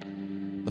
The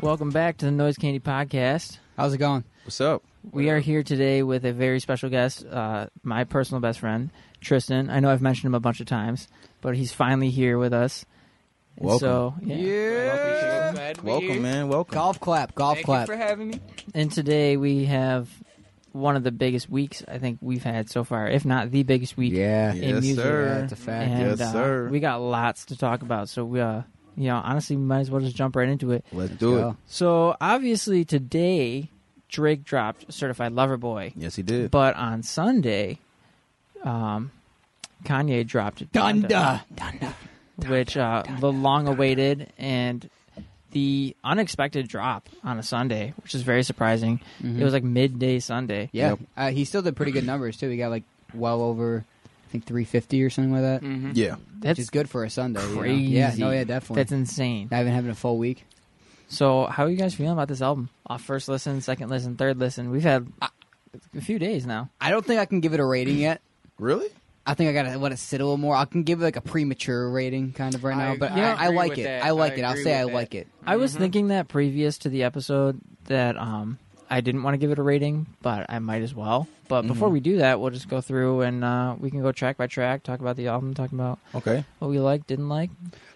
Welcome back to the Noise Candy Podcast. How's it going? What's up? We are here today with a very special guest, uh, my personal best friend, Tristan. I know I've mentioned him a bunch of times, but he's finally here with us. And Welcome. So, yeah. Yeah. Glad to be Welcome, here. man. Welcome. Golf clap, golf Thank clap. you for having me. And today we have one of the biggest weeks I think we've had so far, if not the biggest week. yeah, Yes, music. sir. that's a fact. And, Yes, uh, sir. we got lots to talk about, so we, uh, you know, honestly, we might as well just jump right into it. Let's do it. go. So obviously today, Drake dropped "Certified Lover Boy." Yes, he did. But on Sunday, um, Kanye dropped Dunda. Donda, which uh, the long-awaited and the unexpected drop on a Sunday, which is very surprising. It was like midday Sunday. Mm-hmm. Yeah, Yep. uh, he still did pretty good numbers too. He got like well over, I think three fifty or something like that, Mm, Yeah. which That's is good for a Sunday. you know? crazy. Yeah, no, yeah, definitely. That's insane. I haven't having a full week. So, how are you guys feeling about this album? Off first listen, second listen, third listen. We've had uh, a few days now. I don't think I can give it a rating yet. Really? I think I gotta let it sit a little more. I can give it like a premature rating kind of right I now, but agree- I, I agree like with it. that. I like I it. I'll agree say I with like it. I was thinking that previous to the episode that um, I didn't want to give it a rating, but I might as well. But before we do that, we'll just go through and uh, we can go track by track, talk about the album, talk about Okay. what we liked, didn't like.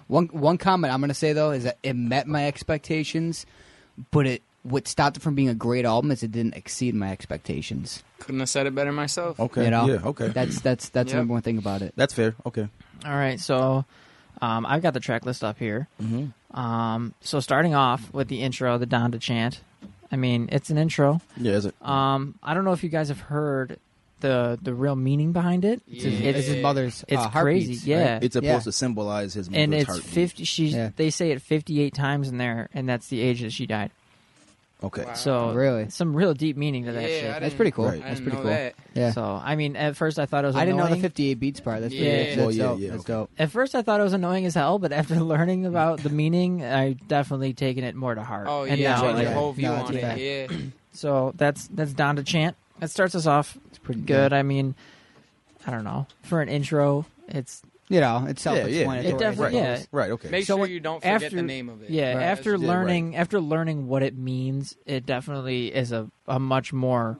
One one comment I'm gonna say though is that it met my expectations, but it what stopped it from being a great album is it didn't exceed my expectations. Couldn't have said it better myself. Okay. You know? Yeah, okay. That's that's that's the Yep. number one thing about it. That's fair. Okay. All right, so um, I've got the track list up here. Mhm. Um, so starting off with the intro, the Donda chant. I mean, it's an intro. Yeah, is it? Um, I don't know if you guys have heard the the real meaning behind it. Yeah. It's his, it's his mother's. It's uh, crazy, heartbeats, yeah. right? it's supposed yeah. to symbolize his mother's and it's heartbeat. fifty. She's Yeah. they say it fifty eight times in there, and that's the age that she died. Okay. Wow. So Really? some real deep meaning to that Yeah, I shit. That's didn't- pretty cool. Right. I That's didn't pretty know cool. that. Yeah, So I mean, at first I thought it was. I didn't know the annoying. 58 beats part. That's pretty. Yeah. That's, Well, that's yeah, dope. yeah, that's okay. dope. At first I thought it was annoying as hell, but after learning about the meaning, I definitely taken it more to heart. Oh yeah, and now, like, like, the whole view No, on it's it. fact. Yeah, so that's that's down to chant. It starts us off It's pretty good. good. I mean, I don't know for an intro. It's You know, it's Yeah, yeah. self-explanatory. It definitely- right. yeah. Right, okay. make So sure what- you don't forget after- the name of it. yeah. Right. After That's- yeah, right. learning, after learning what it means, it definitely is a a much more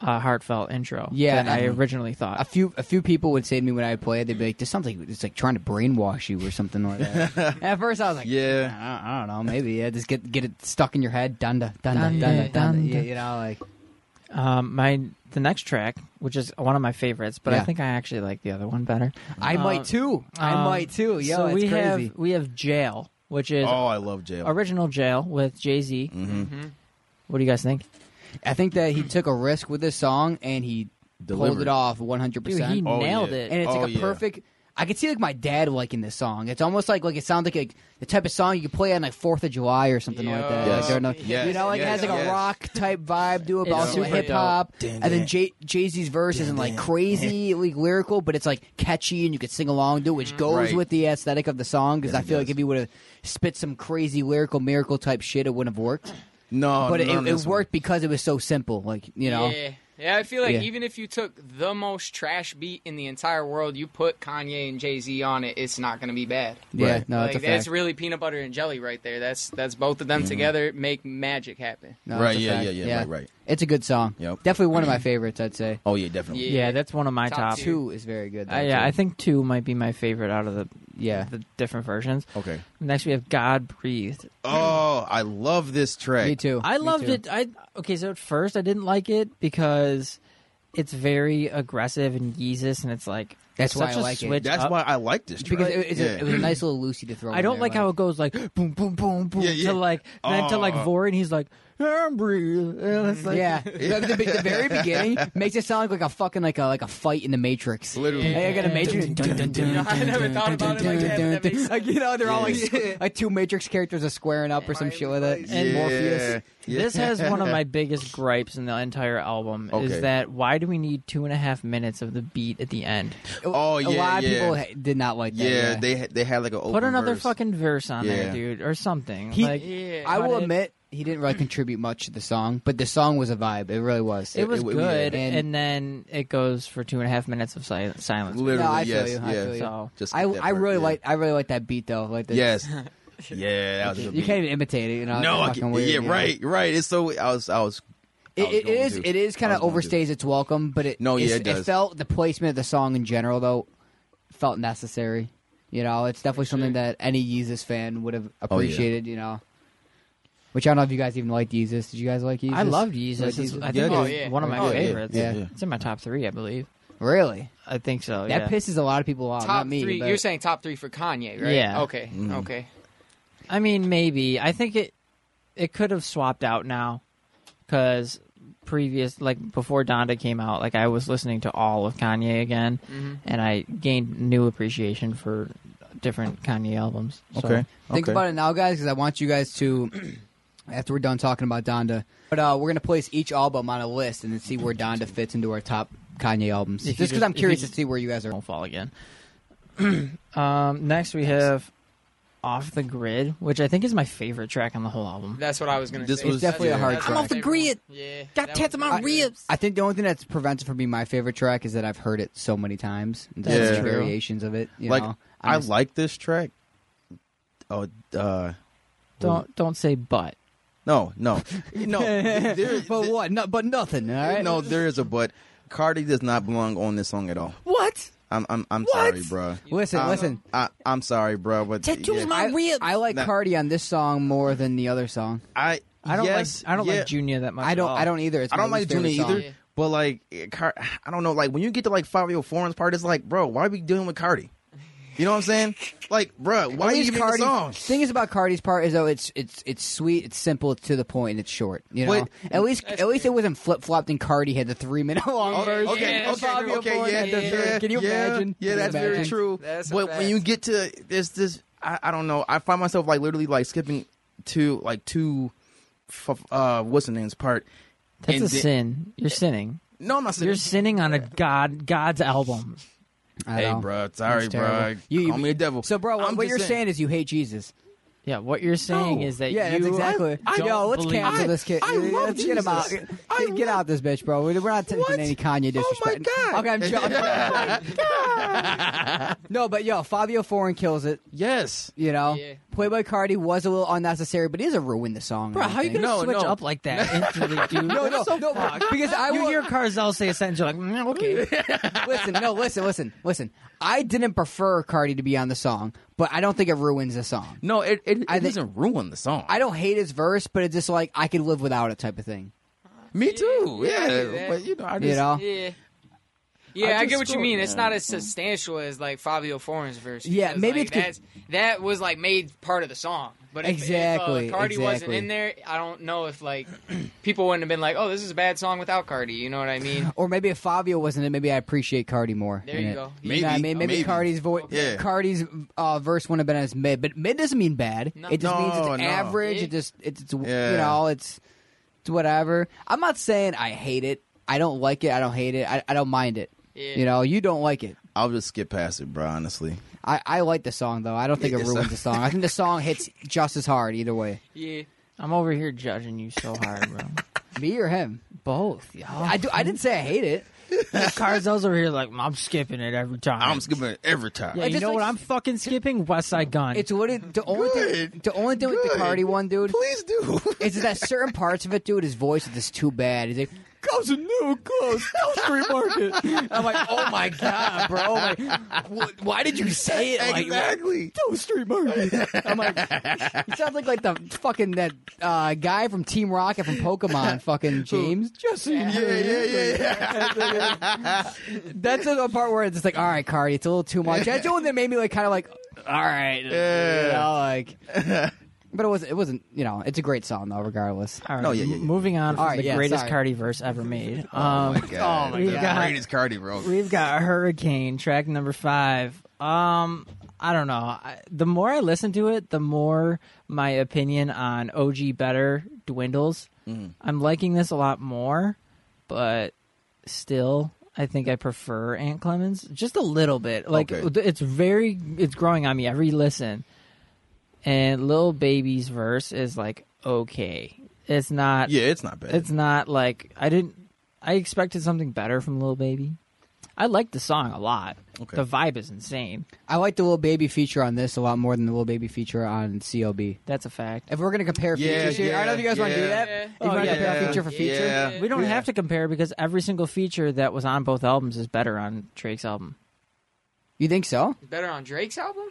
uh, heartfelt intro. Yeah, than I and- originally thought. A few, a few people would say to me when I would play it, they'd be like, "There's something. It's like trying to brainwash you or something like that." At first, I was like, Yeah. I, I don't know. Maybe yeah, just get get it stuck in your head. Dunda, dunda, Dunda, dunda, dunda. dunda. Yeah, you know, like Um, my the next track, which is one of my favorites, but I Yeah. think I actually like the other one better. I Um, might too. I Um, might too. Yo, so it's we crazy. have we have Jail, which is Oh, Mm-hmm. I love jail. original Jail with Jay Z. Mm-hmm. What do you guys think? I think that he took a risk with this song and he pulled Delivered. it off 100. Dude, percent he Oh, nailed yeah. it. and it's Oh, like a yeah. perfect. I could see like my dad liking this song. It's almost like like it sounds like, like the type of song you could play on like Fourth of July or something like that. Yes. Like, during the- Yes. You know, like Yes. it has like Yes. a rock type vibe to it, but It's also super hip hop. dope. And then Jay Z's verse isn't like crazy like lyrical, but it's like catchy and you could sing along to, it, which goes Mm-hmm. Right. with the aesthetic of the song. Because Yes, I it feel does. like if he would have spit some crazy lyrical miracle type shit, it wouldn't have worked. Oh, no, but it, no, it, this one. worked because it was so simple. Like you know, yeah, yeah. I feel like Yeah. even if you took the most trash beat in the entire world, you put Kanye and Jay Z on it, it's not gonna be bad. yeah. Right. No, like, that's a that's fact. Mm-hmm. really peanut butter and jelly right there. That's that's both of them together make magic happen. No, Right, it's a yeah, fact. yeah, yeah, right, right. It's a good song. Yep. Definitely one of my favorites, I'd say. Oh yeah, definitely. Yeah. yeah, that's one of my Top top. two. Two is very good. Though, Uh, yeah, too. I think two might be my favorite out of the yeah. the different versions. Okay. Next we have God Breathed. Oh, I love this track. Me too. I Oh, Me loved too. it. I okay. So at first, I didn't like it because it's very aggressive and Yeezus, and it's like That's why such I a like switch it. That's up. why I like this track. Uh, Because it, it's yeah. a, it was a nice little Lucy to throw. I don't like how it goes like boom, boom, boom, boom Yeah, yeah. to like and then to like Oh. Vor, and he's like, I'm breathing. And it's like, yeah, the, the- the very beginning makes it sound like a fucking like a like a fight in the Matrix. Literally. Hey, I got a Matrix. Dun, dun, dun, No, I never dun, thought dun, about it like dun, that, dun, but that dun. makes Like, you know, they're all like, Yeah. like two Matrix characters are squaring up or some shit like that. Yeah. and Morpheus. Yeah. This has one of my biggest gripes in the entire album Okay. is that why do we need two and a half minutes of the beat at the end? Oh, a yeah, lot of yeah. people ha- did not like that. yeah, they ha- they had like a Put another fucking verse on Yeah. there, dude, or something. He- like, Yeah. I Cut will it. admit he didn't really contribute much to the song, but the song was a vibe. It really was. it was it- it- good, yeah. and, then it goes for two and a half minutes of sil- silence. Literally, No, I feel yes, you, I yes. feel you. So Just I, like that I part, really yeah. like I really like that beat though. Like the, Yes. Yeah, that was a you good can't even imitate it. You know, No, it's I fucking can, weird, you yeah, know? right, right. It's so I was, I was. I It, was it going is. to. It is kind I of was going to. overstays its welcome, but it No, yeah, it's- it does. felt the placement of the song in general though felt necessary. You know, it's definitely something that any Yeezus fan would have Oh, appreciated. You know, which I don't know if you guys even liked Yeezus. Did you guys like Yeezus? I love Jesus. Like It's, Yeezus? I think Yeah, it's dude. one of my Oh, yeah. favorites. Yeah. Yeah. It's in my top three, I believe. Really, I think so. that yeah. pisses a lot of people off. Oh, top not me. three. but- You're saying top three for Kanye, right? Yeah. Okay. Mm-hmm. Okay. I mean, maybe. I think it it could have swapped out now because previous, like before Donda came out, like I was listening to all of Kanye again, and I gained new appreciation for different Kanye albums. So, Okay. Think about it now, guys, because I want you guys to, after we're done talking about Donda, but uh, we're gonna place each album on a list and then see where Donda fits into our top Kanye albums. If you Just because just- I'm if you curious to just- see where you guys are. Won't fall again. um, next we have off the grid, which I think is my favorite track on the whole album. That's what I was gonna This say. was- It's definitely a hard That's track. my I'm off the favorite one. grid. Yeah. Got that tats was on my my favorite. ribs. I think the only thing that's prevented from being my favorite track is that I've heard it so many times. And That's there's true. variations of it. You like know, I just- like this track. Oh, uh, Don't don't say but. no, no, no. There, but what? No, but nothing. All right. no, there is a but. Cardi does not belong on this song at all. What? I'm, I'm, I'm sorry, bro. Listen, I'm, listen. I, I'm sorry, bro. But yeah. I, I like Nah. Cardi on this song more than the other song. I, I don't yes, like I don't yeah. like Junior that much. I at don't. all. I don't either. It's I my don't like least favorite Junior song. either. song. But like, it- Car- I don't know. Like when you get to like Fabio Foreign's part, it's like, bro, why are we dealing with Cardi? You know what I'm saying? Like, bro, why At are you least even Cardi- Cardi- song? Thing is about Cardi's part is though it's it's it's sweet, it's simple, it's to the point, and it's short. You know, But- at least at least it wasn't flip flopped and Cardi had the three minute long Oh, verse. Okay, Yeah, and okay, Fabio Foreign okay, yeah, had the yeah, third. yeah, Can you yeah, imagine? Yeah, Can you that's very imagine? true. That's a but when fact. you get to this, this, I, I don't know. I find myself like literally like skipping to like two, f- uh, what's the name's part? That's And a the- sin. You're sinning. No, I'm not saying. You're sinning on a god God's album. I Hey, know. bro, sorry, It's bro. terrible. You- Call me a devil. So, bro, what, I'm what just you're saying. is you hate Jesus. Yeah, what you're saying No. is that Yeah, you that's exactly. I, don't Yo, let's believe- cancel this kid. I love let's get him out. Jesus. Get, I get love- out this bitch, bro. We're, we're not taking What? any Kanye Oh, my disrespect. God. Oh Okay, I'm joking. no, but yo, Fabio Foreign kills it. Yes. You know, Yeah. Playboy Cardi was a little unnecessary, but he doesn't ruin the song. Bro, how are you gonna No, switch no. up like that instantly, dude? No, no, So no, because I you will, hear Carzell say a sentence, you're like, mm, okay. listen, no, listen, listen, listen. I didn't prefer Cardi to be on the song, but I don't think it ruins the song. No, it it, it I think- doesn't ruin the song. I don't hate his verse, but it's just like I could live without it type of thing. me too. yeah, I Yeah, do that. but you know, I just You know? Yeah. Yeah, I, just get what you scrolled mean. It's down. not as substantial as like Fabio Foreign's verse. Yeah, because, maybe like, it's 'cause- that's, that was like made part of the song. But if, Exactly, if uh, Cardi wasn't exactly. in there, I don't know if like people wouldn't have been like, "Oh, this is a bad song without Cardi." You know what I mean? Or maybe if Fabio wasn't in it, maybe I appreciate Cardi more. There in you it. go. You know what I mean? Maybe, Cardi's voice, Yeah. Cardi's uh, verse wouldn't have been as mid, but mid doesn't mean bad. No. It just means No, it's no. average. It Yeah. just it's, it's you Yeah. know it's it's whatever. I'm not saying I hate it. I don't like it. I don't hate it. I, I don't mind it. Yeah. You know, you don't like it. I'll just skip past it, bro. Honestly, I, I like the song though. I don't think it It's ruins a- the song. I think the song hits just as hard either way. Yeah. I'm over here judging you so hard, bro. Me or him? Both, y'all. I do. I didn't say I hate it. Carzell's over here like, I'm skipping it every time. I'm skipping it every time. Yeah, I you just know like- what? I'm fucking skipping West Side Gun. It's what it, the only thing. Good. The only thing with the Good. Cardi one, dude, Please do. is that certain parts of it, dude. His voice is just too bad. He's like, got some new clothes, South Street Market. I'm like, oh my god, bro! Like, wh- why did you say it? Like, that? exactly. South Street Market. I'm like, He sounds like like the fucking that uh, guy from Team Rocket from Pokemon, fucking James. Jesse. Yeah, yeah, yeah, yeah. That's the part where it's just like, all right, Cardi, it's a little too much. That's the one that made me like kind of like, all right, you know, like. But it was it wasn't you know it's a great song though regardless. All right, No, Oh, yeah, yeah, yeah. Moving on from All right, the yeah, greatest sorry. Cardi verse ever made. Oh Um, my god. we've The got- greatest Cardi, bro. We've got Hurricane, track number five. Um, I don't know. I, the more I listen to it, the more my opinion on OG Better dwindles. I'm liking this a lot more, but still, I think I prefer Aunt Clemens just a little bit. Like Okay. th- it's very, it's growing on me every listen. And Lil Baby's verse is like okay. It's not Yeah, it's not bad. it's not like I didn't. I expected something better from Lil Baby. I like the song a lot. Okay. The vibe is insane. I like the little baby feature on this a lot more than the little baby feature on COB. That's a fact. If we're gonna compare Yeah, features here, I don't know if you guys want to do yeah. that. Yeah. If you Oh, want to yeah. compare feature for feature, Yeah. We don't Yeah. have to compare because every single feature that was on both albums is better on Drake's album. you think so? Better on Drake's album?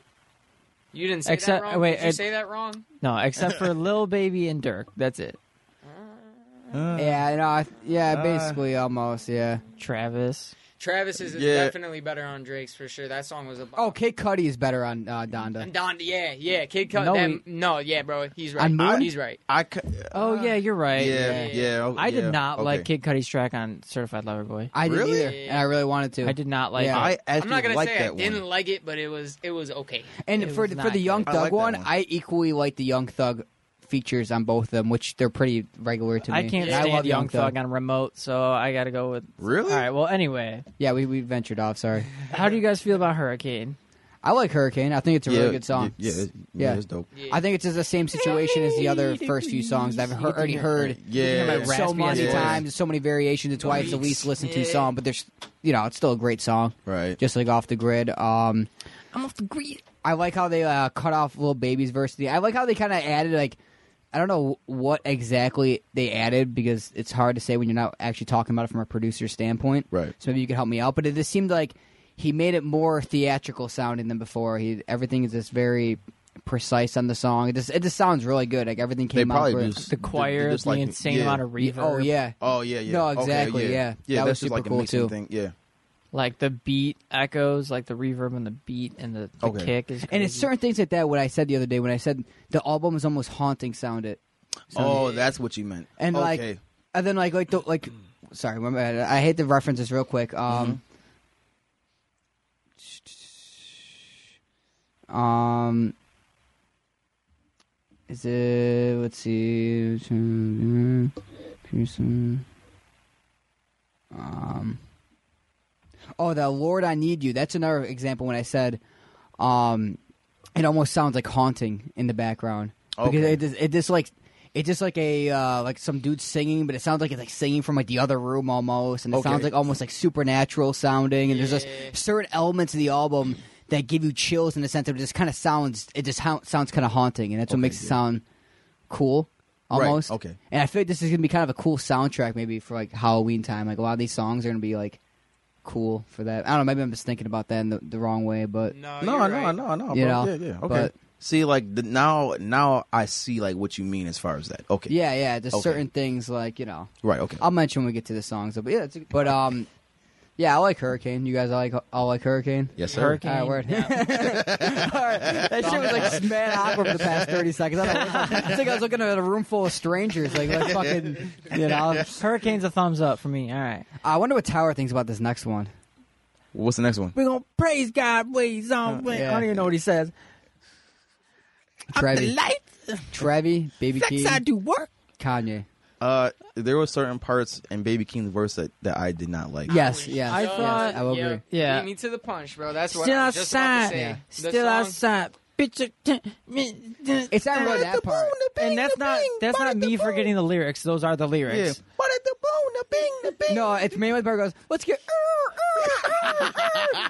You didn't say Except- that wrong. wait, Did you I- say that wrong? No, except for Lil Baby and Dirk. That's it. Uh. Uh, yeah, no, I, yeah, basically almost, yeah. Travis. Travis's is Yeah. definitely better on Drake's for sure. That song was a Oh, Kid Cudi is better on uh, And Donda. Don, yeah, yeah, Kid Cudi. No, No, we- no, yeah, bro, he's right. On Moon? He's right. I c- Oh yeah, you're right. Uh, yeah, yeah. oh, I did yeah, not okay. like Kid Cudi's track on Certified Lover Boy. I didn't Really? either, and I really wanted to. I did not like Yeah. it. I actually I'm not gonna like say I that didn't one. like it, but it was it was okay. And It for was the, not for the Young good. I Thug like that one, one. I equally like the Young Thug features on both of them, which they're pretty regular to me. I can't And I stand love Young Thug on remote, so I got to go with. Really? All right. Well, anyway, Yeah, we, we ventured off. Sorry, how do you guys feel about Hurricane? I like Hurricane. I think it's a yeah, really good song. Yeah, yeah, it- Yeah. yeah, it's dope. Yeah. I think it's just the same situation as the other first few songs that I've You heard, can already hear- heard Yeah. my raspy so many ass voice. times, so many variations. It's why it's the least listened to Yeah. song, but there's you know it's still a great song, Right. Just like off the grid. Um, I'm off the grid. I like how they uh, cut off little baby's verse. I like how they kind of added like I don't know what exactly they added because it's hard to say when you're not actually talking about it from a producer's standpoint. Right. So maybe you could help me out. But it just seemed like he made it more theatrical sounding than before. He everything is just very precise on the song. It just it just sounds really good. Like everything They came out. probably really- just The choir, just the like- insane yeah. amount of reverb. oh yeah. Oh yeah, yeah. No, Okay, exactly, yeah. yeah, That that's was just super like a cool, mixing too. thing. Yeah, Like the beat echoes, like the reverb and the beat and the, the Okay. kick is. Crazy. And it's certain things like that. What I said the other day when I said the album is almost haunting sounded. Oh, that's what you meant. and okay. like and then like like the like sorry my bad. i hate to reference this real quick um um is it let's see hmm, Pearson. um oh the lord i need you that's another example when i said um it almost sounds like haunting in the background because Okay. it just, it just like it's just like a uh, like some dude singing, but it sounds like it's like singing from like the other room almost, and it Okay. sounds like almost like supernatural sounding. And there's just certain elements of the album that give you chills in the sense that it just kind of sounds it just hau- sounds kind of haunting, and that's what Okay, makes it yeah. sound cool Right, almost. okay. and I feel like this is gonna be kind of a cool soundtrack maybe for like Halloween time. Like a lot of these songs are gonna be like cool for that. I don't know. Maybe I'm just thinking about that in the, the wrong way, but No, no, you're no, right. no, no, You bro. know, yeah, yeah. Okay. but- see, like the, now, now I see like what you mean as far as that. Okay. yeah, yeah. Just Okay. certain things like you know. Right. Okay. I'll mention when we get to the songs, but yeah, it's a, but um, yeah, I like Hurricane. You guys, I like I like Hurricane. yes, sir. Hurricane. All right, word. All right. That shit was like mad awkward for the past thirty seconds. I don't know. It's like I was looking at a room full of strangers, like, like fucking, you know. Hurricane's a thumbs up for me. All right. I wonder what Tower thinks about this next one. What's the next one? We're going to praise God. Ways on. yeah. I don't even know what he says. Trevi, Light. Trevi, Baby Keem, do work. Kanye. Uh, there were certain parts in Baby King's verse that, that I did not like. Yes, yes. I yes, thought- I will yeah, agree. Yeah. Beat me to the punch, bro. That's what Still I was just about to outside. say. Yeah. The Still song- outside. Bitch. uh, It's not really that part. And that's not that's not me forgetting the lyrics. Those are the Yeah. lyrics. But at the boom, the bing, the bing. Ah, No, it's mainly the part that goes. Let's get.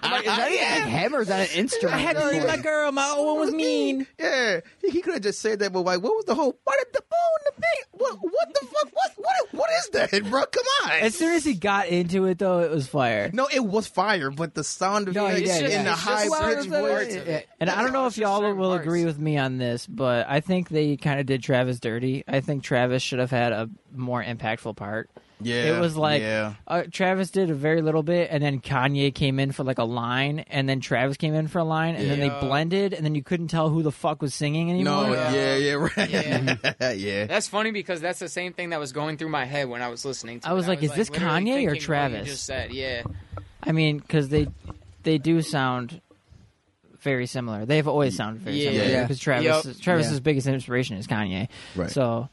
I'm like, is that even like him or is that an instrument? I had to leave my girl. My old one Oh, was mean. Yeah, he, oh, he could have just said that, but like, what was the whole? What at the boom, the bing? What what the fuck? What what what is good, bro. Come on. As soon as he got into it, though, it was fire. no, it was fire, but the sound of No, he it did, in yeah. the It's just high pitched louder than voice. it- And I don't know Yeah, if it's just y'all certain will parts. agree with me on this, but I think they kind of did Travis dirty. I think Travis should have had a more impactful part. Yeah, it was like yeah. uh, Travis did a very little bit, and then Kanye came in for like a line, and then Travis came in for a line, and then Yeah. they blended, and then you couldn't tell who the fuck was singing anymore. No, Yeah. yeah, yeah, right. Yeah. Yeah. yeah. That's funny because that's the same thing that was going through my head when I was listening to I it. was like, is this literally Kanye or thinking what you Travis? just said, yeah. I mean, because they they do sound very similar. They have always sounded very Yeah. similar Yeah. because Travis Yep. Travis's Yeah. biggest inspiration is Kanye. Right. So,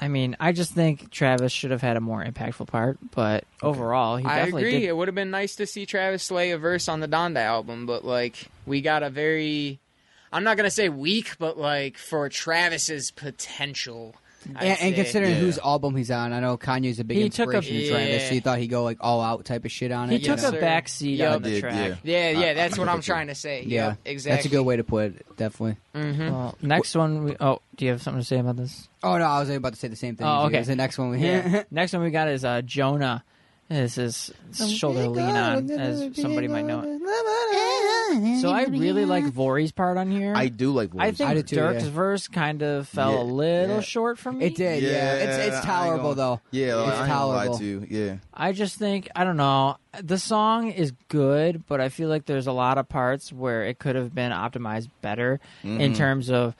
I mean, I just think Travis should have had a more impactful part, but overall, he I definitely agree. did. It would have been nice to see Travis slay a verse on the Donda album, but like we got a very I'm not gonna say weak, but like for Travis's potential. I'd And, and say. considering Yeah. whose album he's on, I know Kanye's a big He took a- inspiration to Travis. Yeah. So you thought he'd go like all out type of shit on He it. took you a know? sir. back seat Yep. on the Did, track. Yeah, I- yeah, that's I what get I'm you. trying to say. Yeah, Yep, exactly. That's a good way to put it. Definitely. Mm-hmm. Well, next one. We, oh, do you have something to say about this? Oh no, I was about to say the same thing. Oh, as you okay. guys. The next one we Yeah. Next one we got is uh, Jonah. This is shoulder lean on, as somebody might know it. So I really like Vori's part on here. I do like I voice. think Mm, I do too, Dirk's yeah. verse kind of fell a Yeah, little yeah. short for me. It did, yeah. It's it's I ain't tolerable gonna- though. Yeah, like, it's I ain't gonna lie tolerable. to you. Yeah. I just think I don't know. The song is good, but I feel like there's a lot of parts where it could have been optimized better Mm-hmm. in terms of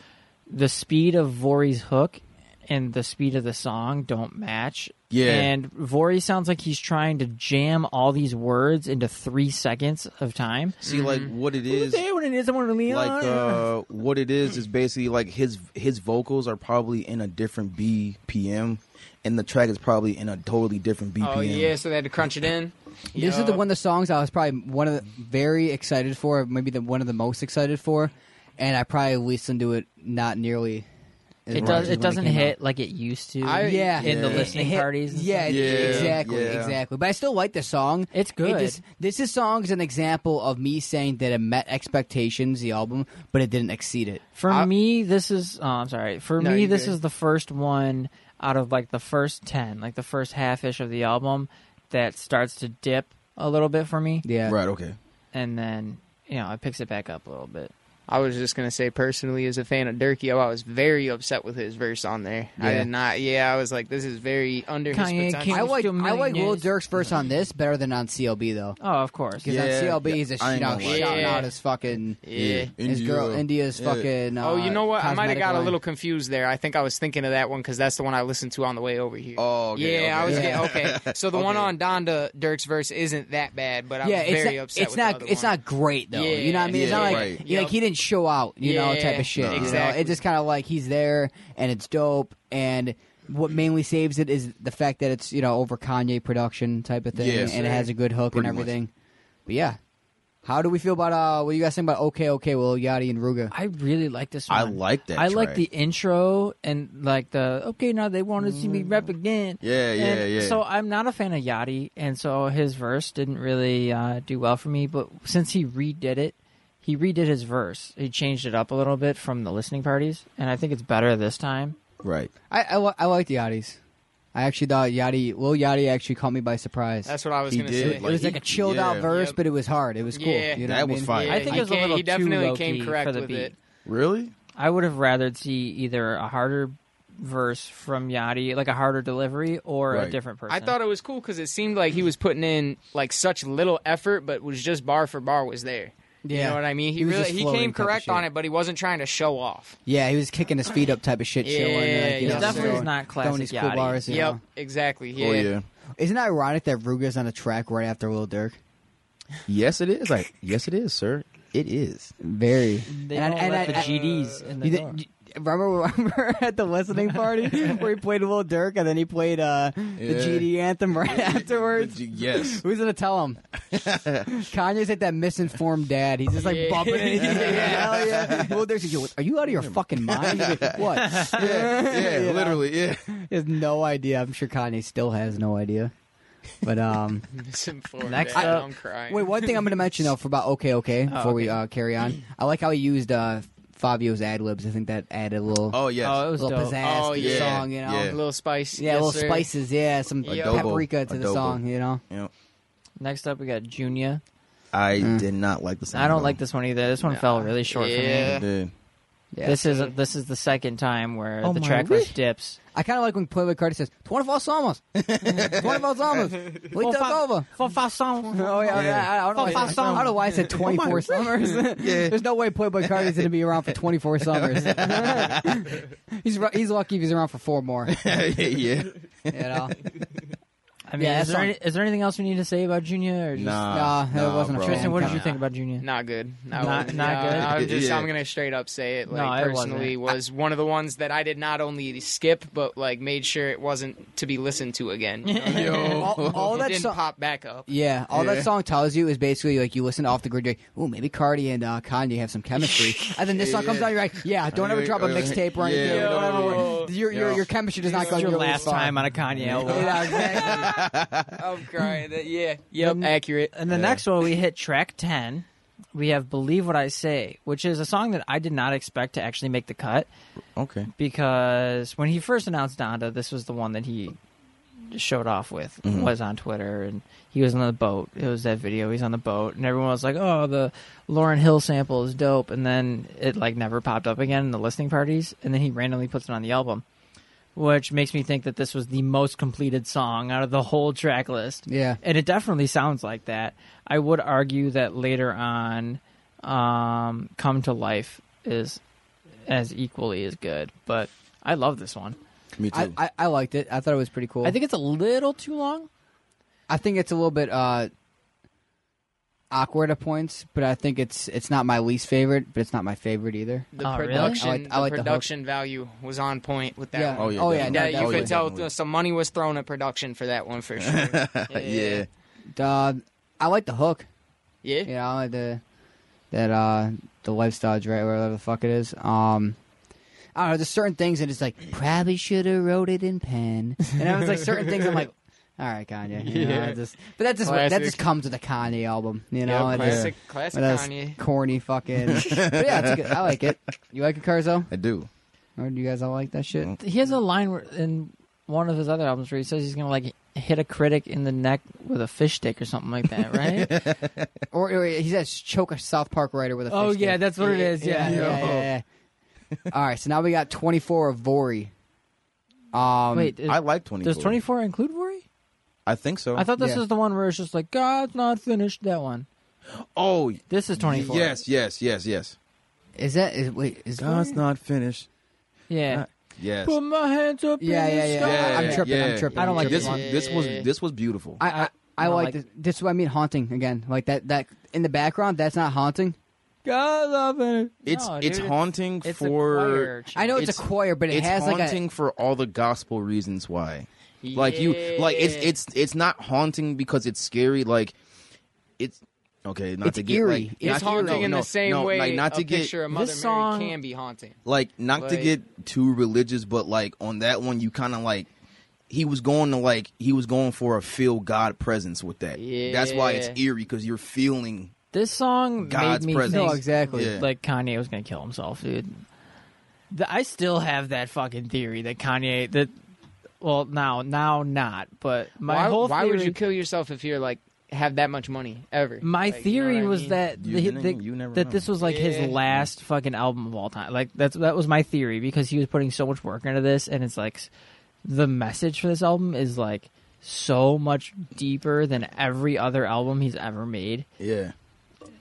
the speed of Vori's hook and the speed of the song don't match. Yeah. And Vori sounds like he's trying to jam all these words into three seconds of time. See, like Mm-hmm. what it is, Day when it is, I want to lean like on. uh, what it is is basically like his his vocals are probably in a different BPM, and the track is probably in a totally different BPM. Oh yeah, so they had to crunch it in. This is the Yup. one of the songs I was probably one of the very excited for, maybe the one of the most excited for, and I probably listened to it not nearly. as it much does. as It when doesn't came out. hit like it used to. I- yeah, in the Yeah. listening It hit- parties. and Yeah, stuff. stuff. Yeah, exactly, yeah. exactly. But I still like the song. It's It good. just- this is song is an example of me saying that it met expectations, the album, but it didn't exceed it. For me, this is. Oh, I'm sorry. For No, me, you're this good. is the first one out of like the first ten, like the first half ish of the album that starts to dip a little bit for me, Yeah, Right. Okay. and then you know it picks it back up a little bit. I was just gonna say personally, as a fan of Durkio, I was very upset with his verse on there. I Yeah. did not. Yeah, I was like, this is very under Kanye his potential. King- I like Still I like Will millionaires. Durk's verse on this better than on CLB though. Oh, of course. Because Yeah, on CLB, he's a I you ain't know, gonna lie. shouting Yeah. out his fucking Yeah. his girl India's Yeah. fucking. Uh, Oh, you know what? I might have cosmetic got a line. little confused there. I think I was thinking of that one because that's the one I listened to on the way over here. Oh, okay, yeah, I was okay. getting okay. So the one on Donda Dirk's verse isn't that bad, but I Yeah, was it's very not, upset. it's with not the other it's one. not great though. You know what I mean? it's Yeah, not like right. you know, like he didn't show out, you know, Yeah, type of shit. you know? exactly. It's just kind of like he's there and it's dope. And what mainly saves it is the fact that it's you know over Kanye production type of thing, Yeah, and sure. it has a good hook Pretty and much. everything. But yeah, how do we feel about uh? What do you guys think about Okay, Okay, Will Yachty and Ruga? I really like this one. I like that. I like track. the intro and like the okay now they want to see me rap again. Mm. Yeah, yeah, And yeah. So I'm not a fan of Yachty, and so his verse didn't really uh, do well for me. But since he redid it, he redid his verse. He changed it up a little bit from the listening parties, and I think it's better this time. right. I I, li- I like the Yachty's. I actually thought Yachty, Will Yachty actually caught me by surprise. That's what I was He gonna did, say. it was Like, like a chilled out yeah. verse, Yep. but it was hard. It was cool. Yeah. you know That what I was mean? fire. Yeah, I think he it was a can't- little he definitely too low came key correct for the with beat. it. Really? I would have rather see either a harder verse from Yachty, like a harder delivery, or Right. a different person. I thought it was cool because it seemed like he was putting in like such little effort, but was just bar for bar was there. You Yeah. know what I mean? He, He was really just he flowing came type of correct on shit. it, but he wasn't trying to show off. Yeah, he was kicking his feet up type of shit, chilling. Yeah, like, you yeah, know, definitely throwing- is not throwing classic these cool Yachty. bars, you Yep, know? exactly. Yeah. Oh yeah. Isn't it ironic that Ruga's on the track right after Lil Durk? Yes, it is. Like yes, it is, sir. It is. Very. they And I- don't and let I- the I- GDs in the You thi- door. you- remember, remember at the listening party where he played Lil Durk and then he played uh, Yeah. the GD anthem right afterwards? Yes. Who's gonna tell him? Kanye's like that misinformed dad. He's just like Yeah. bumping it. He's like, yeah, hell yeah. Lil Durk's like, "Yo, are you out of your fucking mind? He's like, what? Yeah. You know? literally. Yeah. He has no idea. I'm sure Kanye still has no idea. But um, Misinformed. Next Dad, up- I'm crying. Oh, wait, one thing I'm gonna mention though for about okay, okay, before we okay. uh, carry on, I like how he used uh, Fabio's ad libs. I think that added a little, Oh yes. Oh, it was little dope. pizzazz Oh, to the yeah. song, you know. Yeah. A little spice. Yeah, yes, little sir. spices. Yeah, some Adobo. paprika to the Adobo. song. You know, Yep. Next up, we got Junior. I Mm. did not like the song. I don't though. like this one either. This one fell really short for Yeah. me. Dude. Yeah. This is this is the second time where Oh the my track wee. list dips. I kind of like when Playboy Cardi says "Twenty four Somos, twenty four Somos, we Four, took five- over." Four, five songs. Oh yeah, Yeah. I, I, don't know Four, why, five I don't know why I said twenty four summers. There's no way Playboy Cardi's going to be around for twenty four summers. he's ru- he's lucky if he's around for four more. yeah. You know, I mean, Yeah, is, there that song- any, is there anything else we need to say about Junior? Or just, Nah, Nah. it wasn't a bro. Tristan, what did you Nah. think about Junior? Not good. No, Not- not no, good? I'm just. Yeah. I'm gonna straight up say it. Like No, it wasn't. personally, was one of the ones that I did not only skip, but like made sure it wasn't to be listened to again. You know what I mean? Yo. all, all it that didn't song. pop back up. Yeah, all Yeah. that song tells you is basically like you listen to off the grid. You're like, oh, maybe Cardi and uh, Kanye have some chemistry, and then this song comes Yeah. out. You're like, yeah, don't Yeah, ever drop a yeah, mixtape or yeah, anything. yeah, don't ever yeah. worry. Your, your Yeah. your chemistry does not It's go your really last far. time on a Kanye album. Yeah, exactly. I'm crying. That- Yeah. Yep. Mm. Accurate. And the next one, we hit track 10. We have Believe What I Say, which is a song that I did not expect to actually make the cut Okay. because when he first announced Donda, this was the one that he showed off with, Mhm. was on Twitter, and he was on the boat. It was that video, he's on the boat, and everyone was like, oh, the Lauren Hill sample is dope. And then it like never popped up again in the listening parties, and then he randomly puts it on the album. Which makes me think that this was the most completed song out of the whole track list yeah. and it definitely sounds like that. I would argue that later on, um, "Come to Life" is as equally as good, but I love this one. Me too. I, I, I liked it. I thought it was pretty cool. I think it's a little too long. I think it's a little bit uh, awkward at points, but I think it's it's not my least favorite, but it's not my favorite either. The Oh, really? production, I like- I like the the hook. production value was on point with that. yeah. One. Oh, yeah, Oh yeah. Yeah, No, definitely. you Oh, could yeah. definitely. tell th- some money was thrown at production for that one for sure. yeah. yeah. Uh, I like the hook. Yeah. You know the that uh the lifestyle right whatever the fuck it is. Um. I don't know. There's certain things that it's like probably should have wrote it in pen, and I was like certain things. I'm like, all right, Kanye. You know, Yeah. I just- but that just that Classic. just comes with a Kanye album, you know. Yeah, uh, It just- classic, classic Well, that's Kanye. corny fucking. but yeah, it's good. I like it. You like it, Carzo? I do. Or do you guys all like that shit? Mm. He has a line where, in one of his other albums where he says he's gonna like hit a critic in the neck with a fish stick or something like that, right? Or, or he says choke a South Park writer with a. oh fish yeah, stick. that's what it is. Yeah, yeah, yeah, yeah, yeah. all right, so now we got twenty four of Vori. Um, Wait, is, I like 24. does twenty four include worry? I think so. I thought this Yeah. was the one where it's just like God's not finished. That one. oh, This is twenty four. yes, yes, yes, yes. is that is wait is God's Vori- not finished. Yeah. Yes. Put my hands up. Yeah, in the yeah, yeah. sky. I- I'm tripping, I'm tripping, I don't I'm like this. tripping. This was this was beautiful. I I, I, don't like, like- this. This is what I mean haunting again. Like that that in the background. That's not haunting. God love it. it's No, it's dude, haunting it's a for choir I know it's, It's- a choir, but it it's has like haunting a for all the gospel reasons why. Like you like it's Yeah. it's it's not haunting because it's scary like it's okay, not It's to get eerie. like, It's not to- haunting no, in no, the same no, way like not to a get picture of Mother This song- Mary can be haunting. like not to Like- get too religious, but like on that one, you kind of like he was going to like he was going for a feel God presence with that. that's why it's Yeah. eerie because you're feeling This song God's made me presence. think no exactly. Yeah. like Kanye was gonna kill himself, dude. The, I still have that fucking theory that Kanye that well now now not, but my why, whole why theory, would you kill yourself if you're like have that much money ever? my Like, you know theory what I was mean? that You- the- you never- the- you never that know. this was like Yeah. his last fucking album of all time. Like that's that was my theory because he was putting so much work into this, and it's like s- the message for this album is like so much deeper than every other album he's ever made. yeah.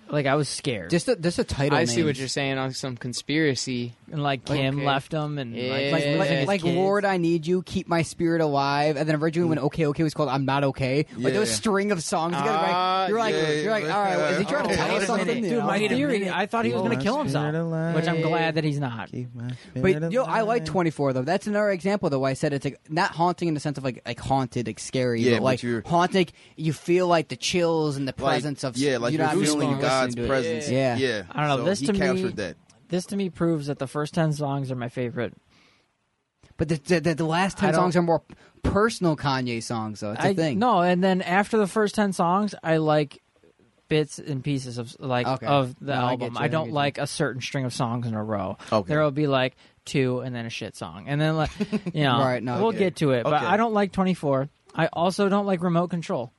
Like I was scared. Just a, just a title. I see name. what you're saying on some conspiracy. and like Kim Okay. left him and Yeah. like, Like, losing like, his like kids. Lord, I need you, keep my spirit alive. And then originally when OK OK was called I'm Not Okay, like there was Yeah. a string of songs together. Ah, like, you're like, yeah, you're like, yeah. all right, well, is he trying Oh, to tell wait us a something? minute. You Dude, know? my theory, I thought he was Keep going to my kill spirit himself, alive. which I'm Yeah. glad that he's not. But yo, I like 24 though. That's another example though. Why I said it's like not haunting in the sense of like like haunted, like scary. Yeah, but but like you're- haunting. You feel like the chills and the Like, presence of yeah, like you you know are what I mean? feeling Listening God's to it. presence. Yeah. Yeah. I don't know, So this he to me- captured that. This to me proves that the first 10 songs are my favorite. But the, the, the, the last I ten don't- songs are more personal Kanye songs though. It's a I- thing. No, and then after the first 10 songs, I like bits and pieces of like Okay. of the No, I get album. you, I, I get don't you. like a certain string of songs in a row. Okay. There will be like two and then a shit song, and then like you know Right, no, I we'll get get to it. But Okay. I don't like twenty four. I also don't like remote control.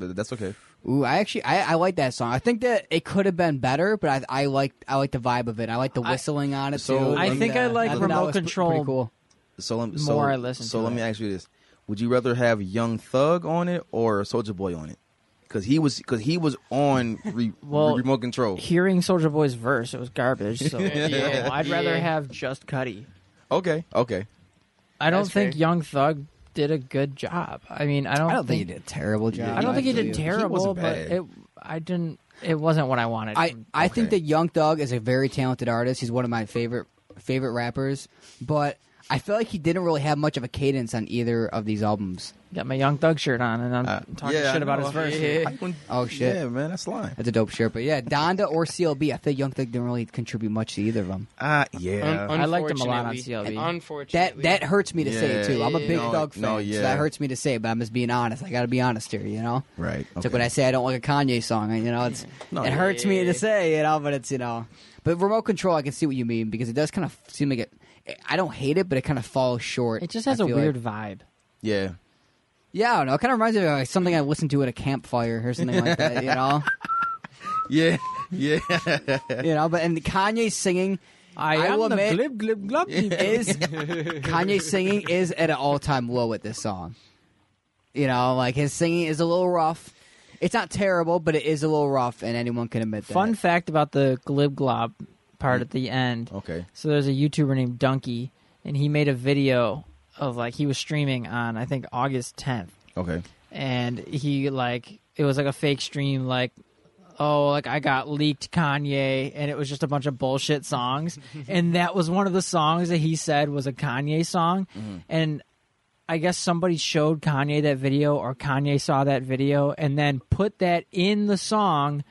Th- That's okay. Ooh, I actually I, I like that song. I think that it could have been better, but I I like I like the vibe of it. I like the whistling on it So- too. I Um, think I yeah. like I thought that remote was pr- control Pretty cool. So let me so, More I listen So to let it. me ask you this: Would you rather have Young Thug on it or Soldier Boy on it? Because he was because he was on re, Well, remote control. hearing Soldier Boy's verse, it was garbage. So Yeah. no, I'd rather Yeah. have just Cuddy. Okay, okay. I don't That's think fair. Young Thug did a good job. I mean, I don't, I don't think he did a terrible job. I don't think he did actually. terrible, wasn't but bad. it I didn't. It wasn't what I wanted. I, from- I think Okay. that Young Thug is a very talented artist. He's one of my favorite favorite rappers, but I feel like he didn't really have much of a cadence on either of these albums. got my Young Thug shirt on, and I'm Uh, talking yeah, shit I about know. his verse. Yeah. I wouldn't- Oh, shit. Yeah, man, that's lying. That's a dope shirt, but yeah, Donda or CLB. I feel Young Thug didn't really contribute much to either of them. Ah, Un- yeah. I liked him a lot on unfortunately. CLB. That Unfortunately, that hurts me to say Yeah. too. I'm a big No, Thug fan, no, so yeah. that hurts me to say. But I'm just being honest. I got to be honest here, you know. right. It's like when I say I don't like a Kanye song, you know, it's No, it yeah. hurts me to say, you know, but it's you know, but remote control, I can see what you mean because it does kind of seem like it. I don't hate it, but it kind of falls short. It just has a a weird vibe. yeah. yeah, I don't know. It kind of reminds me of like, something I listened to at a campfire or something like that, you know, Yeah. Yeah. you know. But and Kanye singing, I, I am will the admit- glib glib glub. is Kanye singing is at an all time low with this song. You know, like his singing is a little rough. It's not terrible, but it is a little rough, and anyone can admit that. Fun fact about the glib glob part at the end. okay. So there's a YouTuber named Donkey, and he made a video of like he was streaming on I think August 10th, Okay. and he like it was like a fake stream like. Oh, like I got leaked Kanye, and it was just a bunch of bullshit songs, and that was one of the songs that he said was a Kanye song, Mm-hmm. and I guess somebody showed Kanye that video, or Kanye saw that video, and then put that in the song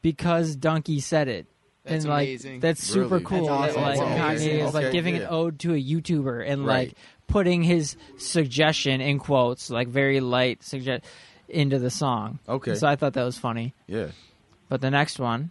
because Donkey said it. That's and like amazing. that's super Really? cool. That's that, awesome. Like Wow. Kanye Amazing. is like Okay, giving an yeah. ode to a YouTuber and Right. like putting his suggestion in quotes, like very light suggest into the song. Okay. So I thought that was funny. Yeah. But the next one,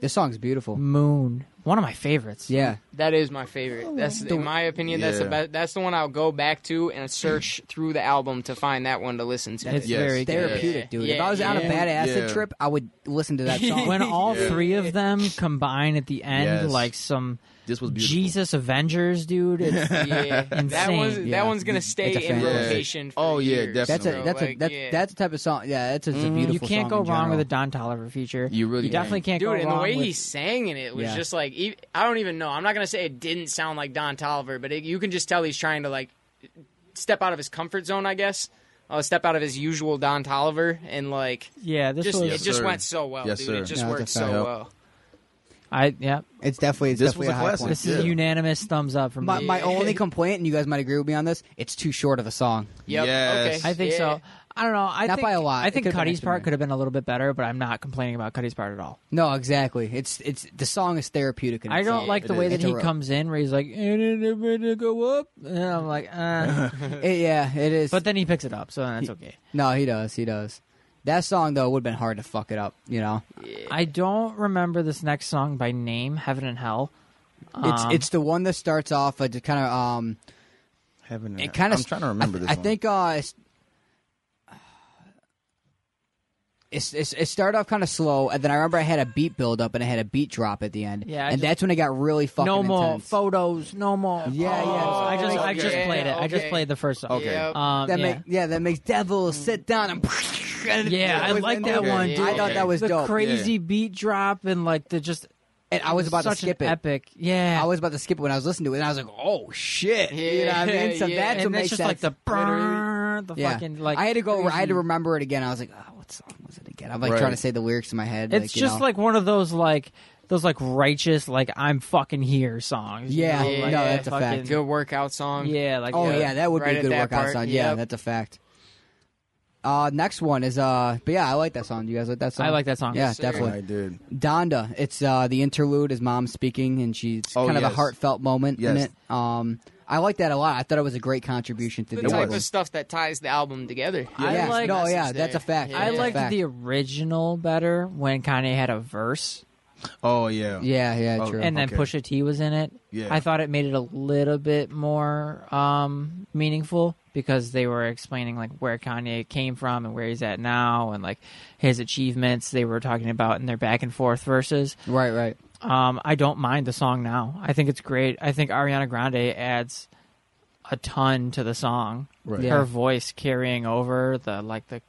This song's beautiful. Moon, one of my favorites. Yeah. that is my Oh, favorite. That's in my opinion. That's the Yeah. best. That's the one I'll go back to and search through the album to find that one to listen to. It's Yes. very good. therapeutic, dude. if Yeah, I was on a yeah. bad acid Yeah. trip, I would listen to that song. When all Yeah. three of them combine at the end, Yes. like some This was beautiful. Jesus Avengers, dude. It's yeah, that Insane. one's Yeah. that one's gonna stay It's a fan- in Yeah. rotation. For Oh, yeah, years, that's definitely. a bro. that's a Like, that's, yeah. that's the type of song. Yeah, that's just a you beautiful. can't song go in wrong general. with a Don Tolliver feature. You really you definitely can't go Dude, and the wrong way with, he sang in it was Yeah. just like e- I don't even know. I'm not gonna say it didn't sound like Don Tolliver, but it, you can just tell he's trying to like step out of his comfort zone, I guess. Uh, step out of his usual Don Tolliver, and like yeah, this just was it Yes, just sir. went so well, Yes, dude. sir. It just Yeah, worked that's a so fact. Yep. well. I yeah. It's definitely it's This definitely was a high classic. point. This is Yeah. a unanimous thumbs up from My, me. my only complaint, and you guys might agree with me on this, it's too short of a song. Yep. Yes. Okay. I think Yeah. so. I don't know. I Not think, by a lot. I It think could've been Cuddy's extra part minute. could have been a little bit better, but I'm not complaining about Cuddy's part at all. No, exactly. It's it's the song is therapeutic. In I itself. don't like the It way is. that It's a he rough- comes in, where he's like, "And it never go up," and I'm like, uh. It- yeah, it is. but then he picks it up, so that's okay. no, he does. He does. That song though would have been hard to fuck it up. You know, I don't remember this next song by name, "Heaven and Hell." it's Um, it's the one that starts off. It kind of um, Heaven. It kinda I'm s- trying to remember I, this. I one. think uh, it's, it's, it's it started off kind of slow, and then I remember I had a beat build up and I had a beat drop at the end. Yeah, I and just- that's when it got really fucking no more intense. photos, no more. Yeah, yeah. photos. I just, I Okay. just played it. I just Okay. played the first song. Okay. Yep. Um, that yeah. make- yeah, that makes devil sit down and. and it- Yeah, I it was- like and that it- one, dude. I thought Okay. that was the dope. crazy beat drop and like the just. and I was about to such skip an it. Epic, yeah. I was about to skip it when I was listening to it, and I was like, "Oh shit!" you know what I mean? So Yeah, and that's that's what makes just sense. like the brrrr, the yeah. fucking like. I had to go. I had to crazy- remember it again. I was like, oh, "What song was it again?" I'm like Right. trying to say the lyrics in my head. It's like, you just know. like one of those like those like righteous like I'm fucking here songs. you Yeah, know, yeah, like, no, that's a fucking- fact. good workout song. Yeah, like Oh uh, yeah, that would right be a at good that workout part, song. Yeah, yep. that's a fact. Uh, next one is uh, but yeah, I like that song. Do you guys like that song? I like that song. Yeah, Yes, sir. definitely. I did. Donda. It's uh, the interlude is mom speaking, and she's Oh, kind of a yes. heartfelt moment in Yes. it. Um, I like that a lot. I thought it was a great contribution to the the type album. was. of stuff that ties the album together. I yeah. like- no, yeah, Message that's a there. fact. Yeah. I That's a liked fact. the original better when Kanye had a verse Oh yeah. Yeah, yeah, Oh, true. and then okay. Pusha T was in it. Yeah. I thought it made it a little bit more um, meaningful because they were explaining like where Kanye came from and where he's at now and like his achievements they were talking about in their back and forth verses. right, right. Um, I don't mind the song now. I think it's great. I think Ariana Grande adds a ton to the song. Right. Yeah. Her voice carrying over the like the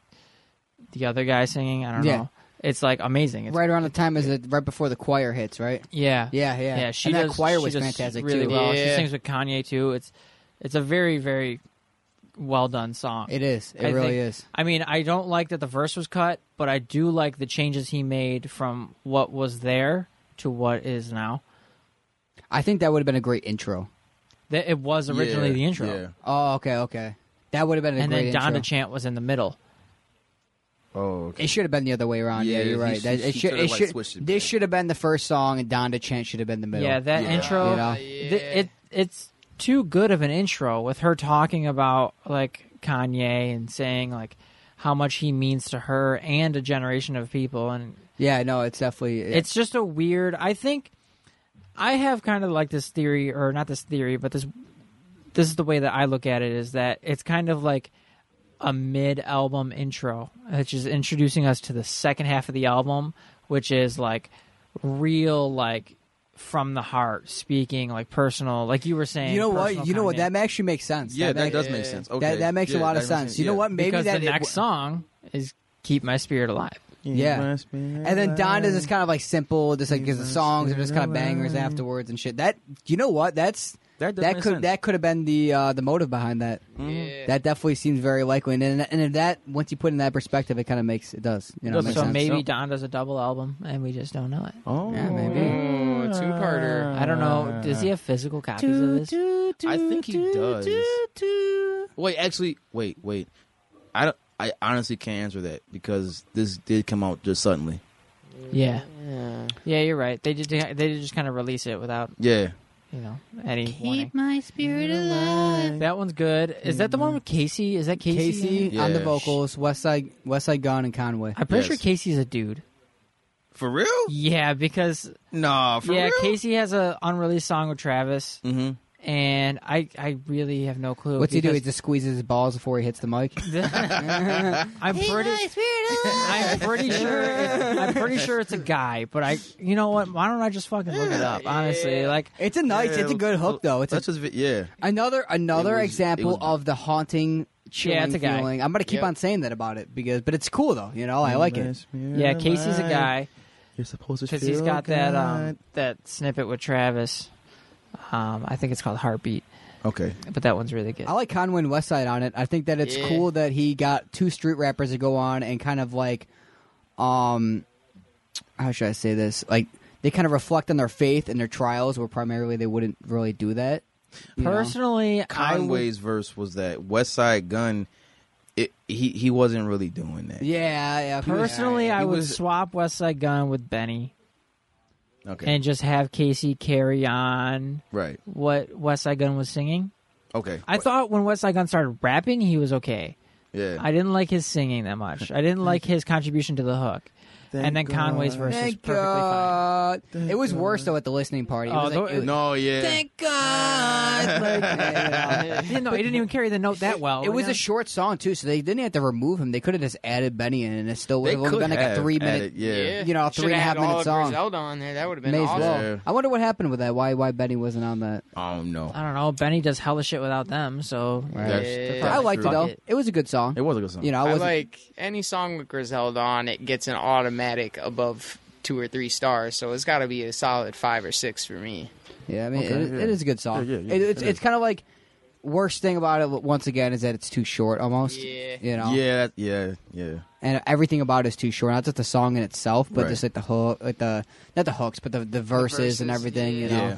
the other guy singing. I don't Yeah. know. It's like amazing. It's, right around the time as it, right before the choir hits, right? Yeah. Yeah, yeah. Yeah. She and that does. choir she was does fantastic really too. well. She Yeah. sings with Kanye too. It's it's a very very well done song. It is. It I really think- is. I mean, I don't like that the verse was cut, but I do like the changes he made from what was there to what is now. I think that would have been a great intro. That it was originally Yeah, the intro. Yeah. Oh, okay, okay. That would have been a and great then Donna intro. Chant was in the middle. Oh. Okay. it should have been the other way around. Yeah, Yeah, you're he- right. she- That- it she should. sorta, It like, should. switched it this back. should have been the first song, and Donna Chant should have been the middle. Yeah, that Yeah. intro. You know? th- it it's too good of an intro with her talking about like Kanye and saying like how much he means to her and a generation of people and Yeah, no, it's definitely. it's just a weird I think I have kind of like this theory or not this theory but this this is the way that I look at it is that it's kind of like a mid album intro which is introducing us to the second half of the album which is like real like from the heart speaking like personal like you were saying you know personal what? You know what? Kanye. That actually makes sense. Yeah, that make- does make sense. Okay. That, that makes Yeah, a lot of that makes sense. You know yeah. what? Maybe because that the it next w- song is "Keep My Spirit Alive." Yeah. And then Donda's is kind of like simple, just like because the Keep my songs are just kind of spirit bangers alive. afterwards and shit. That you know what? That's That does that make could sense. that could have been the uh, the motive behind that. Yeah. That definitely seems very likely, and and if that once you put it in that perspective, it kind of makes it does. You know, Does makes So sense. maybe Yep. Donda's a double album, and we just don't know it. Oh, Yeah, maybe. Oh, two-parter. I don't Uh, know. Does he have physical copies of this? I think he does. Wait, actually, wait, wait. I don't. I honestly can't answer that because this did come out just suddenly. Yeah, yeah, you're right. They did. They did just kind of release it without Yeah. you know any warning. Keep my spirit alive. That one's good. Is that the one with Casey? Is that Casey? Casey Yeah. on the Yeah. vocals, West Side West Side Gun and Conway. I'm pretty Yes. sure Casey's a dude. For real? Yeah, because Nah. For yeah, real? Casey has a unreleased song with Travis, Mhm. and I I really have no clue. What's he do? He because- just squeezes his balls before he hits the mic. I'm Keep pretty. my spirit alive. I'm pretty sure. It, I'm pretty sure it's a guy, but I. You know what? Why don't I just fucking look it up? Honestly, like It's a nice. Yeah, it's a good hook though. It's a, That's just vi- yeah. another another It was- example it was- of the haunting. Chilling Yeah, it's a guy. feeling. I'm gonna keep Yep. on saying that about it because, but it's cool though. You know, Oh, I like it. yeah, Casey's a guy You're supposed to because he's got that um that snippet with Travis. Um, I think it's called Heartbeat, Okay. but that one's really good. I like Conway and Westside on it. I think that it's Yeah. cool that he got two street rappers to go on and kind of like, um, how should I say this? Like they kind of reflect on their faith and their trials, where primarily they wouldn't really do that. you know? Personally, I would- Conway's verse was that West Side Gun. It, he he wasn't really doing that. Yeah, yeah. he was- personally I He would was- swap West Side Gun with Benny Okay. and just have Casey carry on right. what West Side Gun was singing. Okay. I thought when West Side Gun started rapping, he was okay. Yeah. I didn't like his singing that much. I didn't like his contribution to the hook. and then Thank Conway's God. verse is Thank perfectly fine. God. It was God. worse though at the listening party. It Oh, was like, though- it was- no. Yeah. Thank God. Like, yeah, you know. Yeah, no, he didn't even carry the note that well. It was oh, Yeah. a short song too, so they didn't have to remove him. They could have just added Benny in, and it still would They have only could been like a have three minute added- yeah. you know, a three and a half minute minutes song. Zelda on there. That would have been May as awesome. well. Yeah. I wonder what happened with that. Why why Benny wasn't on that? Oh no. I don't know. Benny does hella shit without them, so That's- Yeah. I liked it true. though. Fuck It. was a good song. It was a good song. You know, I I, wasn't. like any song with Griselda on it gets an automatic above two or three stars, so it's got to be a solid five or six for me. yeah, I mean, Okay, it, yeah. it is a good song. Yeah, yeah, yeah, It- it's it it's kind of like worst thing about it. Once again, is that it's too short almost. Yeah. You know. Yeah. that- Yeah. Yeah. And everything about it is too short. Not just the song in itself, but Right. just like the hook, like the not the hooks, but the, the verses, and verses, everything. You yeah. know. Yeah.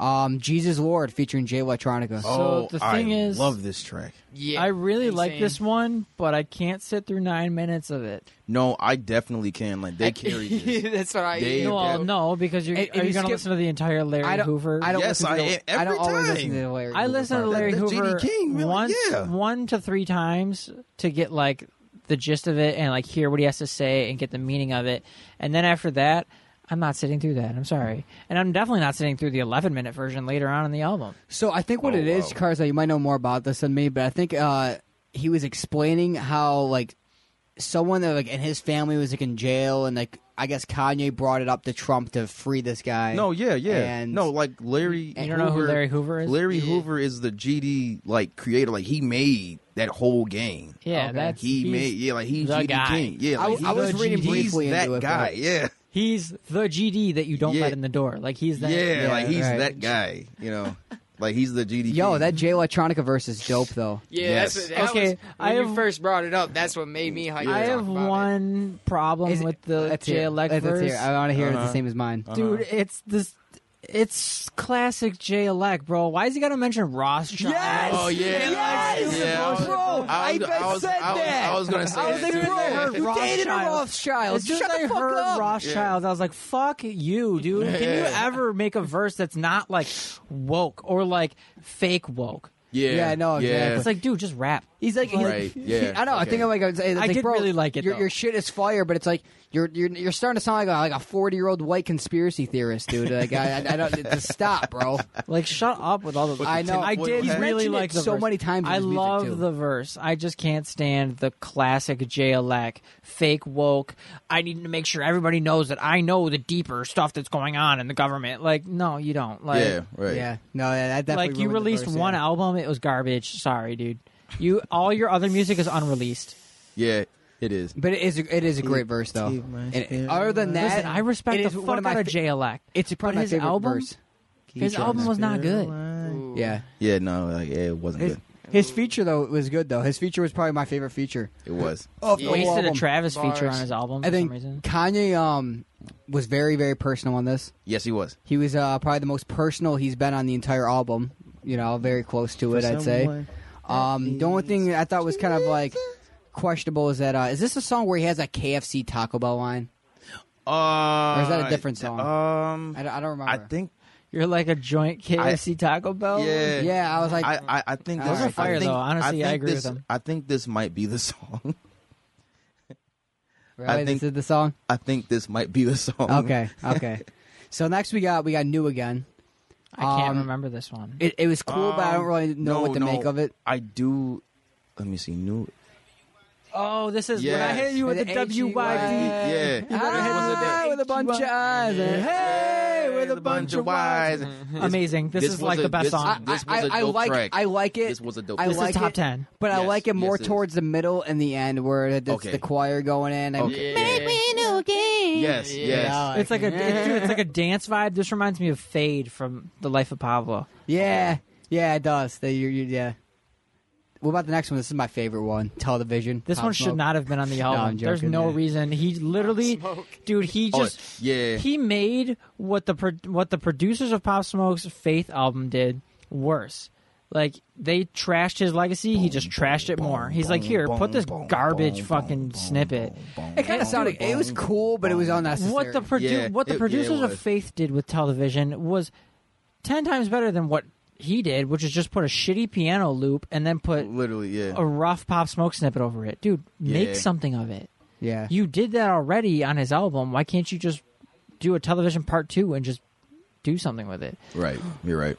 Um, Jesus Lord featuring Jay Electronica. So oh, the thing I is- love this track. Yeah, I really like insane. this one, but I can't sit through nine minutes of it. No, I definitely can. Like they carry this. That's what I. They- Yeah, No, I'll- that- no, because you're And- and are you you gonna skip- listen to the entire Larry I don't, Hoover? I don't Yes, listen to I- the, I don't every always listen time. to the Larry I Hoover listened to part. Larry That's Hoover J.D. King, really, once, yeah. one to three times to get like the gist of it and like hear what he has to say and get the meaning of it. And then after that, I'm not sitting through that. I'm sorry, and I'm definitely not sitting through the 11 minute version later on in the album. So I think what Oh, it is, wow. Carza, you might know more about this than me, but I think uh, he was explaining how like someone that like in his family was like in jail, and like I guess Kanye brought it up to Trump to free this guy. No, yeah, yeah. And- no, like Larry. You don't know who Larry Hoover is? Larry Hoover is the GD like creator. Like he made that whole game. Yeah, Okay. that's He he's, made yeah, like he's the GD guy. King. Yeah, I- like, I was he's- reading he's briefly that into it, guy. but- Yeah, he's the GD that you don't Yeah. let in the door. Like he's that. yeah, Yeah, like he's right. that guy. You know, like he's the GD. Yo, King. that Jay Electronica verse is dope though. Yeah, Yes. that's what, that Okay, Was, when I you have- first brought it up, that's what made me hype. to I talk have about it. one problem Is it- with the Let's Jay hear it. Elect Let's verse. hear it. I want to hear it's Uh-huh. the same as mine. dude it's this it's classic Jay Elect, bro. Why is he gotta mention Rothschild? Oh yeah, Yes! yeah. I was- Bro, I, was- I I was, said I was, that. I was gonna say I was like, that too. bro, Yeah. you dated a Rothschild. As soon as I heard Rothschild, I was like, "Fuck you, dude! Can you ever make a verse that's not like woke or like fake woke?" yeah, Yeah, no, yeah. exactly. It's like, dude, just rap. He's like, he's Right, like- yeah, I know. I think okay. I'm like, it's, it's I like, did bro, really like it, Your, though. your shit is fire, but it's like you're you're you're starting to sound like a, like a 40 year old white conspiracy theorist, dude. Like, I, I, I don't just stop, bro. Like, shut up with all the. I know. I Well, did he's really mentioned it like the so verse. many times in I his music, love too. the verse. I just can't stand the classic JLAC fake woke. I need to make sure everybody knows that I know the deeper stuff that's going on in the government. Like, no, you don't. Like, yeah, right. Yeah, no, yeah, that definitely like you ruined the released verse, one yeah. album, it was garbage. Sorry, dude. You all your other music is unreleased. yeah, it is. but it is a, it is a great verse though. Take my And hand. other than that, Listen, I respect it the is one fuck of my out of fa- JLAC. It's but probably my his favorite album- verse. His album was not good. Ooh. Yeah, Yeah, no, like yeah, it wasn't his, good. his feature though was good though. His feature was probably my favorite feature. It was. Of the Yeah. whole Wasted a album. Travis feature Bars. on his album for I think some reason. Kanye um was very very personal on this. Yes, he was. He was uh, probably the most personal he's been on the entire album. You know, very close to it, I'd Uh, say. Um, the only thing I thought was kind of like questionable is that uh, is this a song where he has that KFC Taco Bell line? Uh, Or is that a different song? Um, I don't, I don't remember. I think. You're like a joint KFC Taco Bell. Yeah, Yeah, I was like, I, I, I think Those this- are fire, I think, though. Honestly, I think agree with this, them. I think this might be the song. really, I think- Mm. this is the song. I think this might be the song. Okay, okay. so next we got we got New Again. I can't Um, remember this one. It, it was cool, but I don't really know Um, no, what to no. make of it. I do. Let me see. New. oh, this is when I Yes. hit you with the The H-E-Y. WYD. Yeah. Ah, with a bunch of eyes. and Hey, with a bunch of eyes. Mm-hmm. Amazing. This, This is like was a- the best this- song. This was a I dope like track. I like it. This was a dope I track. this like is top it, ten. But I Yes, like it more yes, it is. towards the middle and the end where it's Okay. the choir going in. I Okay. Make me new again. Yes. Yeah. Yes. It's like a it- dude, it's like a dance vibe. This reminds me of Fade from The Life of Pablo. Yeah, yeah, it does. The, you, you, yeah. What about the next one? This is my favorite one. Television. This Pop one Smoke. should not have been on the I'm album. There's joking, no yeah. reason. He literally, dude, he Oh, just yeah. he made what the pro- what the producers of Pop Smoke's Faith album did worse. Like they trashed his legacy, he just trashed it more. He's like, here, put this garbage fucking snippet. It kind of sounded. It was cool, but it was unnecessary. What the produ- Yeah, what the it- yeah, it producers of was. Faith did with television was ten times better than what he did, which is just put a shitty piano loop and then put Literally. Yeah. a rough Pop Smoke snippet over it. Dude, make Yeah. something of it. Yeah. You did that already on his album. Why can't you just do a television part two and just do something with it? Right. You're right.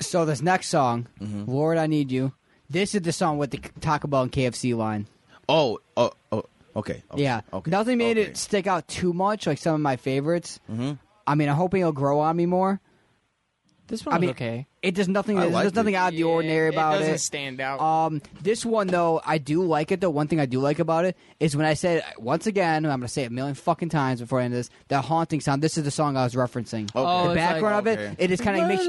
so this next song, Mm-hmm. Lord, I need you. This is the song with the Taco Bell and KFC line. Oh. Oh. oh okay, okay. yeah. Okay. Nothing made okay. it stick out too much, like some of my favorites. Mm-hmm. I mean, I'm hoping it'll grow on me more. This I one was mean, okay. It does nothing. I There's liked nothing it. out of the Yeah, ordinary about It it. doesn't stand out. Um, this one though, I do like it. Though one thing I do like about it is when I said once again, I'm going to say it a million fucking times before I end this. That haunting sound. This is the song I was referencing. Oh, the it's background like- of it, okay. it is kind of makes.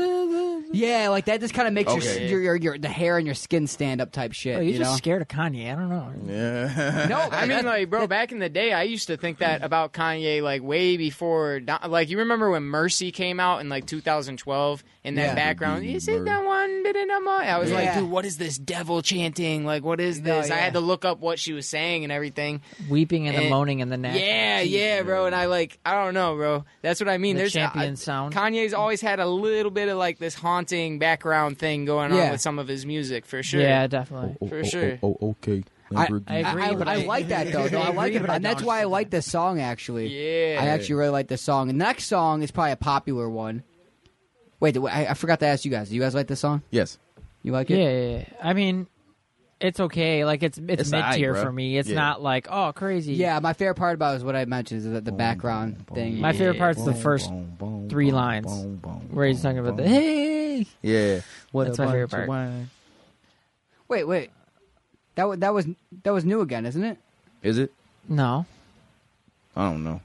Yeah, like that just kind of makes Okay. your, your, your your the hair and your skin stand up type shit. Oh, you're you just know? scared of Kanye. I don't know. Yeah. No, I mean, like, bro, back in the day, I used to think that about Kanye, like, way before. Don- Like, you remember when Mercy came out in, like, 2012 in that Yeah. background? You see Mer- that one? did it, um, uh," I was like, Yeah. dude, what is this devil chanting? Like, what is No, this? I yeah. had to look up what she was saying and everything. Weeping and the And- moaning and the neck. Yeah, yeah, bro. And I, like, I don't know, bro. That's what I mean. The There's champion I- sound. Kanye's always had a little bit of, like, this haunting background thing going on Yeah. with some of his music, for sure. Yeah, definitely. For sure. Oh, okay. I- I agree, I, but I I- like that though. though. I like it, but I and that's don't why I think like this song actually. Yeah. I actually really like this song. The next song is probably a popular one. Wait, do- I, I forgot to ask you guys. Do you guys like this song? yes. You like Yeah, it? yeah, yeah. I mean, it's okay. Like it's it's, It's mid aight, tier bro. for me. It's Yeah. not like oh crazy. Yeah, my favorite part about it is what I mentioned is the, the background thing. My favorite part's the Boom, first boom, boom, three boom, lines boom, boom, where he's boom, talking about the boom. hey. Yeah. What That's a my favorite bunch of part. wine. wait, wait. That wa- that was that was new again, isn't it? Is it? No. I don't know.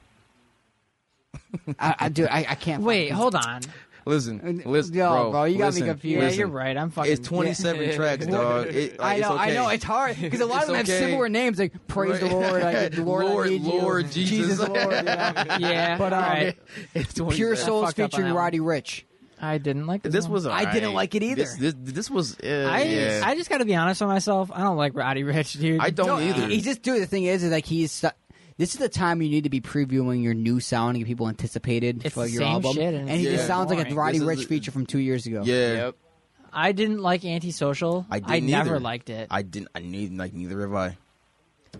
I, I do. I, I can't. Wait, fucking- hold on. Listen, Uh, listen, yo, bro, bro, you got me listen, confused. Yeah, listen. you're right. I'm fucking. It's 27 tracks, dog. It, I like, know, It's okay. I know, it's hard because a lot of It's them have okay. similar names, like praise the Lord, like, Lord, I Lord, need you," Lord, Jesus. Lord, you know. Yeah, But, um, all right. It's Pure 27. Souls fucked up on featuring that one. Roddy Rich. I didn't like this. This one. was. I didn't alright. like it either. This this, this was. Uh, I yeah. I just got to be honest with myself. I don't like Roddy Rich, dude. I don't either. He just dude. The thing is, is like he's. su- This is the time you need to be previewing your new sound and get people anticipated It's for the your same album. shit and he it's just sounds like a boring. Roddy This is Rich the- feature from two years ago. yeah. Yep. I didn't like Antisocial. I didn't. I never either. liked it. I didn't. I need like neither have I.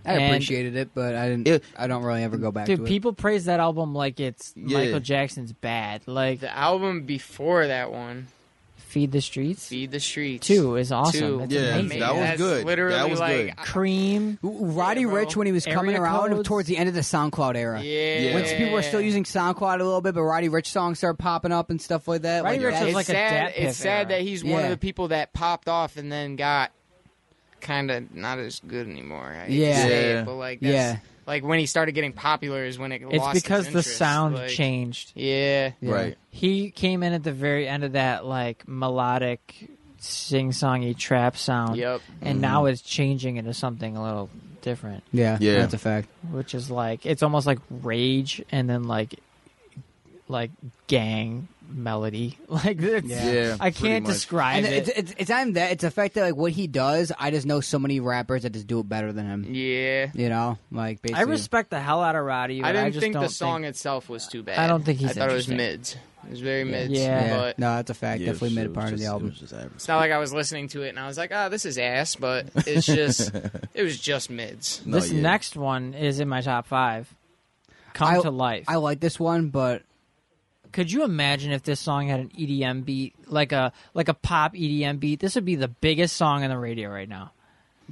I And- appreciated it, but I didn't. It- I don't really ever go back Dude, to people praise that album like it's Yeah. Michael Jackson's bad. Like The album before that one, Feed the Streets Feed the Streets. Two is awesome. Two. It's Yeah, amazing. that was That's good. literally that was like- good. Cream. it. Ooh, Roddy Yeah, bro. Rich when he was Area coming around codes. towards the end of the SoundCloud era. Yeah. Once people were still using SoundCloud a little bit, but Roddy Rich songs started popping up and stuff like that. Roddy like, Rich that's- was It's like a sad. Dat Piff It's sad era. that he's one Yeah. of the people that popped off and then got kind of not as good anymore. I hate to Yeah. say Yeah. it, but like that's, yeah, like when he started getting popular is when it It's lost because its the interest, sound like- changed. Yeah. yeah. Right. He came in at the very end of that like melodic, sing-songy trap sound, Yep. and now it's changing into something a little different, Yeah, Yeah. that's a fact. which is like it's almost like rage and then like like gang melody. Like it's, Yeah. Yeah. I pretty can't much. describe it. And it's, it's it's not even that. It's the fact that like what he does, I just know so many rappers that just do it better than him. Yeah. You know, like basically. I respect the hell out of Roddy. But I didn't just think don't the song itself was too bad. I don't think he's I thought it was interesting. mids. It was very mids. Yeah. Yeah, But no, that's a fact. Yeah, Definitely it made a was part of just- the it album. was just average. it's not like I was listening to it and I was like, ah, this is ass, but it's just it was just mids. No, this yeah. next one is in my top five. Come I- to life. I like this one, but Could you imagine if this song had an EDM beat, like a like a pop EDM beat? This would be the biggest song on the radio right now.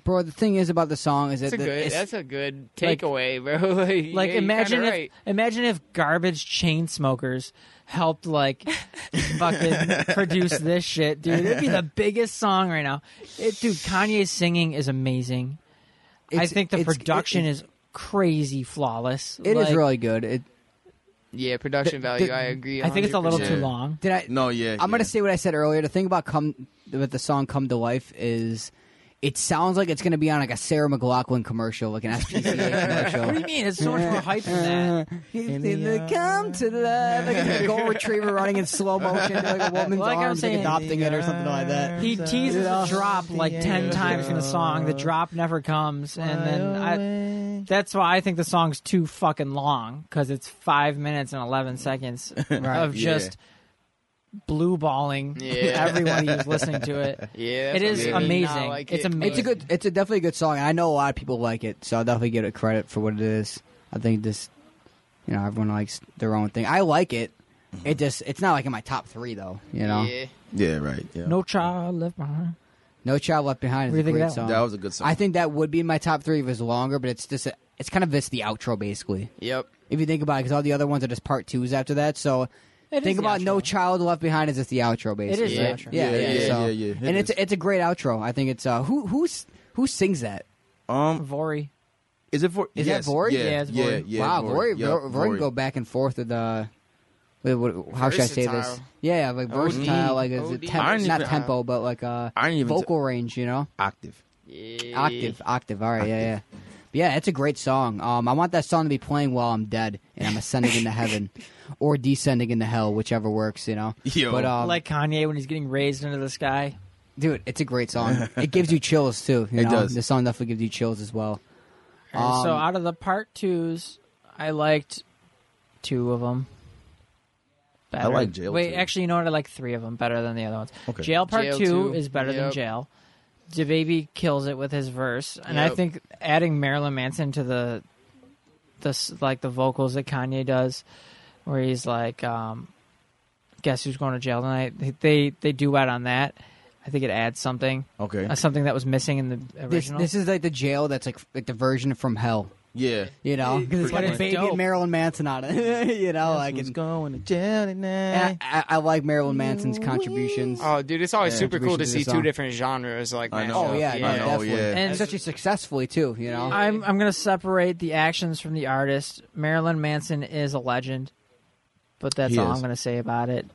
bro, the thing is about the song is that That's a the- good. it's- That's a good like- takeaway, bro. like, Like yeah, you're imagine kinda if right. imagine if garbage chain smokers helped like fucking produce this shit, dude. It'd be the biggest song right now. It, dude, Kanye's singing is amazing. I it's- think the it's- production it- is crazy flawless. it is Like, really good. It, yeah production the- value. the- I agree. I think it's a little 100%. too long. did I? No, yeah. I'm yeah. gonna say what I said earlier. The thing about come with the song "Come to Life" is it sounds like it's gonna be on like a Sarah McLaughlin commercial, like an SPCA What do commercial. Uh, you mean? It's so much more hype than that. He's gonna come to life. Like it's a golden retriever running in slow motion, like a woman's Like I'm arms, like saying- adopting it or something like that. He teases Yeah. a drop like ten times in the song. The drop never comes, and then I, that's why I think the song's too fucking long because it's five minutes and eleven seconds of just blue balling Yeah. everyone who's listening to it. Yeah, It that's is what I mean. amazing. Not like It's it. amazing. It's a good. It's a definitely a good song. and I know a lot of people like it, so I'll definitely give it credit for what it is. I think this, you know, everyone likes their own thing. I like it. Mm-hmm. It just, it's not like in my top three though. You know, Yeah. Yeah, right. Yeah. No child left behind. No Child Left Behind is What do a you think great of that song. one? That was a good song. I think that would be in my top three if it was longer, but it's just, a, it's kind of just the outro basically. Yep. If you think about it, because all the other ones are just part twos after that. So It is think the about No outro. Child Left Behind is just the outro is basically. the right? outro. Yeah, Yeah, yeah, yeah, so- yeah, yeah. It and it's is. it's a great outro. I think it's uh who who's who sings that. um, Vory. is it for? Is that yes, Vory? Yeah, Yeah, it's yeah, Vory. yeah. wow, Rory, yeah, Rory, can go back and forth uh, with the Wait, what- how should I say this? Versatile. Yeah, yeah, like OD. versatile, like is it OD. I temp- didn't not even- tempo, but like uh, I didn't even t- vocal range. You know, Octave. Yeah. octave, octave. All right, yeah, yeah. But yeah, it's a great song. Um, I want that song to be playing while I'm dead and I'm ascending into heaven, or descending into hell, whichever works. You know. Yo. But um, like Kanye when he's getting raised into the sky. dude, it's a great song. it gives you chills too. You It know? does. The song definitely gives you chills as well. Alright, so Um, out of the part twos, I liked two of them. Better. like Jail Wait, too. actually, you know what? I like three of them better than the other ones. Okay. Jail part Jail two too, is better than yep. Jail. The baby kills it with his verse, and I Yep. think adding Marilyn Manson to the, the s- like the vocals that Kanye does, where he's like, um, "Guess who's going to jail tonight?" They they, they duet on that. I think it adds something, Okay. uh, something that was missing in the This original. this is like the jail that's like like the version from hell. Yeah. You know, because it's But got a it's baby dope. Marilyn Manson on it. you know, like Who's and, going to jail I, tonight? I, I like Marilyn Manson's contributions. Oh, dude, it's always Yeah, super contribution cool to to see the two song. different genres like I mashed know. up. Oh yeah, I yeah, know, definitely. yeah. And And- such a successfully too, you know. I'm I'm gonna separate the actions from the artist. Marilyn Manson is a legend, but that's He all is. I'm gonna say about it.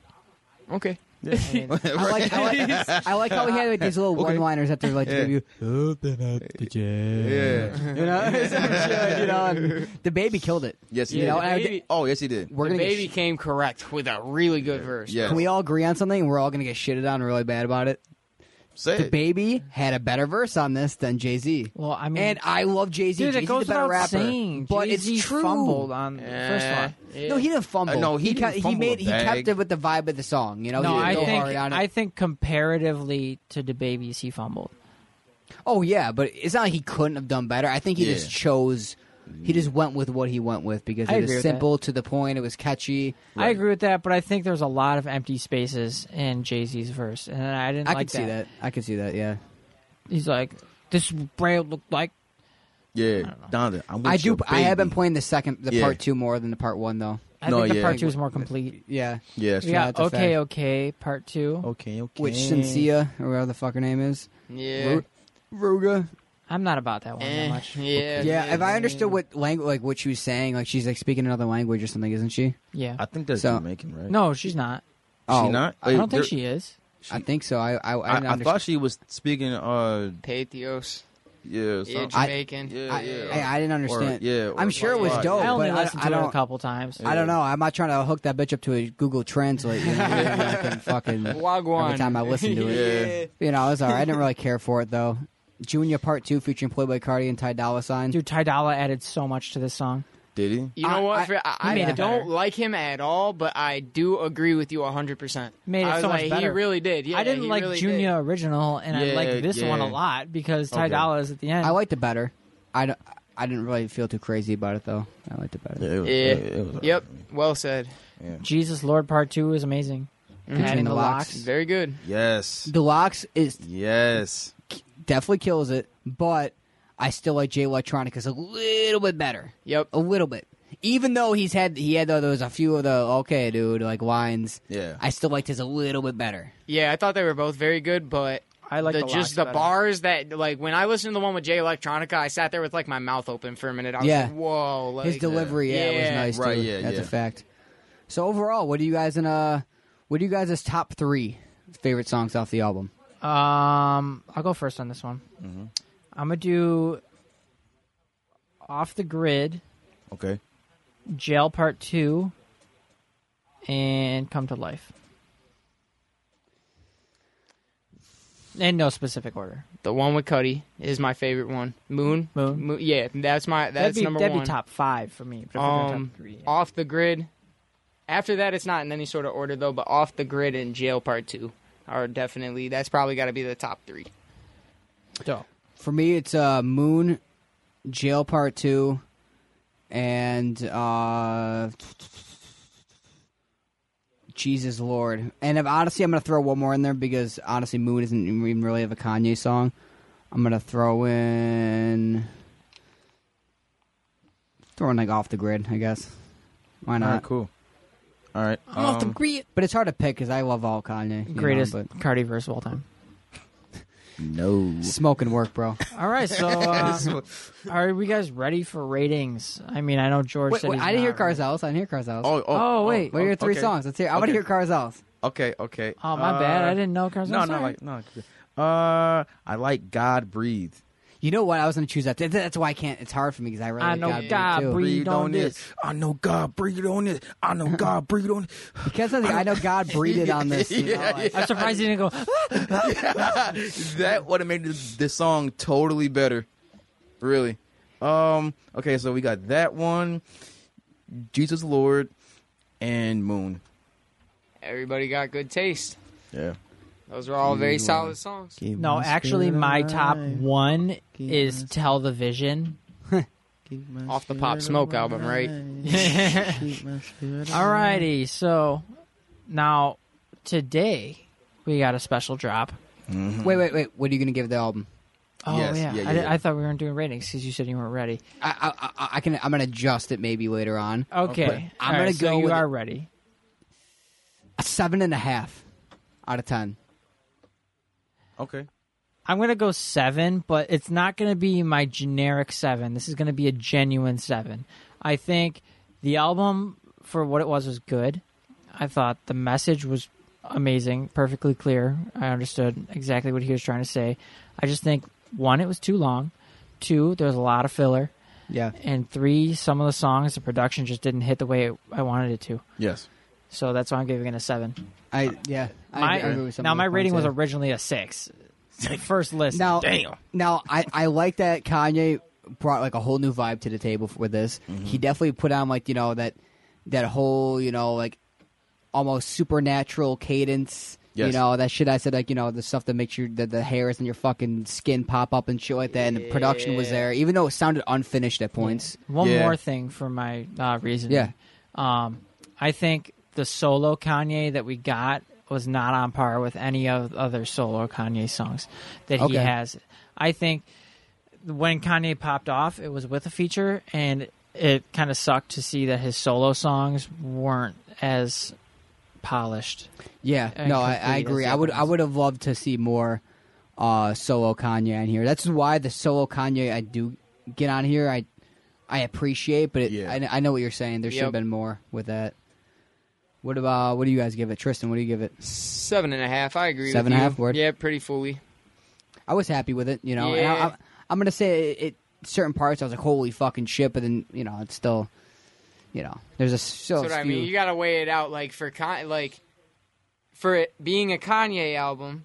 Okay. I mean, I like, I like, I like how he had like, these little one-liners after like the baby, yeah. you know, Some shit, you know, and the baby killed it. Yes, he you did. know, and I- Baby- oh, yes, he did. we're the gonna get baby sh- came correct with a really good verse. Yeah. can we all agree on something? We're all gonna get shitted on really bad about it. Say The it. baby had a better verse on this than Jay Z. well, I mean, And I love Jay Z. Mm. dude, Jay it Z's a goes better without rapper, saying. but Jay-Z it's true. fumbled on the Eh, first one. yeah. No, he didn't fumble. Uh, no, he kept, didn't fumble he made a he bag. kept it with the vibe of the song. You know, No, he didn't I go think hard on it. I think comparatively to the babies, he fumbled. Oh yeah, but it's not like he couldn't have done better. I think he Yeah. Mm. just chose. He just went with what he went with because I it agree was with that. simple to the point. It was catchy. I agree with that, but I think there's a lot of empty spaces in Jay Z's verse, and I didn't I like could see that. I could see that. Yeah, He's like, "This Braille looked like." Yeah, Donda. I'm with I do. your I have been baby. playing the second, the Yeah. part two more than the part one though. I No, think the yeah. part two is more complete. Yeah, Yeah, that's We true. Yeah. got that's a okay, fact. okay, part two. Okay, okay. which Cynthia or whatever the fuck her name is, Yeah. Ru- Ruga. I'm not about that one that Eh, much. yeah. Oh, Yeah, if I understood what language, like what she was saying, like she's like speaking another language or something, isn't she? Yeah. I think that's So- Jamaican, right? No, she's not. she not. I Wait, don't think there- she is. Oh, I think so. I I, I, I, didn't I understand- thought she was speaking. Uh, Patheos. Yeah, yeah, something. I- Jamaican. yeah, I, yeah. I, I didn't understand. yeah, or I'm sure it was like- dope, I only but I, listened to I it don't. a couple times. I don't know. I'm not trying to hook that bitch up to a Google Translate. You know, and I can fucking Wagwan. every time I listen to it. You know, it's all right. I didn't really care for it though. Junior Part Two featuring Playboy Cardi and Ty Dolla Sign. Dude, Ty Dolla added so much to this song. Did he? You know I- what? I- I, he I, made it don't better. like him at all, but I do agree with you 100%. Made it I was so much like, He better. really did. Yeah, I didn't he like really Junior original, and I Yeah, liked this yeah. one a lot because Ty Okay. Dolla is at the end. I liked it better. I, don't- I didn't really feel too crazy about it though. I liked it better. Yeah. It was, Yeah. It, it was Did. Yep. Well said. Jesus Lord Part Two is amazing. Adding the the locks. locks. Very good. Yes. Deluxe is Yes. definitely kills it, but I still like Jay Electronica's a little bit better. Yep. a little bit. Even though he's had he had though there was a few of the okay dude like lines. Yeah. I still liked his a little bit better. Yeah, I thought they were both very good, but I like the, the locks just the better. bars that like when I listened to the one with Jay Electronica, I sat there with like my mouth open for a minute. I was Yeah. like, "Whoa!" Like, His delivery, yeah, Yeah. it was nice. Right, dude. yeah, that's yeah. a fact. So overall, what do you guys in uh, what do you guys' top three favorite songs off the album? Um, I'll go first on this one. I'm gonna do off the grid, Okay. jail part two, and come to life. In no specific order. The one with Cuddy is my favorite one. Moon, Moon? yeah, that's my that's that'd be, number that'd one. be top five for me. but if we're doing Um, top three, yeah. off the grid. After that, it's not in any sort of order though. But off the grid and jail part two are definitely that's probably got to be the top three. Dope. For me, it's uh, Moon, Jail Part Two, and uh, Jesus Lord. And if honestly, I'm gonna throw one more in there because honestly, Moon isn't even really of a Kanye song. I'm gonna throw in throwing like off the grid, I guess. Why All right. not? Oh. Cool. All right. um, But it's hard to pick because I love all Kanye. you know, Greatest but Cardi verse of all time. No. Smoking work, bro. All right, so uh, are we guys ready for ratings? I mean, I know George Wait, said wait, he's I didn't hear not ready. Carzels. I didn't hear Carzels. Oh, oh, Oh, wait. what are your three okay. songs? Let's hear. I want to Okay. hear Carzels. Okay, okay. Oh, my bad. I didn't know Carzels. Uh, No, Sorry. no, like no. Uh, I like God breathe. You know what? I was going to choose that. That- That's why I can't. It's hard for me because I really I like know God Breathe, God too. Breathe. on this. I know God breathe on this. I know God breathe on. You can't say I know God breathed on this. You know, like- I'm surprised you didn't go. that would have made this, this song totally better. Really. Um. Okay, so we got that one, Jesus Lord, and Moon. Everybody got good taste. Yeah. Those were all very solid songs. No, actually, my top one is Tell the Vision. Off the Pop Smoke album, right? Alrighty, so now today we got a special drop. Wait, wait, wait. What are you going to give the album? Oh Yes, yeah, yeah, I, yeah, did- yeah. I thought we weren't doing ratings because you said you weren't ready. I, I, I, I can. I'm going to adjust it maybe later on. Okay, I'm All gonna right, so go You with- are ready. A seven and a half out of ten. Okay. I'm gonna go seven, but it's not gonna be my generic seven. This is gonna be a genuine seven. I think the album, for what it was, was good. I thought the message was amazing, perfectly clear. I understood exactly what he was trying to say. I just think one, it was too long. Two, there was a lot of filler. Yeah. and three, some of the songs, the production just didn't hit the way it, I wanted it to. Yes. So that's why I'm giving it a seven. I yeah. I My, agree with some now of my those rating was points, yeah. originally a six. First list. Now, Damn. Now, I, I like that Kanye brought like a whole new vibe to the table for this. Mm-hmm. He definitely put on like you know that that whole you know like almost supernatural cadence. You Yes. know that shit I said like you know the stuff that makes your the, the hairs and your fucking skin pop up and shit like that. And the production was there, even though it sounded unfinished at points. one Yeah. more thing for my uh, reasoning. Yeah. Um, I think the solo Kanye that we got was not on par with any of the other solo Kanye songs that Okay. he has. I think when Kanye popped off, it was with a feature, and it kind of sucked to see that his solo songs weren't as polished. Yeah, and no, I, I complete agree. as I would I albums. would have loved to see more uh, solo Kanye in here. That's why the solo Kanye I do get on here. I I appreciate, but it, Yeah. I, I know what you're saying. There should have Yep. been more with that. What about what do you guys give it, Tristan? What do you give it? Seven and a half. I agree. Seven with and a you. half, word. Yeah, pretty fully. I was happy with it, you know. And I, Yeah. I, I'm gonna say it, it. Certain parts, I was like, "Holy fucking shit!" But then, you know, it's still, you know, there's a still. That's what a I few- mean. You gotta weigh it out. Like for Con- like for it being a Kanye album,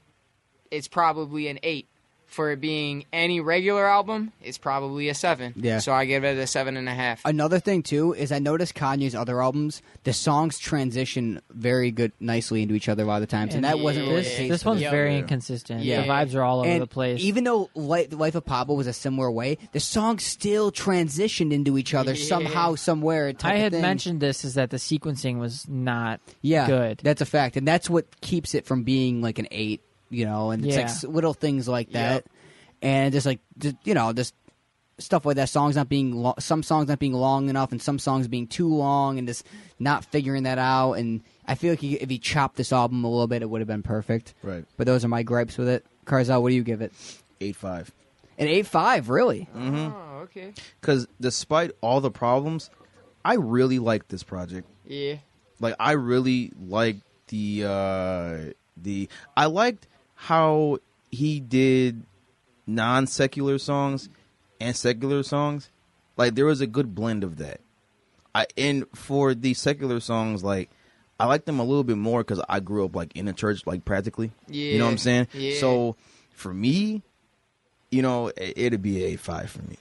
it's probably an eight. For it being any regular album, it's probably a seven. Yeah. So I give it a seven and a half. Another thing too is I noticed Kanye's other albums, the songs transition very good, nicely into each other a lot of the times, and, that wasn't really this. the case this for one's Yeah. very Yeah. inconsistent. Yeah. The vibes are all over and the place. Even though Li- Life of Pablo was a similar way, the songs still transitioned into each other Yeah. somehow, somewhere. type I of had thing. mentioned this is that the sequencing was not yeah, good. That's a fact, and that's what keeps it from being like an eight, you know. And it's like Yeah. s- little things like that, and just like just, you know, just stuff like that. Songs not being lo- some songs not being long enough, and some songs being too long, and just not figuring that out. And I feel like he, if he chopped this album a little bit, it would have been perfect. Right. But those are my gripes with it. Carzal, what do you give it? Eight five. An eight five, really? oh, okay. Because despite all the problems, I really like this project. Yeah. like I really liked the uh the I liked how he did non secular songs and secular songs. Like there was a good blend of that. I and for the secular songs, like I like them a little bit more because I grew up like in a church, like practically. You know what I'm Yeah, saying? yeah. So for me, you know, it, it'd be a five for me.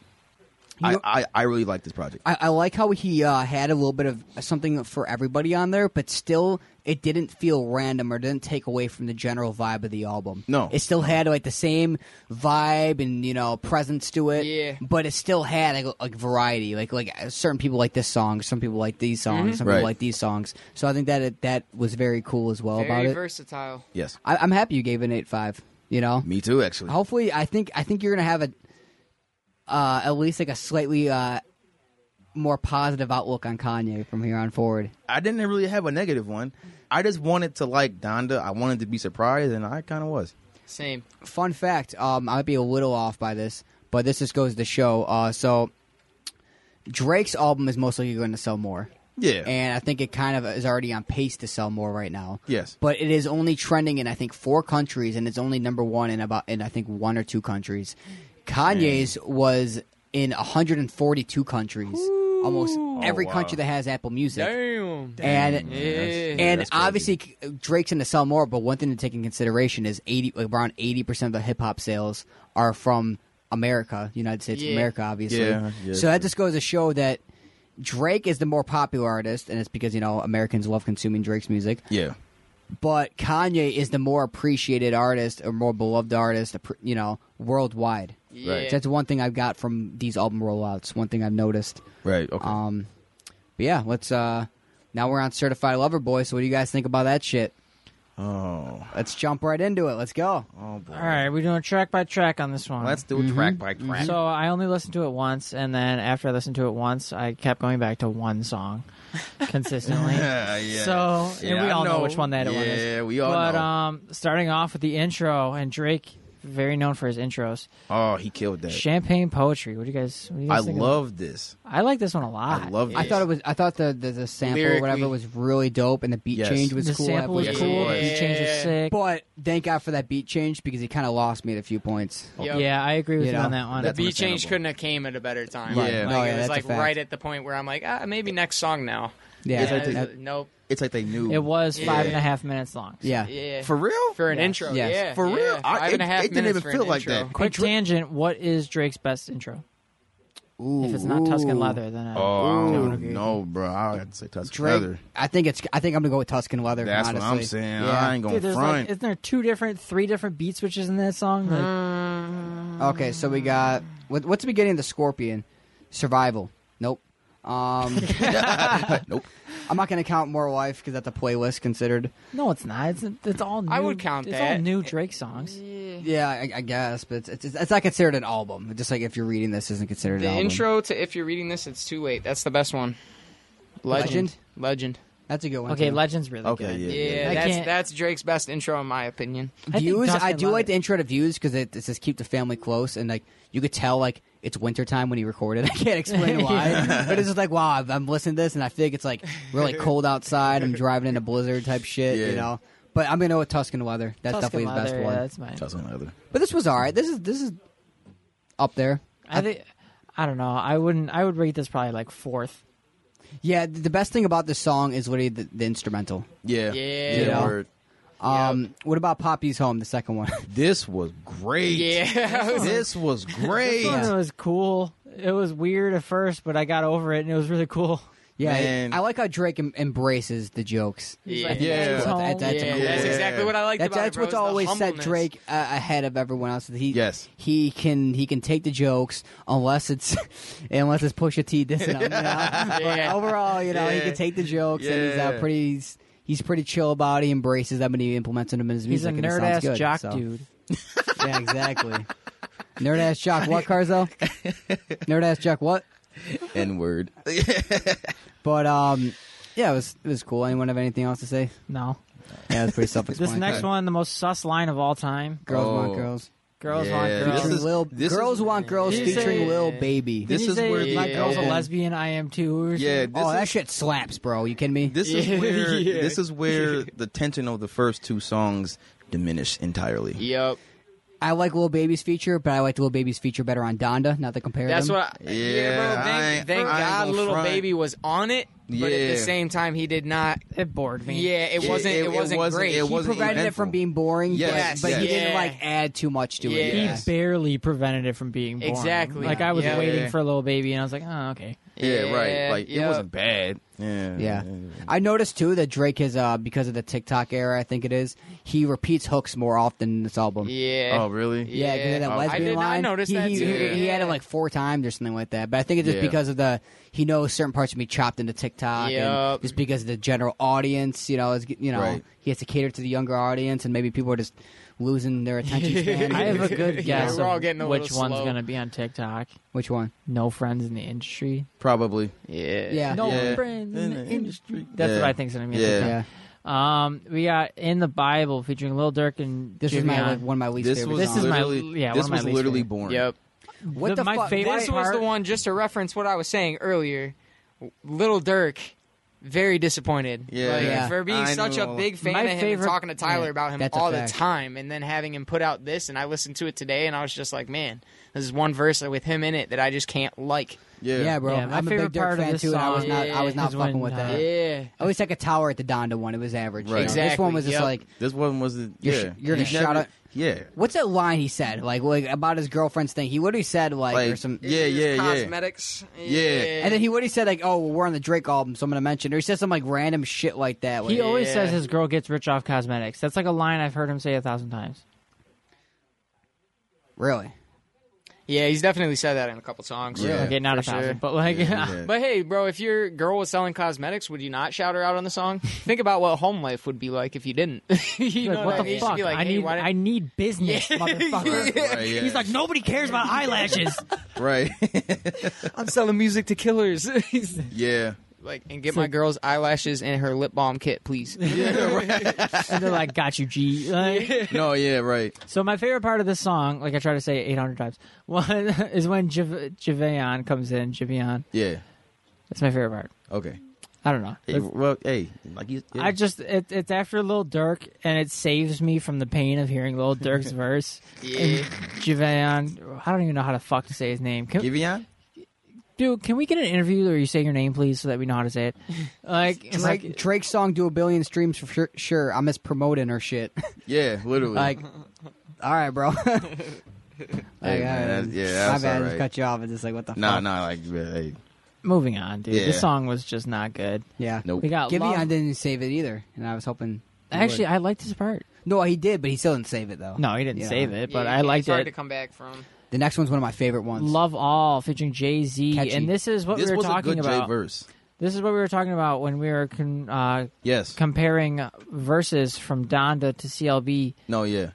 I, You- I, I really like this project. I, I like how he uh, had a little bit of something for everybody on there, but still, it didn't feel random or didn't take away from the general vibe of the album. No. it still had like the same vibe and you know presence to it. Yeah. but it still had like, like variety. Like like uh, certain people like this song, some people like these Mm-hmm. songs, some Right. people like these songs. So I think that it, that was very cool as well about Very it. versatile. yes. I, I'm happy you gave it an eight five. You know, Me too, actually. hopefully i think i think you're gonna have a uh at least like a slightly uh more positive outlook on kanye from here on forward I didn't really have a negative one. I just wanted to like Donda. I wanted to be surprised, and I kind of was. Same. fun fact um, i might be a little off by this but this just goes to show uh, so drake's album is most likely going to sell more Yeah. and i think it kind of is already on pace to sell more right now Yes. but it is only trending in i think four countries and it's only number one in about in i think one or two countries kanye's was in 142 countries almost every Oh, wow. country that has apple music Damn. and Yeah. and That's crazy. obviously, c- Drake's going to sell more, but one thing to take in consideration is eighty around eighty percent of the hip hop sales are from America, United States Yeah. of America, obviously. Yeah, yeah, so that just goes to show that Drake is the more popular artist, and it's because you know Americans love consuming Drake's music. yeah. But Kanye is the more appreciated artist or more beloved artist, appre- you know, worldwide. Yeah. Right. That's one thing I've got from these album rollouts. One thing I've noticed. Right. Okay. Um, but yeah, let's. uh Now we're on Certified Lover Boy. So what do you guys think about that shit? oh. Let's jump right into it. Let's go. Oh boy. All right, we're doing track by track on this one. Let's do it track by track. So I only listened to it once, and then after I listened to it once, I kept going back to one song consistently. Yeah, yeah. So and Yeah, we I all know. which one that yeah, one is. Yeah, we all but know. um, starting off with the intro, and Drake, very known for his intros, oh, he killed that. champagne poetry. What do you guys? What do you I guys think of- love this. I like this one a lot. I love this. I thought it was. I thought the the, the sample or whatever Lyrically. was really dope, and the beat Yes. change was the cool. sample was Yes, it cool. was. He changed the Yeah. sick. But thank God for that beat change because he kind of lost me at a few points. Yep. Yeah, I agree with You you, know, on that one. that's- B change understandable. couldn't have came at a better time. Right. Yeah. Like, yeah, No, it was that's a like fact. right at the point where I'm like, ah, maybe next song now. Yeah, Yes, I that- think- that- nope. It's like they knew. it was five Yeah. and a half minutes long. yeah. Yeah. for real. For an Yes. intro. Yes. Yeah. For yeah. real? I- Five and a it- half it didn't minutes even for feel an like that. intro. Quick tangent. What is Drake's best intro? Ooh, If it's not Tuscan ooh. leather, then uh, I, Oh, I Ooh. don't know, bro. I have to say Tuscan Drake. Leather. I think it's. I think I'm gonna go with Tuscan Leather. That's honestly. what I'm saying. I Yeah. ain't gonna Dude, there's front. like, isn't there two different, three different beat switches in that song? Like, Mm. Okay, so we got what, what's the beginning of the Scorpion? Survival. Nope. Um, Nope. I'm not gonna count More Life because that's a playlist considered. No, it's not. It's it's all. New, I would count it's all that. new Drake songs. Yeah, I, I guess, but it's, it's it's not considered an album. Just like if you're reading this, isn't considered The an album. intro to If You're Reading This, It's Too Late. That's the best one. Legend? Legend. Legend. That's a good one. Okay, too. Legends really Okay, good. yeah, Yeah, I that's can't- that's Drake's best intro in my opinion. I think views. Dustin I do loved like the it. intro to views because it, it says keep the family close, and like you could tell like it's wintertime when he recorded. I can't explain why, but it's just like wow, I'm- I'm listening to this, and I think it's like really cold outside. I'm driving in a blizzard type shit, Yeah. you know. But I'm gonna go with Tuscan Leather. That's Tuscan definitely his Leather, best yeah, one. that's mine. Tuscan Leather. But this was all right. This is this is up there. I think. I don't know. I wouldn't. I would rate this probably like fourth. Yeah, th- the best thing about this song is literally the, the instrumental. Yeah. Yeah. You know? word. Um, What about Poppy's Home, the second one? This was great. Yeah. This was great. This one was cool. It was weird at first, but I got over it, and it was really cool. yeah, it- Man. I like how Drake em- embraces the jokes. yeah. Yeah. It's all- That's- that's a Yeah, cool- that's Yeah. exactly what I liked That's, about that's it. bro, what's is the always set humbleness. Drake uh, ahead of everyone else. He Yes. he can he can take the jokes unless it's unless it's Pusha T dissing him. You know? But overall, you know, he can take the jokes and he's uh, Yeah. pretty he's, he's pretty chill about. it. He embraces them and he implements them in his He's music. a and it nerd sounds ass good, jock so. dude. Yeah, exactly. nerd ass jock. What Carzo? nerd ass jock. What? N word. But um, yeah, it was it was cool. Anyone have anything else to say? No, Yeah, it was pretty this self-explanatory. next one, the most sus line of all time. girls want Oh. girls. Girls Yeah, want girls. this Featuring is- Lil, this girls is- want girls Did he featuring say- Lil Baby. Didn't This he is say, where my the- girl's a yeah. lesbian. I am too. or Yeah. This oh, is, that shit slaps, bro. You kidding me? This is Yeah. where Yeah. this is where the tension of the first two songs diminished entirely. Yep. I like Lil Baby's feature, but I like Lil Baby's feature better on Donda. Not to compare. That's them. what. I, yeah, Yeah, bro. I Thank, ain't- thank I ain't God, gonna little front. baby was on it, but at the Yeah. same time, he did not. It bored me. Yeah, it It- wasn't. it- It, it wasn't, wasn't- great. it he wasn't prevented it eventful. from being boring. Yes, but, but he yes. didn't Yeah. like add too much to it. He Yeah. Yes. barely prevented it from being born. Exactly. Like I was Yeah. waiting for a little baby, and I was like, oh, okay. Yeah, Yeah, right. Like yeah. it wasn't bad. Yeah. Yeah. I noticed too that Drake is uh because of the TikTok era, I think it is, he repeats hooks more often in this album. Yeah. Oh, really? Yeah, 'cause of that Yeah. lesbian I did not line. notice he, that he, too. he- he Yeah. had it like four times or something like that. But I think it's just Yeah. because of the he knows certain parts would be chopped into TikTok, and Yup. just because of the general audience, you know, is, you know, Right. he has to cater to the younger audience, and maybe people are just losing their attention span. I have a good guess we're all of getting a which little one's slow. going to be on TikTok. Which one? No friends in the industry. Probably. Yeah. Yeah. No Yeah. friends in In the the industry. That's Yeah. what I think's going to be. Yeah. on TikTok. Um, we got in the Bible featuring Lil Durk and This is my Juvion. like, one of my least This favorite. was This is songs. my- literally yeah, one this of my was least literally favorite. born. Yep. what the- the my fuck? favorite- This was part- the one, just to reference what I was saying earlier. Little Dirk, very disappointed. Yeah. Like, Yeah. for being I such know. a big fan My of him favorite- and talking to Tyler yeah, about him that's a all the fact. time, and then having him put out this, and I listened to it today, and I was just like, man, this is one verse with him in it that I just can't like. Yeah. Yeah, bro. Yeah, my I'm a favorite big part Dirk of fan this too, and I was song not. I was not is fucking when, with uh, that. Yeah. At least like a tower at the Donda one. It was average. Right. This one was just Exactly, like, This one wasn't. You're sh- yeah. you're gonna He's shout never- out- Yeah. what's that line he said? Like, like about his girlfriend's thing. He literally said like, Like, or some. yeah, yeah, yeah. Cosmetics. Yeah. And then he what he said like, oh, well, we're on the Drake album, so I'm gonna mention. Or he said some like random shit like that. Like, He always Yeah. says his girl gets rich off cosmetics. That's like a line I've heard him say a thousand times. really. Yeah, he's definitely said that in a couple songs. Yeah. okay, not for a thousand, sure. but like, Yeah. But hey, bro, if your girl was selling cosmetics, would you not shout her out on the song? Think about what home life would be like if you didn't. you know like, what I the mean? You should fuck? be like, I hey, need, why didn't- I need business, motherfucker. Right, yeah. He's like, nobody cares about eyelashes. right. I'm selling music to killers. yeah. like, and get my girl's eyelashes and her lip balm kit, please. Yeah. Right. and they're like, got you, G. Like- No. Yeah. Right. So my favorite part of this song, like I try to say 800 times, one is when Jav- Javion comes in. Javion. Yeah. That's my favorite part. Okay. I don't know. Hey, well, hey, like you. Yeah. I just it, it's after Lil Durk, and it saves me from the pain of hearing Lil Durk's verse. Yeah. Javion, I don't even know how to fuck to say his name. Can, Giveon? dude, can we get an interview where you say your name, please, so that we know how to say it? Like, it's Drake, like Drake's song do a billion streams for sure. sure. I'm just promoting her shit. Yeah, literally. like, all right, bro. like, man, that's- yeah, my that's bad. all I right. just cut you off. It's just like what the nah, fuck. nah, like yeah, hey, moving on, dude. This Yeah. song was just not good. Yeah. nope. We got Giveon Love- didn't save it either, and I was hoping. he would. Actually, I liked this part. no, he did, but he still didn't save it though. No, he didn't Yeah. save it, but Yeah, I liked it's hard it. to come back from. The next one's one of my favorite ones. Love All featuring Jay Z, Catchy. and this is what this we were was talking a good J about. verse. This is what we were talking about when we were con- uh, Yes. comparing verses from Donda to CLB. no, yeah.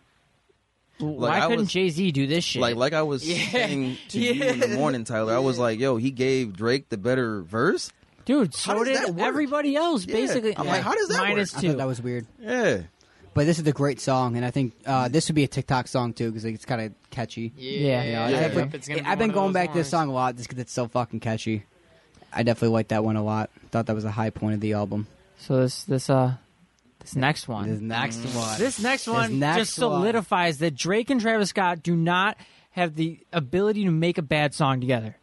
Why I couldn't was- Jay Z do this shit? Like like I was saying to you in the morning, Tyler. I was like, yo, he gave Drake the better verse. dude, How so does that did work? everybody else. Yeah. Basically, I'm like, how does that work? minus I two? thought that was weird, Yeah. but this is a great song, and I think uh, this would be a TikTok song too because it's kind of catchy. Yeah. Yeah, Yeah. I I've think been- it's gonna be I've one been of going those back to this ones. song a lot just because it's so fucking catchy. I definitely like that one a lot. Thought that was a high point of the album. so this this uh this next one. Mm. This next one. This next one next just one. solidifies that Drake and Travis Scott do not have the ability to make a bad song together.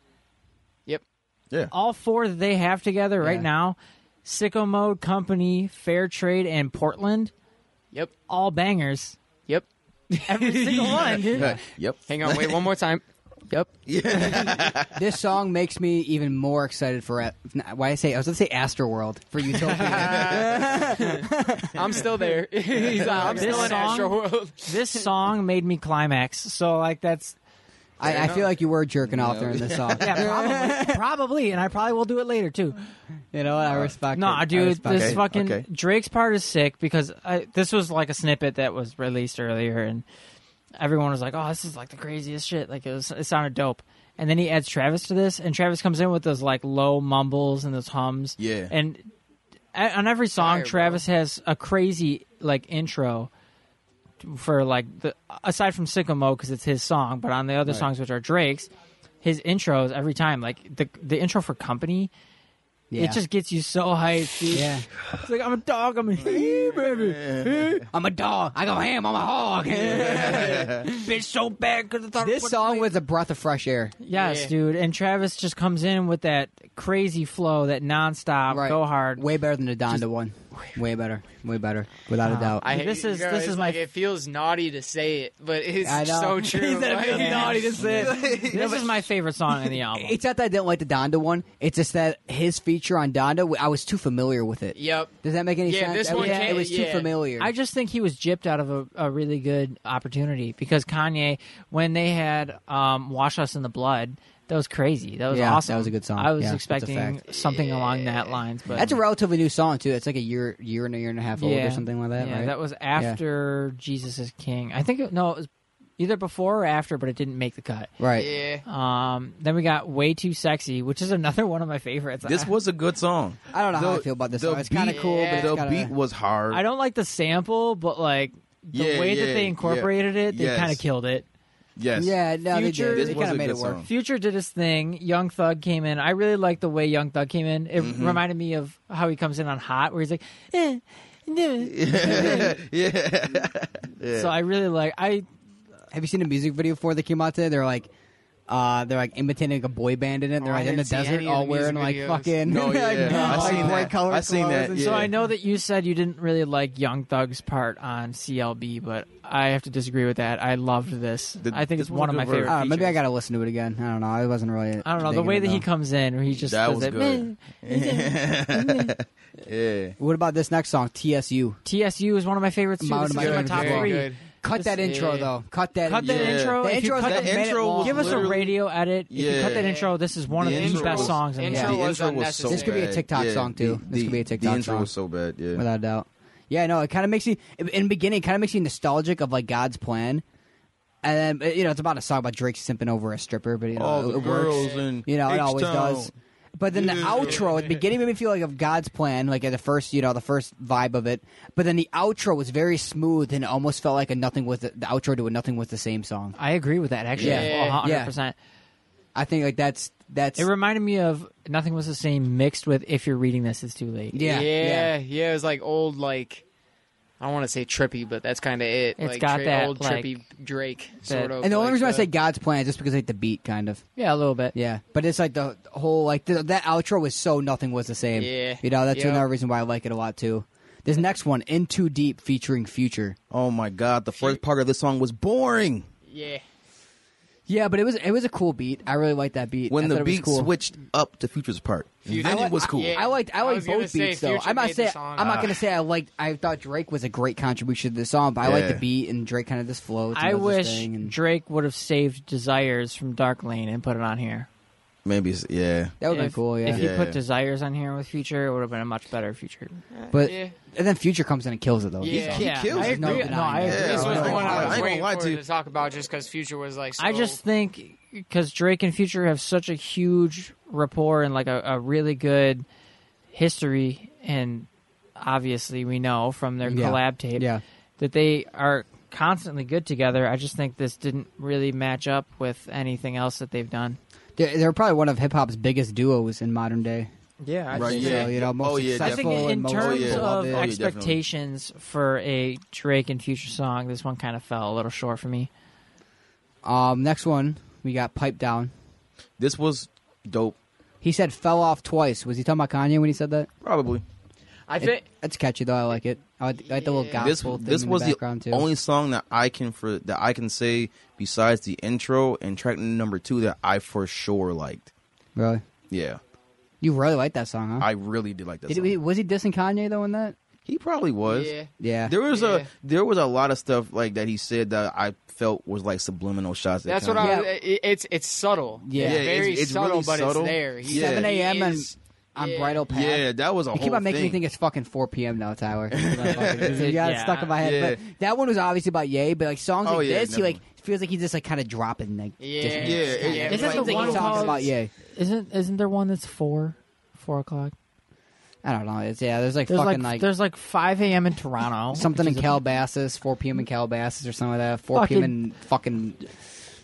Yep. Yeah. All four that they have together right Yeah. now, Sicko Mode, Company, Fair Trade, and Portland, Yep. all bangers. Yep. Every single one, dude. Yep. Hang on. Wait. One more time. Yep. This song makes me even more excited for a- why I say I was gonna say Astroworld for Utopia. I'm still there. He's like, I'm This still in song- Astro World. This song made me climax, so like that's I, I feel like you were jerking off during this song. yeah, probably, probably, and I probably will do it later too. You know what? I respect. No, it. I dude, respect this it. fucking okay. Drake's part is sick because I, this was like a snippet that was released earlier, and everyone was like, "Oh, this is like the craziest shit!" Like it, was, it sounded dope. And then he adds Travis to this, and Travis comes in with those like low mumbles and those hums. Yeah. and a- on every song, Fire, bro. Travis has a crazy like intro for like the aside from Sicko Mode because it's his song, but on the other songs which are Drake's, his intros every time like the the intro for Company. Yeah. It just gets you so hyped. dude. Yeah. It's like I'm a dog. I'm a hey, baby. Hey. I'm a dog. I go ham. I'm a hog. Bitch, so bad because I thought this song was a breath of fresh air. Yes, Yeah. dude. And Travis just comes in with that crazy flow, that nonstop, Right. go hard. Way better than the Donda one. Way better. Way better. Without a doubt. I, This is- girl, this it's is my- like it feels naughty to say it, but it's I know. so He true. said it Like- feels naughty to say it. This is my favorite song in the album. It's not that I didn't like the Donda one. It's just that his feature on Donda, I was too familiar with it. Yep. Does that make any Yeah, sense? this I one was- can't- it was too yeah. familiar. I just think he was gypped out of a, a really good opportunity because Kanye, when they had um, "Wash Us in the Blood," that was crazy. That was Yeah, that awesome. was a good song. I was Yeah, that's a expecting fact. something along that lines, but That's a relatively new song too. It's like a year, year and a year and a half old yeah, or something like that. Yeah, right? that was after Jesus is King. I think it, no, it was either before or after, but it didn't make the cut. Right. Yeah. Um, then we got Way Too Sexy, which is another one of my favorites. This I- was a good song. I don't know how I The- feel about this. the Song. It's kind of beat- cool, Yeah. but the it's gotta, beat was hard. I don't like the sample, but like the Yeah, way yeah, that they yeah. incorporated it, they Yes. kind of killed it. Yes. Yeah, no, Future- they did. This They was kind a of made good it work. song. Future did his thing. Young Thug came in. I really like the way Young Thug came in. It Mm-hmm. reminded me of how he comes in on Hot, where he's like, eh, eh. yeah. so I really like. I Have you seen a music video for it that came out today? They're like, uh, they're like imitating like a boy band in it. They're Oh, I like in the didn't see desert, any of the all wearing music like videos. fucking No, yeah. like, I like, seen white that. colored I seen clothes that, and yeah. so shit. I know that you said you didn't really like Young Thug's part on CLB, but I have to disagree with that. I loved this. The- I think this it's was one a of my good verse. favorite. I don't know, maybe I features. gotta listen to it again. I don't know. I wasn't really. I don't know the way that he comes. comes in, where he just That does was it. good. yeah. What about this next song, TSU? TSU is one of my favorites. Too. Mine This is and my mine top are three. good. Cut This- that intro yeah. though. Cut that. Cut that Yeah. intro. The if you intro- cut that the- minute intro was give us a literally- radio edit. If you Yeah. cut that intro, this is one of The the intro best was- songs in the intro album. was unnecessary. This could be a bad. TikTok song, too. The, This could be a the- TikTok The intro song. was so bad. Yeah. without a doubt. Yeah, no, it kind of makes you in the beginning. Kind of makes you nostalgic of like God's plan, and then you know it's about a song about Drake simping over a stripper, but you know All it, Oh, the it girls works. in You know it always H-Town. does. But then the Yeah. outro at the beginning made me feel like of God's plan, like at the first, you know, the first vibe of it. But then the outro was very smooth and it almost felt like a nothing was the, the outro to a nothing was the same song. I agree with that. Actually, Yeah. one Yeah. hundred percent. I think like that's that's It reminded me of "Nothing Was the Same" mixed with "If You're Reading This, It's Too Late." yeah, Yeah, yeah, It was like old, like I don't want to say trippy, but that's kind of it. It's like got that, old like, trippy Drake sort of. And the only like reason the- I say God's plan is just because like the beat kind of. yeah, a little bit. Yeah, but it's like the the whole like the, that outro was so nothing was the same. Yeah. you know that's Yep. another reason why I like it a lot too. This next one, "In Too Deep" featuring Future. Oh my god, the first part of this song was boring. yeah, Yeah, but it was it was a cool beat. I really liked that beat. When I thought the it was beat cool. switched up to Future's part, Future- then I it was cool. yeah. I liked I I liked was gonna both say beats though. Future I'm not made the say song. I'm not gonna say I liked. I thought Drake was a great contribution to the song, but I like Yeah. the beat and Drake kind of this float. I wish thing and Drake would have saved "Desires" from Dark Lane and put it on here. Maybe it's, yeah. that would have been If- cool. Yeah, If he Yeah. put "Desires" on here with "Future," it would have been a much better "Future." but Yeah. and then Future comes in and kills it though. Yeah. So- He kills I it. agree. No No, I denying it. agree. Yeah, this was the I one ain't gonna I lie was to waiting you. for to talk about, just because Future was like. So, I just think because Drake and Future have such a huge rapport and like a, a really good history, and obviously we know from their Yeah. collab tape Yeah. that they are constantly good together. I just think this didn't really match up with anything else that they've done. They're, they're probably one of hip hop's biggest duos in modern day. Yeah, I Right, think, think- yeah. So, you know, most Oh, yeah, I successful think definitely. and in most terms yeah. of loved. Oh, yeah, definitely. expectations for a Drake and Future song, this one kind of fell a little short for me. Um, next one we got pipe down. This was dope. He said fell off twice. Was he talking about Kanye when he said that? Probably. I It, think that's catchy though. I like it. I like, I like the little Yeah. this gospel thing this in was the the, background too. only song that I can for that I can say besides the intro and track number two that I for sure liked. really, Yeah, you really like that song, huh? I really did like that. Did song. he, was he dissing Kanye though in that? He probably was. yeah. Yeah. There was Yeah. a there was a lot of stuff like that he said that I felt was like subliminal shots. that That's kinda- what I. Yeah. Was, it, it's it's subtle. Yeah. It's Yeah, it's- very it's subtle, really but subtle. it's there. He- 7 he a.m. and is- on yeah. bridal path. Yeah, that was a You whole keep on making me thing. think it's fucking 4 p.m. now, Tyler. you got it Yeah. stuck in my head. Yeah. But that one was obviously about Ye, but like songs Oh, like yeah, this, he like definitely. feels like he's just like kind of dropping like. Yeah, different- Yeah, it- yeah. it's Is it the like- Like, one he talks called- about Ye. Isn't isn't there one that's four, four o'clock? I don't know. It's yeah. There's like There's fucking like, there's like 5 a.m. in Toronto. Something in which is a- Calabasas, 4 p.m. in Calabasas or something like that. 4 p.m. in fucking.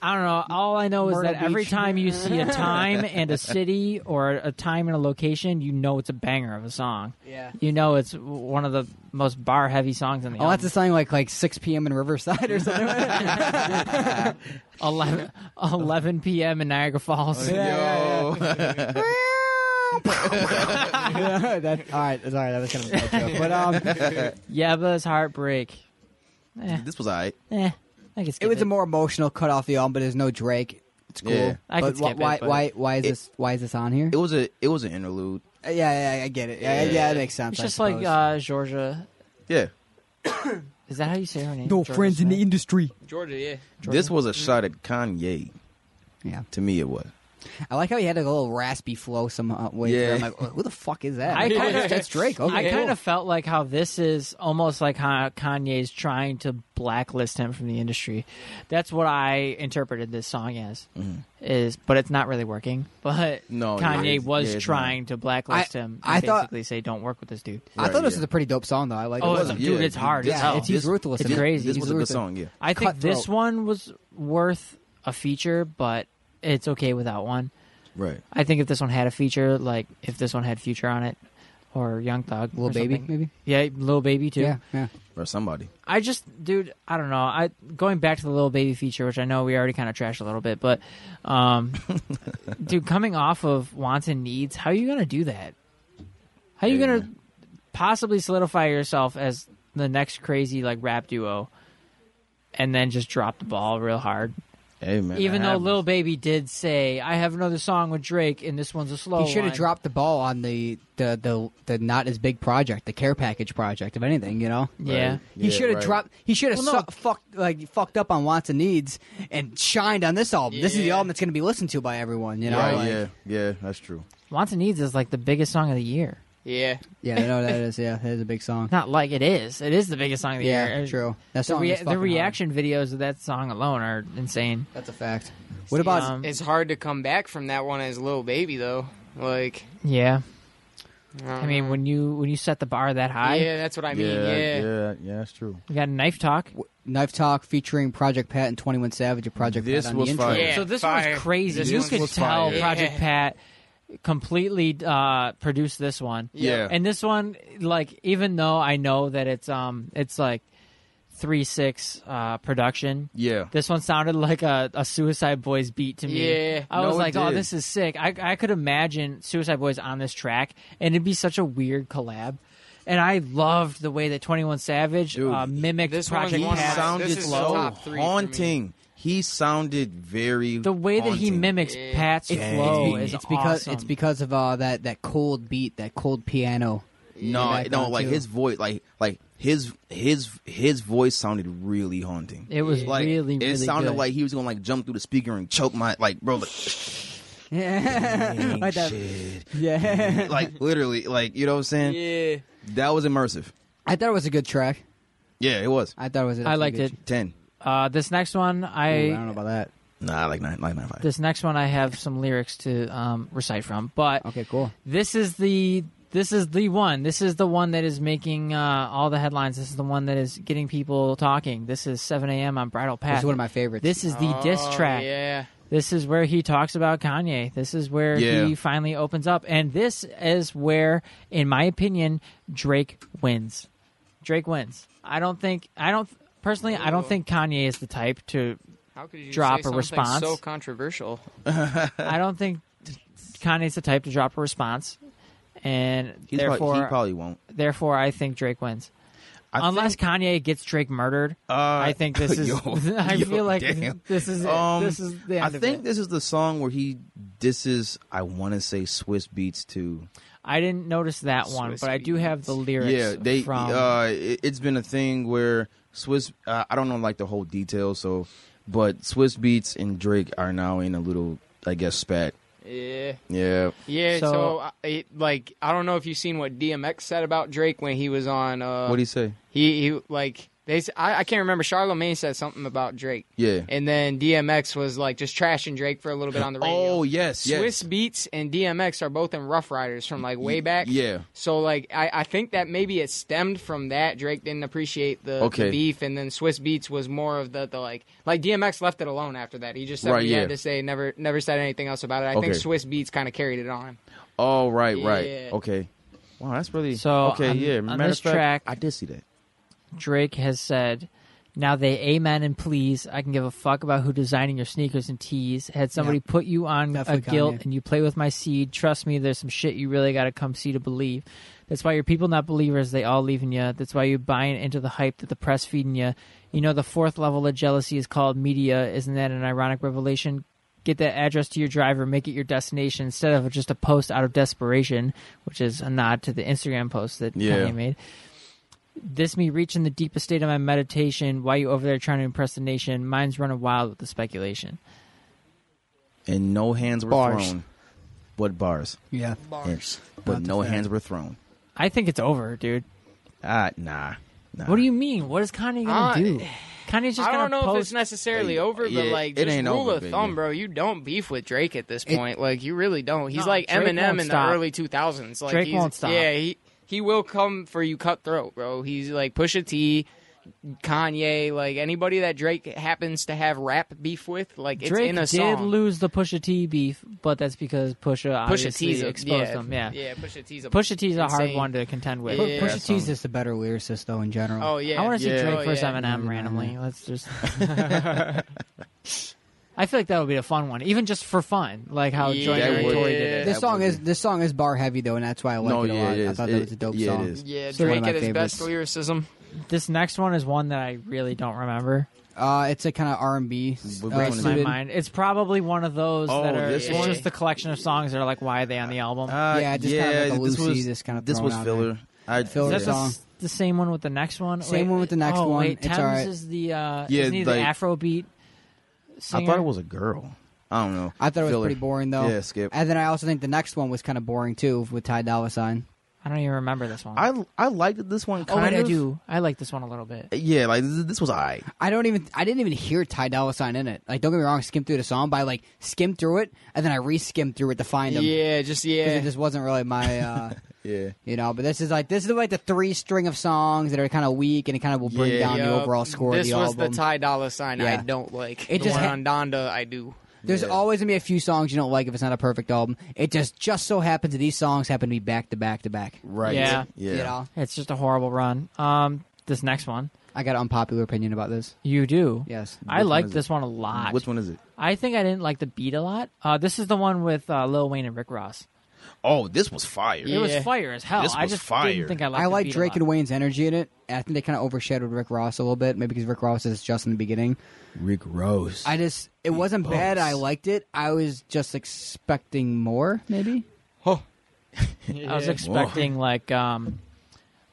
I don't know. All I know is Myrtle that every Beach. time you see a time and a city or a time and a location, you know it's a banger of a song. Yeah. You know it's w- one of the most bar heavy songs in the Oh, that's album. a something like like 6 p.m. in Riverside or something. like that. 11, 11 p.m. in Niagara Falls. Oh, Yo, yeah, that, all right, sorry, that was kind of a bad joke. But um, Yeba's Heartbreak. this was alright. Eh, I guess it was a more emotional cut off the album, but there's no Drake. It's cool. Yeah. I but could skip wh- why, it, but- why, why is It- this? Why is this on here? It was a it was an interlude. Uh, yeah, yeah, I get it. Yeah, yeah, Yeah. it makes sense. It's I just like suppose. uh, Georgia. Yeah, Is that how you say her name? Georgia Smith? industry. Georgia, yeah. this was a shot at Kanye. Yeah, To me, it was. I like how he had a little raspy flow some uh, way. Yeah. through. I'm like, who the fuck is that? I Like, kinda- "Oh, that's Drake. Okay, I cool." kind of felt like how this is almost like how Kanye's trying to blacklist him from the industry. That's what I interpreted this song as. Is but it's not really working. But No, yeah, Kanye it's- was yeah, it's trying to blacklist I- him. And I thought- basically say don't work with this dude. I Right, thought this yeah. was a pretty dope song though. I like. Oh, it. it's wasn't- dude, yeah, it's hard. this- as yeah, hell. it's- he's ruthless. It's this- crazy. This He's was a good ruthless. song. Yeah. I think this Cutthroat. one was worth a feature, but it's okay without one. Right. I think if this one had a feature, like if this one had Future on it or Young Thug, Little or baby, something. maybe. yeah, Little Baby too. Yeah, yeah. Or somebody. I just, dude, I don't know. I going back to the little baby feature, which I know we already kind of trashed a little bit, but, um, dude, coming off of wants and needs, how are you gonna do that? How are you gonna possibly solidify yourself as the next crazy like rap duo, and then just drop the ball real hard? Hey man. Even that though happens. Lil Baby did say, "I have another song with Drake, and this one's a slow." He should one." have dropped the ball on the, the the the not as big project, the care package project, if anything, you know. Yeah. Right. He Yeah, should have right. dropped. He should have Well, no. su- fucked like fucked up on wants and needs and shined on this album. This is the Yeah. album that's going to be listened to by everyone. You know, Right, like- yeah, yeah, that's true. Wants and Needs is like the biggest song of the year. Yeah. yeah, I know that is. Yeah, that is a big song. Not like it is. It is the biggest song of the Yeah, year. true. uh, That the, song rea- is the fucking reaction videos of that song alone are insane. Hard. That's a fact. What about? Um, It's hard to come back from that one as little baby though. Like, Yeah, don't I mean know. when you when you set the bar that high, yeah, that's what I mean. yeah, Yeah, yeah, yeah, that's true. we got knife talk. Knife Talk featuring Project Pat and Twenty One Savage of Project This Pat on was the intro. fire. Yeah. so this fire. was crazy. This you one could was tell fire. Project Yeah. Pat completely uh, produced this one. Yeah. And this one, like, even though I know that it's um, it's like three six uh production. Yeah. This one sounded like a, a Suicide Boys beat to me. Yeah. I No, was it like, oh, did. this is sick. I, I could imagine Suicide Boys on this track, and it'd be such a weird collab. And I loved the way that 21 Savage Dude, uh, mimicked this one's Project He one of my- Pat. sounded this is the so top three for me. haunting. He sounded very the way that he haunting. mimics Yeah. Pat's Dang. flow It's is It's because awesome. it's because of uh, that that cold beat, that cold piano. No, back no, on, like too. his voice, like like his his his voice sounded really haunting. It was like really, it really sounded good. like he was gonna like jump through the speaker and choke my like bro like Yeah, "Dang, like that. shit. Yeah, like literally like you know what I'm saying yeah. that was immersive I thought it was a good track. yeah it was I thought it was. A I liked good it. ten Uh, this next one, I, Ooh, I don't know about that. nah like nine like nine five this next one I have some lyrics to um, recite from, but Okay, cool. this is the this is the one. This is the one that is making uh, all the headlines. This is the one that is getting people talking. This is 7 a.m. on Bridal Path. This is one of my favorites. Ah, This is the diss Oh, track. Yeah. This is where he talks about Kanye. This is where Yeah. he finally opens up, and this is where, in my opinion, Drake wins. Drake wins. I don't think. I don't personally. I don't Ooh. think Kanye is the type to How could you Drop say a something response. So controversial. I don't think Kanye's the type to drop a response, and He's probably- therefore, he probably won't therefore, I think Drake wins. I Unless think, Kanye gets Drake murdered, uh, I think this is. yo, I yo, feel like damn. this is. It. Um, this is the end I of think it. this is the song where he disses I want to say Swiss Beats too I didn't notice that one, Swiss but I do have the lyrics. Yeah, they. from uh, it, it's been a thing where Swiss. Uh, I don't know like the whole details, so but Swiss Beats and Drake are now in a little, I guess, spat. Yeah. Yeah, Yeah. So- So, I, it, like, I don't know if you've seen what DMX said about Drake when he was on. Uh, what do you say? he, he like they. s- I, I can't remember. Charlamagne said something about Drake, Yeah. and then DMX was like just trashing Drake for a little bit on the radio. Oh yes, yes. Swiss Beats and DMX are both in Rough Riders from like way back. Yeah. So like I, I think that maybe it stemmed from that Drake didn't appreciate the, the Okay. beef, and then Swiss Beats was more of the, the like like DMX left it alone after that. He just said Right, what he yeah. had to say never never said anything else about it. I think Okay. Swiss Beats kind of carried it on. Oh right, right. Yeah. Okay. Wow, that's really So, Okay, on- yeah. on Matter this of fact, track- I did see that. Drake has said, "Now they amen and please. I can give a fuck about who designing your sneakers and tees. Had somebody Yeah. put you on Definitely a guilt Kanye. and you play with my seed. Trust me, there's some shit you really got to come see to believe. That's why your people not believers. They all leaving you. That's why you buying into the hype that the press feeding you. You know the fourth level of jealousy is called media. Isn't that an ironic revelation?" Get that address to your driver, make it your destination instead of just a post out of desperation, which is a nod to the Instagram post that Yeah. Kanye made this me reaching the deepest state of my meditation. Why you over there trying to impress the nation? Mine's running wild with the speculation. and no hands were Bars. thrown. What bars? Yeah. Bars. And- but Not no the fan. hands were thrown. I think it's over, dude. Ah, nah, nah. What do you mean? What is Kanye gonna Uh, do? Kanye's just I gonna don't know post. if it's necessarily Yeah, over, but yeah, like, it just ain't rule over, of baby. thumb, bro. You don't beef with Drake at this It- point. like, you really don't. No, He's like Drake Eminem in won't the stop. early 2000s. Like, Drake he's- won't stop. Yeah, he he will come for you, cutthroat, bro. He's like Pusha T, Kanye, like anybody that Drake happens to have rap beef with, like it's Drake in a did song. lose the Pusha T beef, but that's because Pusha Pusha obviously T's a, exposed yeah, him. Yeah. yeah. Pusha T's a Pusha T's a hard insane- one to contend with. Yeah. Pu- Pusha some- T's just a better lyricist, though, in general. Oh yeah, I want to see Yeah. Drake Oh, versus yeah. Eminem randomly. Let's just. I feel like that would be a fun one, even just for fun, like how Yeah. Joyner That and would- Tory did it. This That song would is be- this song is bar heavy though, and that's why I like No, it a yeah, lot. it I is. thought It- that was a dope yeah, it song. is. Yeah, Still one of Drake my at his best favorites. lyricism. This next one is one that I really don't remember. Uh, it's a kind of R and B. Which uh, one my is Suited. suited- mind. It's probably one of those Oh, that are this it's one? just the collection of songs that are like, why are they on the album? Uh, Yeah, just kinda like a this Lucy, was just kinda this thrown was out filler. I Filler yeah. is that the, song. s- the same one with the next one? Same Wait, one with the next oh, one. Wait, It's Thames alright. is the uh, Yeah, isn't he the like- Afrobeat I singer? thought it was a girl. I don't know. I thought it was Filler. pretty boring though. Yeah, skip. And then I also think the next one was kind of boring too, with Ty Dolla Sign. I don't even remember this one. I I liked this one. oh Kind wait, of. I do. I like this one a little bit. Yeah, like this, this was I. I don't even. I didn't even hear Ty Dolla Sign in it. Like, don't get me wrong, skimmed through the song, but I like skimmed through it, and then I re-skimmed through it to find him. Yeah, just because yeah. it just wasn't really my. Uh, Yeah. You know, but this is like this is like the three string of songs that are kind of weak and it kind of will bring Yeah. down the Yup. overall score This of the was album. the Ty Dolla Sign I Yeah. don't like. It the just one ha- on Donda I do. There's Yeah. always gonna be a few songs you don't like if it's not a perfect album. It just just so happens that these songs happen to be back to back to back. Right. Yeah. Yeah. You know, It's just a horrible run. Um, this next one, I got an unpopular opinion about this. you do. Yes, I Which one like is it? this one a lot. Which one is it? I think I didn't like the beat a lot. Uh, this is the one with uh, Lil Wayne and Rick Ross. Oh, this was fire. It was Yeah. fire as hell. This I was just fire. didn't think I liked. I the like beat a Drake lot. and Wayne's energy in it. And I think they kind of overshadowed Rick Ross a little bit, maybe because Rick Ross is just in the beginning. Rick Rose. I just it wasn't bad. I liked it. I was just expecting more, maybe. I was expecting like um,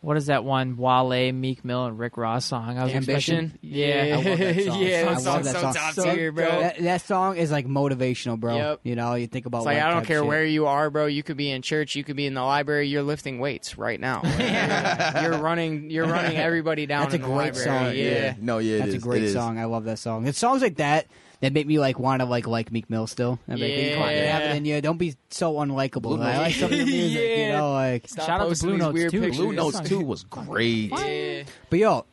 what is that one Wale, Meek Mill, and Rick Ross song? I was Ambition? expecting- Yeah. I Yeah, love that song. yeah, I that love song's that so song. top So tier, bro. That, that song is like motivational, bro. Yep. You know, you think about It's like I life don't type care shit. where you are, bro. You could be in church, you could be in the library. You're lifting weights right now. you're running, you're running everybody down. That's a in the great library. song. Yeah. No, yeah, it That's is. a It great is. song. I love that song. It's songs like that that make me like want to like like Meek Mill still. And make me, come on, you Yeah. have it in you. Don't be so unlikable. I like some of your music, you Yeah. know, like. Stop Shout out to posting Blue these Notes, weird too. pictures. Blue Notes 2 was great. Yeah. But yo,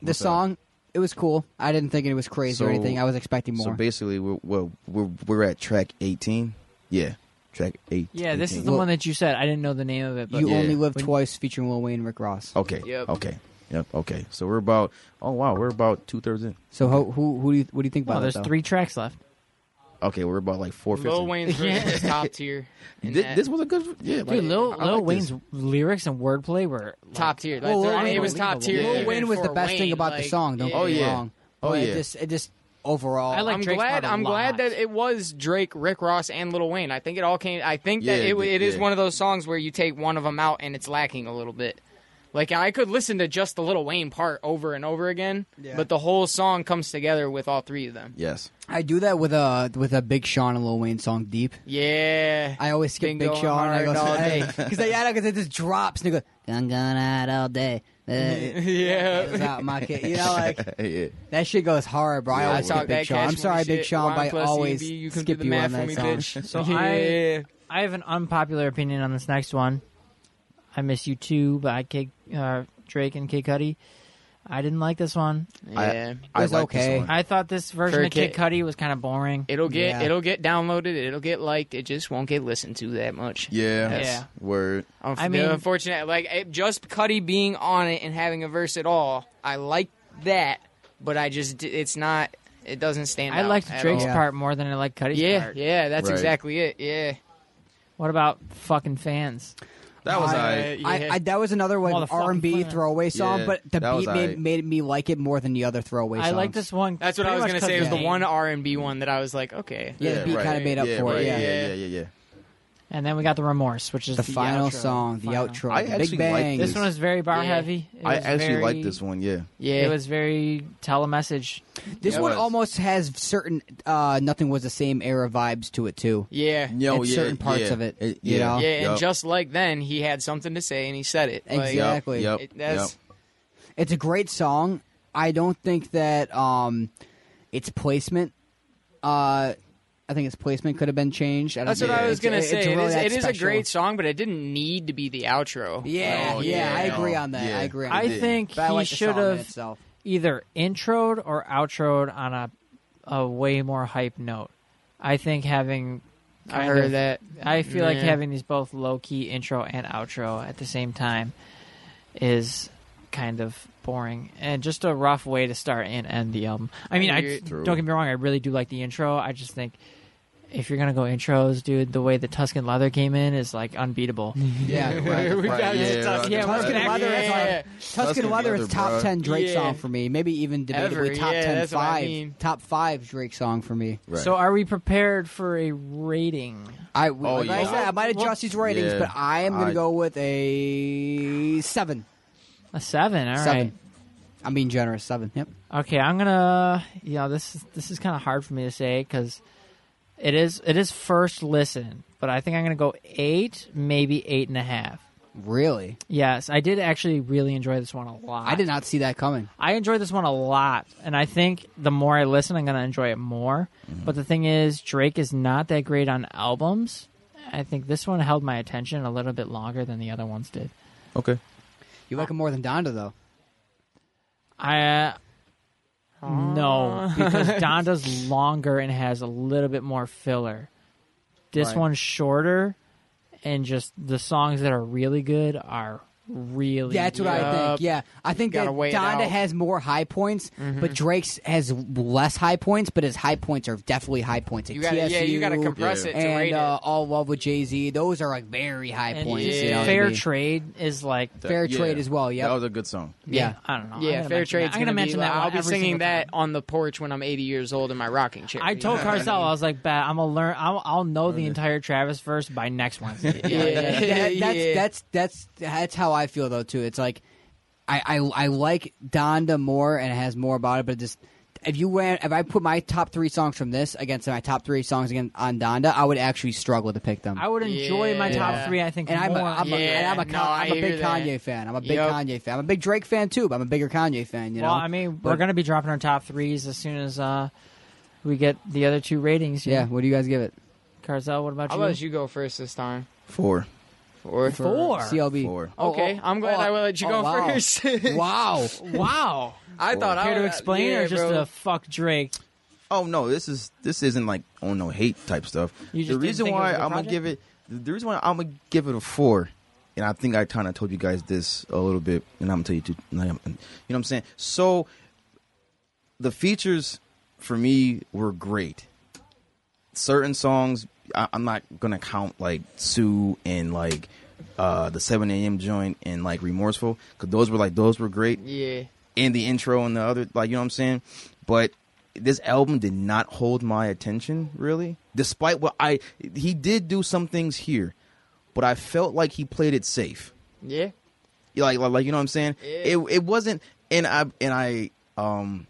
the song it was cool. I didn't think it was crazy or So- anything. I was expecting So more. basically, we're, we're, we're, we're at track 18. Yeah. Track 8. Yeah, this is 18. the one that you said. I didn't know the name of it, but you Yeah. Oh. only live When- twice, featuring Lil Wayne and Rick Ross. Okay. Yep. Okay. Yep. Okay. So we're about, oh, wow, we're about two thirds in. So ho- who who do you what do you think about oh, it, there's though? three tracks left. Okay, we're about like four fifths. Lil Wayne's version is top tier. in This, that. this was a good, yeah. Dude, Lil, I Lil like Wayne's this. lyrics and wordplay were like, top tier. Like, Well, Lil I mean, Wayne- it was top tier. Lil even Wayne was for the best thing Wayne, about the like, song. Don't Oh, get me yeah. wrong. Oh, But yeah. It just, it just overall. I like I'm Drake's part glad. a I'm glad lot. that it was Drake, Rick Ross, and Little Wayne. I think it all came. I think that Yeah, it, it is yeah. one of those songs where you take one of them out and it's lacking a little bit. Like I could listen to just the Little Wayne part over and over again, Yeah. but the whole song comes together with all three of them. Yes. I do that with a with a Big Sean and Lil Wayne song, Deep. Yeah, I always skip Bingo Big Sean. I hard go all day. because yeah, because it just drops. And they go, I'm gonna hide all day. Uh, yeah. it's out my kid. You know, like yeah. that shit goes hard, bro. I I always talk skip Big that Sean. cash I'm money sorry, Big shit. Sean, One but I plus always EB, you can skip do the you on math for that me, song. bitch. So yeah. I have an unpopular opinion on this next one. I miss you too by Kid, uh, Drake and Kid Cudi. I didn't like this one. yeah. I was like okay. this one. I thought this version For of Kid Kid- Cudi was kind of boring. It'll get Yeah. it'll get downloaded. It'll get liked. It just won't get listened to that much. yeah. Yeah. Word. Unf- I mean- Um, the unfortunate, like it, just Cuddy being on it and having a verse at all. I like that, but I just d- it's not. It doesn't stand. I out liked at Drake's all. Yeah. part more than I liked Cudi's Yeah, part. yeah, that's Right. exactly it. Yeah, What about fucking fans? That was I- I. Uh, I, yeah. I, that was another one Motherfucking R and B plan. throwaway song, Yeah, but the that was beat made, aight. made me like it more than the other throwaway. I songs. like this one. that's what I pretty was much gonna 'cause say. It was of the name. one R and B one that I was like, okay, Yeah, the beat right. kinda made up Yeah, for it, right. yeah. yeah, yeah, yeah. yeah. And then we got the remorse, which is The, the, final outro. song, the Final. outro, I the actually Big Bang. like This one was very bar Yeah. heavy. It I was actually very, like this one. Yeah. Yeah, It was very telemessage. This Yeah, it one was. almost has certain uh, nothing was the same era vibes to it too. yeah, yeah. No, It's yeah, certain parts yeah, of it, it- you know? And Yeah, Yup. just like then, he had something to say and he said it. Like, Yup, Exactly. yup, It- that's- yup. It's a great song. I don't think that um, its placement. Uh, I think its placement could have been changed. I don't That's what think I was it's- gonna it's say. It is really that it is a special. great song, but it didn't need to be the outro. Yeah, Oh, yeah, I yeah. agree on that. Yeah. I agree. On I that. think But I he like the should song in have itself. either introed or outroed on a a way more hype note. I think having I kind heard of- that. I feel like Yeah. having these both low key intro and outro at the same time is kind of boring and just a rough way to start and end the album. I mean, I You're- don't get me wrong, I really do like the intro. I just think if you're gonna go intros, dude, the way the Tuscan leather came in is like unbeatable. Yeah, Right, We right, got yeah, it. right, Yeah, right. Tuscan Yeah. Leather is Yeah. our Tuscan Tuscan Leather Leather, is top bruh. ten Drake Yeah. song for me. Maybe even debatably Ever, top yeah, ten that's what I five mean. top five Drake song for me. Right. So, are we prepared for a rating? I we- Oh, like I yeah. said, I might adjust these ratings, Yeah. but I am gonna I- go with a seven. A seven. all right. Seven. I'm being generous. Seven. Yep. Okay, I'm gonna. You know, this is this is kind of hard for me to say because it is it is first listen, but I think I'm gonna go eight, maybe eight and a half. Really? Yes, I did actually really enjoy this one a lot. I did not see that coming. I enjoyed this one a lot, and I think the more I listen, I'm gonna enjoy it more. Mm-hmm. But the thing is, Drake is not that great on albums. I think this one held my attention a little bit longer than the other ones did. okay. You like him more than Donda though. I uh, no, because Donda's longer and has a little bit more filler. This Right. one's shorter, and just the songs that are really good are really. That's what I good. think. Yeah, I think that Gotta weigh it Donda out. Mm-hmm. has more high points, but Drake's has less high points. But his high points are definitely high points. At You gotta, yeah, you gotta TSU, compress it to rate and it. uh, all love with Jay Z. Those are like very high And points. yeah. you know what I Fair mean? trade is like. Fair trade as well, yep. That was a good song. Yeah. Oh, I don't know. I'm yeah, gonna mention fair that. trade's I'm gonna, be mention low. that. I'll one be every singing single that time. on the porch when I'm 80 years old in my rocking chair. I told Carcel, I was like, "Bet I'm gonna learn. I'll, I'll know the entire Travis verse by next Wednesday." Yeah, Yeah, that- that's, that's that's that's how I feel though too. It's like I, I I like Donda more and it has more about it, but just if you ran if I put my top three songs from this against my top three songs again on Donda, I would actually struggle to pick them. I would enjoy my Yeah. top three. I think, and I'm a, more. I'm a, and I'm a, Con- Yeah, no, I'm I a big hear that. Kanye fan. I'm a big Yep. Kanye fan. I'm a big Drake fan too, but I'm a bigger Kanye fan. You know. Well, I mean, we're But- going to be dropping our top threes as soon as uh, we get the other two ratings. you yeah. know. What do you guys give it? Carzel, what about I'll you? let you go first this time. Four. Or Four. CLB. Four. Oh, Okay, oh, I'm glad oh, I let you oh, go wow. first. wow. Wow. I thought I Care to would- explain Oh, yeah, or just bro. a fuck Drake? Oh no, this is this isn't like oh no hate type stuff. You just the didn't reason think it was why a good I'm gonna project? give it the- the reason why I'm gonna give it a four, and I think I kind of told you guys this a little bit, and I'm gonna tell you too. and I'm- and- You know what I'm saying? So the features for me were great. Certain songs I, I'm not gonna count like Sue and like uh the 7 a.m. joint and like Remorseful because those were like those were great Yeah. in the intro and the other like you know what I'm saying? But this album did not hold my attention really. Despite what I he did do some things here, but I felt like he played it safe. Yeah. You like like, like, you know what I'm saying? Yeah. It it wasn't and I and I um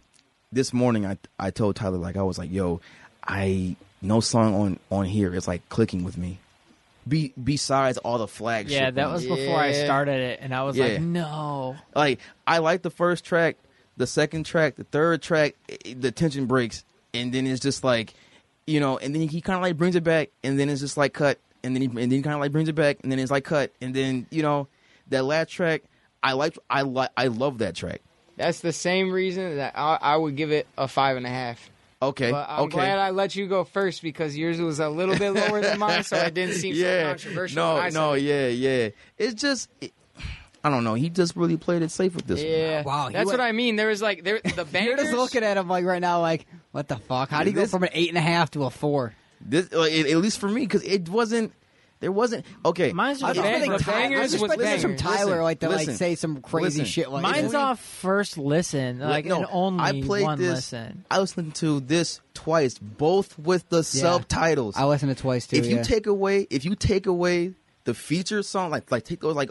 this morning I I told Tyler like I was like, "Yo, I no song on on here is like clicking with me." Be, besides all the flagship Yeah, that ones. was before I Yeah. started it, and I was Yeah. like, no. Like I like the first track, the second track, the third track, i- i- the tension breaks, and then it's just like, you know, and then he kind of like brings it back, and then it's just like cut, and then he and then kind of like brings it back, and then it's like cut, and then you know, that last track, I like, I like, I love that track. That's the same reason that I, I would give it a five and a half. Okay, But I'm okay. glad I let you go first because yours was a little bit lower than mine, so it didn't seem so controversial. No, when I said no, it. yeah, yeah. It's just, it, I don't know. He just really played it safe with this one. Yeah. Wow, he That's went- what I mean. There was like there the bangers. You're just looking at him like right now, like what the fuck? How do you go This- from an eight and a half to a four? This, like, at at least for me, because it wasn't. There wasn't. Okay. Mine's I just was bang- expecting the Ty- I bangers was was expecting bangers. from Tyler, Listen, like to listen, like say some crazy listen. shit like Mine's that. off first listen, like no, and only I played one this. listen. I listened to this twice, both with the subtitles. I listened to twice too. if you yeah. take away if you take away the feature song like like take those like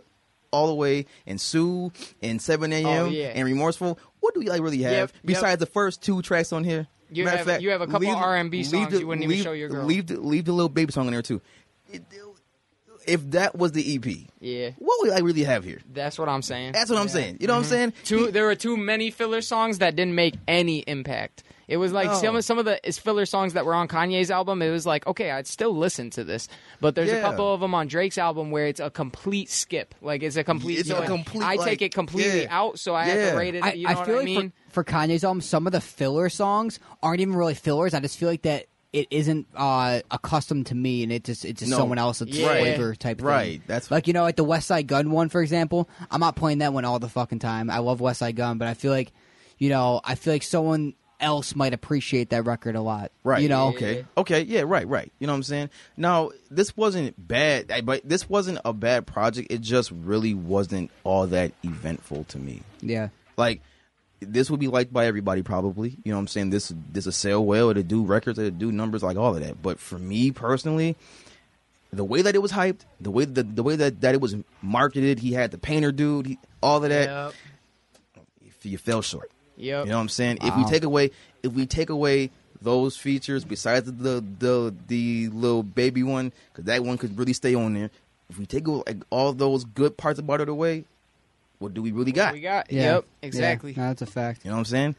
all the way and sue and 7 a.m Oh, yeah. and remorseful what do you like really have Yep, yep. besides the first two tracks on here You Matter have- of fact, you have a couple leave- R&B leave songs the- you wouldn't even leave- show your girl. leave the, leave the little baby song in there too It- if that was the ep Yeah, Mm-hmm. what would i really have here that's what I'm saying. that's what i'm saying you know what i'm saying Too, there were too many filler songs that didn't make any impact. It was like some No. of some of the is filler songs that were on Kanye's album. It was like okay, I'd still listen to this, but there's a Yeah. couple of them on Drake's album where it's a complete skip. Like it's a complete. It's so a I- complete, I like- take it completely yeah. out, so I have Yeah. to rate it. I, you know I what feel I like mean? for, for Kanye's album, some of the filler songs aren't even really fillers. I just feel like that it isn't uh, accustomed to me, and it just it's just No. someone else's Yeah. flavor type. Right. thing. That's- like you know, like the West Side Gun one, for example. I'm not playing that one all the fucking time. I love West Side Gun, but I feel like you know, I feel like someone else might appreciate that record a lot. Right. You know. Okay. Okay. Yeah. Right. Right. You know what I'm saying. Now, this wasn't bad, I- but this wasn't a bad project. It just really wasn't all that eventful to me. Yeah. Like, this would be liked by everybody probably. You know what I'm saying. This this will sell well. It'll do records. It'll do numbers. Like all of that. But for me personally, the way that it was hyped, the way the the way that that it was marketed, he had the painter dude, he, all of that. Yep. You fell short. Yep. You know what I'm saying? If we take away, if we take away those features besides the the the, the little baby one, because that one could really stay on there. If we take away, like, all those good parts about it away, what do we really got? we got. Yeah. Yep. Exactly. Yeah. No, that's a fact. You know what I'm saying?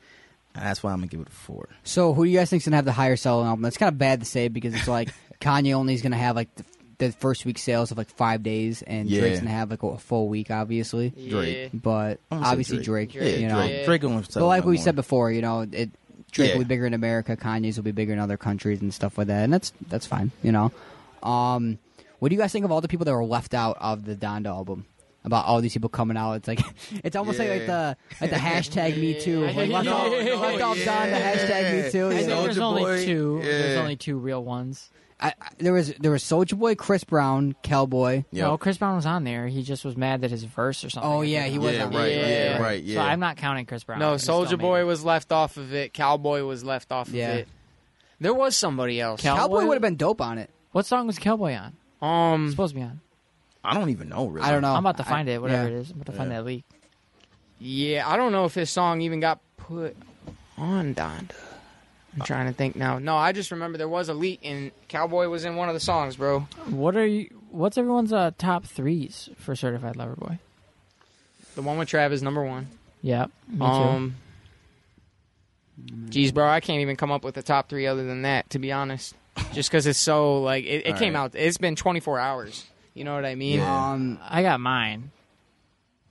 And that's why I'm gonna give it a four. So, who do you guys think's gonna have the higher selling album? It's kind of bad to say because it's like Kanye only is gonna have like the, the first week sales of like five days, and Yeah. Drake's gonna have like a full week, obviously. Drake. Yeah. But I'm gonna say obviously Drake, Drake. Drake, you know. Drake, Drake gonna sell But like a lot we more. said before, you know, it Drake Yeah. will be bigger in America, Kanye's will be bigger in other countries and stuff like that, and that's that's fine, you know. Um, what do you guys think of all the people that were left out of the Donda album? About all these people coming out, it's like it's almost like, like the like the hashtag Me Too, like left Yeah. off, left off Donda hashtag Me Too. I you think know? there's Soulja only Boy, two. There's yeah. only two real ones. I, I, there was there was Soldier Boy, Chris Brown, Cowboy. Yep. No, Chris Brown was on there. He just was mad that his verse or something. Oh had yeah, been he on was. yeah, on right, there. yeah, Yeah. right, yeah. So I'm not counting Chris Brown. No, It's still Soldier me. Boy was left off of it. Cowboy was left off of Yeah. it. There was somebody else. Cal- Cowboy would have been dope on it. What song was Cowboy on? um, supposed to be on. I don't even know really. I don't know. I'm about to Oh, I- find it. Whatever yeah. it is, I'm about to find Yeah. that leak. Yeah, I don't know if his song even got put on Donda. I'm trying to think now. No, I just remember there was a leak and Cowboy was in one of the songs, bro. What are you? What's everyone's uh, top threes for Certified Lover Boy? The one with Trav is number one. Yeah, me too. Um, geez, bro, I can't even come up with a top three other than that, to be honest. Just because it's so like it, it All came right. out. It's been 24 hours. You know what I mean? Yeah. Um, I got mine.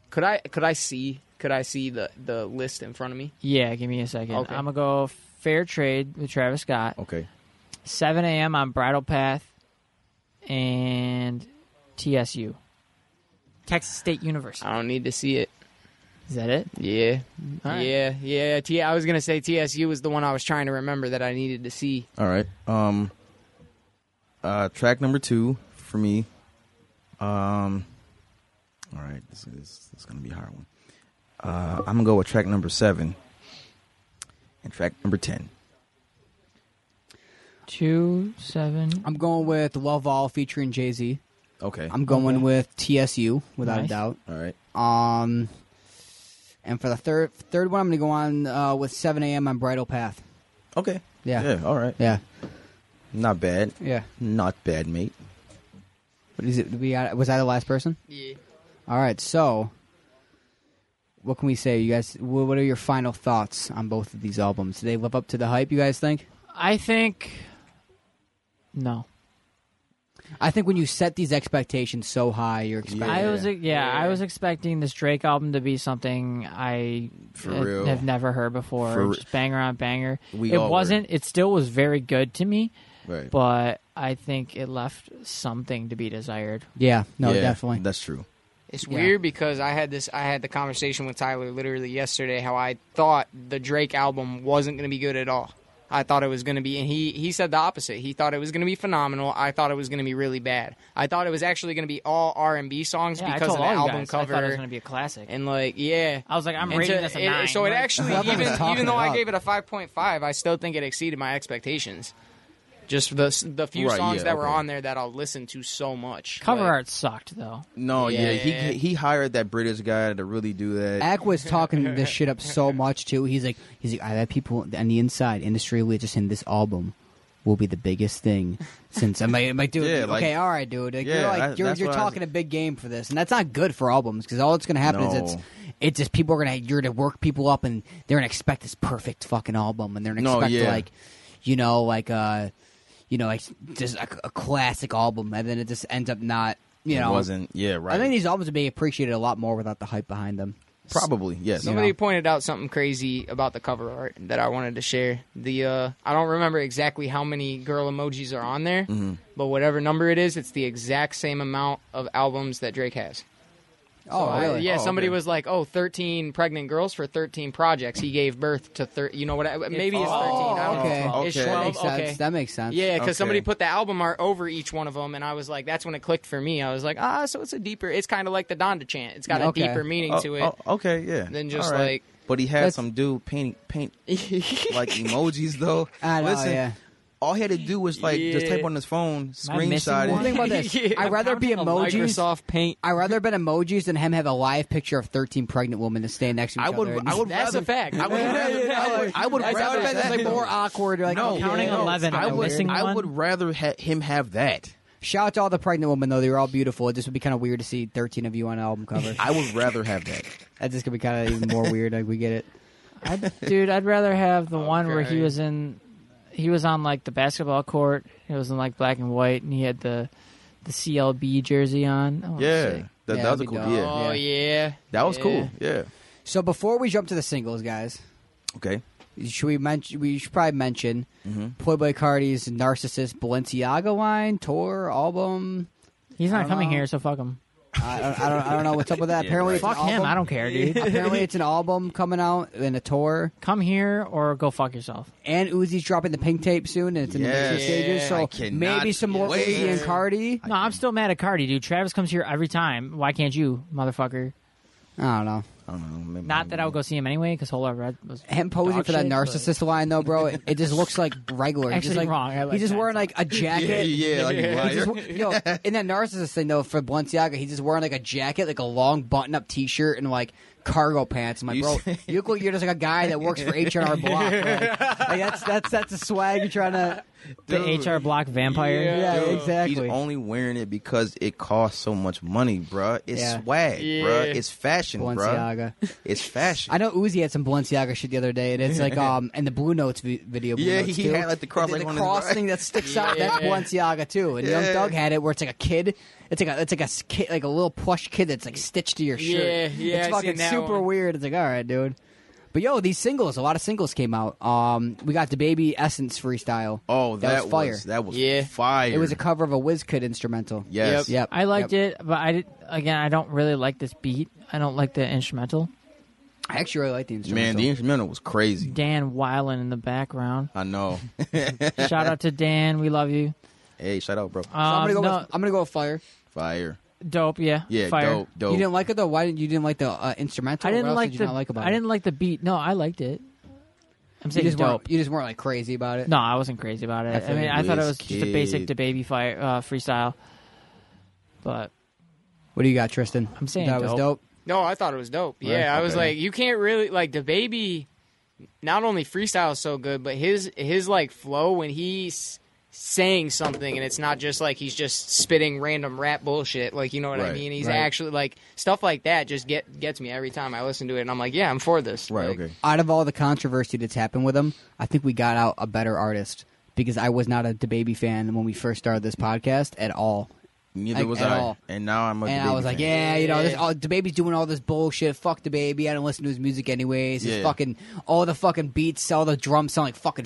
Could I could I see could I see the the list in front of me? Yeah, give me a second. Okay. I'm gonna go Fair Trade with Travis Scott. Okay. 7 a.m. on Bridal Path and TSU, Texas State University. I don't need to see it. Is that it? Yeah, All right. yeah, yeah. T- I was gonna say TSU was the one I was trying to remember that I needed to see. All right. Um. Uh, track number two for me. Um. All right. This is this is gonna be a hard one. Uh, I'm gonna go with track number seven. And track number ten. Two, seven. I'm going with Love All featuring Jay Z. Okay. I'm going with TSU without Nice. a doubt. All right. Um, and for the third third one, I'm going to go on uh, with 7 a.m. on Bridal Path. Okay. Yeah. Yeah. All right. Yeah, Not bad. yeah. Not bad, mate. What is it? We got, was I the last person? Yeah. All right. So, what can we say? You guys, wh- what are your final thoughts on both of these albums? Do they live up to the hype? You guys think? I think. No, I think when you set these expectations so high, you're expecting. I was Yeah. yeah, I was expecting this Drake album to be something I For had- real. have never heard before. For re- just banger on banger. We it all were. wasn't. It still was very good to me, Right. but I think it left something to be desired. Yeah. No, Yeah, definitely. That's true. It's Yeah. weird because I had this I had the conversation with Tyler literally yesterday how I thought the Drake album wasn't going to be good at all. I thought it was going to be, and he he said the opposite. He thought it was going to be phenomenal. I thought it was going to be really bad. I thought it was actually going to be all R and B songs Yeah, I because of told the all you album guys, cover I thought it was going to be a classic. and like yeah. I was like, I'm And rating to- this a it- nine. so it Like, actually Whoever was even talking even though it I up. gave it a five point five, I still think it exceeded my expectations. Just the s- the few Right, songs yeah, that were okay. on there that I'll listen to so much. cover Like, art sucked though. No, yeah, Yeah. he he hired that British guy to really do that. Ack was talking this shit up so much too. He's like, he's like, I've had people on the inside industry really just saying this album will be the biggest thing since I'm like, I'm like dude, Yeah, like- okay, all right, dude. Like, Yeah, you're like, that- you're, that's you're what I was- talking a big game for this, and that's not good for albums because all it's gonna happen is No. it's it's just people are gonna you're gonna work people up and they're gonna expect this perfect fucking album and they're gonna No, expect yeah. like, you know, like uh, you know, like just a, a classic album, and then it just ends up not, you know, it wasn't. Yeah, right. I think these albums would be appreciated a lot more without the hype behind them. probably yes. No. Somebody know. pointed out something crazy about the cover art that I wanted to share. The uh, I don't remember exactly how many girl emojis are on there, Mm-hmm. but whatever number it is, it's the exact same amount of albums that Drake has. Oh, I- really? yeah, Oh, somebody okay. was like, "Oh, 13 pregnant girls for 13 projects. He gave birth to 30, you know what? I, maybe it's 13. I don't know. okay. It's 12. Okay. Oh, That makes sense. okay. That makes sense. Yeah, because Okay. somebody put the album art over each one of them, and I was like, that's when it clicked for me. I was like, ah, so it's a deeper. It's kind of like the Donda chant. It's got Okay. a deeper meaning Oh, to it. oh, okay, yeah. Then just, All right. like- But he had That's- some dude paint paint like emojis though. I know, Listen, yeah. all he had to do was like just Yeah. type on his phone, Am I missing screenshot Well, it. think about this. Yeah. I'd rather be I'm counting emojis. Microsoft Paint. I'd rather have been emojis than him have a live picture of 13 pregnant women to stand next to each I would. other. and- I would That's rather, a fact. I would. Rather, I would, I would That's- that rather would have been that. like more awkward. Like, no, okay. Counting no, 11, I I'm would. missing I one. would rather ha- him have that. Shout out to all the pregnant women though; they were all beautiful. It just would be kind of weird to see 13 of you on an album cover. I would rather have that. That's just gonna be kind of even more weird. Like we get it. I'd, dude, I'd rather have the one where Okay. he was in, he was on like the basketball court. It was in like black and white, and he had the the CLB jersey on. I wanna Yeah, say. Yeah, that, that was a that'd be cool. dope. Yeah, Oh yeah, that was Yeah. cool. Yeah. So before we jump to the singles, guys, Okay. should we mention? We should probably mention Mm-hmm. Playboy Cardi's narcissist Balenciaga line tour album. He's I not don't coming know. here, so fuck him. I don't, I don't, I don't know what's up with that. Yeah, Apparently, right. it's an Fuck him. album- I don't care, dude. Apparently, it's an album coming out and a tour, Come here or go fuck yourself. and Uzi's dropping the pink tape soon, and it's in the Yes. mixing stages. Yeah, I So cannot maybe some more wait. Uzi and Cardi. No, I'm still mad at Cardi, dude. Travis comes here every time. Why can't you, motherfucker? I don't know. I don't know. maybe- Not that I would go see him anyway, because Hola Red was Him posing Dog for that shit, narcissist line though, bro. It, it just looks like regular. He's Actually just like, wrong. I like he's just that. wearing like a Yeah, jacket. yeah, like you He's liar. just, yo, in that narcissist thing though, for Balenciaga, he's just wearing like a jacket, like a long button-up T-shirt, and like cargo pants. I'm like, You bro, say- you look like you're just like a guy that works for H&R Block. bro. Like, like, that's that's that's the swag you're trying to. Dude. the HR Block vampire. Yeah. Yeah, Dude, exactly. He's only wearing it because it costs so much money, bruh. It's Yeah. swag, Yeah. bruh. It's fashion, bruh. Balenciaga. It's fashion. I know Uzi had some Balenciaga shit the other day, and it's like um in the Blue Notes vi- video. Blue Yeah, Notes he too, had, like, the cross, the, like, the on his cross right. thing that sticks out. That's Yeah. Balenciaga too. And Young Yeah. Doug had it where it's like a kid. It's like a it's like a s- kid, like a little plush kid that's like stitched to your shirt. Yeah, yeah, It's I fucking seen that super one. weird. It's like all right, dude. But yo, these singles, a lot of singles came out. Um, we got the baby Essence freestyle. oh, that, was fire. that was Yeah. fire. it was a cover of a WizKid instrumental. yes. Yep. I liked yep. it, but I did, again, I don't really like this beat. I don't like the instrumental. I actually really like the Man, instrumental. the instrumental was crazy. Dan Weiland in the background. I know. Shout out to Dan, we love you. hey, shout out, bro. Um, so I'm gonna go. no, With, I'm gonna go with fire. Fire. dope, yeah, Yeah, fire. dope, dope. You didn't like it though. Why didn't you didn't like the uh, instrumental? I What didn't else like did you the not like about I it? didn't like the beat. No, I liked it. I'm You saying just dope. weren't. You just weren't like crazy about it. No, I wasn't crazy about it. I, feel mean, you. I thought it was just a basic Wizkid. to baby fire uh, freestyle. But What do you got, Tristan? I'm saying that was dope. dope. No, I thought it was dope. Yeah, I was okay. like, you can't really like the baby. Not only freestyle is so good, but his his like flow when he's saying something and it's not just like he's just spitting random rap bullshit. Like you know what I Right, mean? He's right. actually like stuff like that just get gets me every time I listen to it, and I'm like, yeah, I'm for this. Right, Like, okay. Out of all the controversy that's happened with him, I think we got out a better artist because I was not a DaBaby fan when we first started this podcast at all. Neither Like, was at I. all. And now I'm a and I baby was like, fan. yeah, you know, this, Yeah. all, DaBaby's doing all this bullshit. Fuck DaBaby. I don't listen to his music anyways. His Yeah. fucking all the fucking beats, all the drums sound like fucking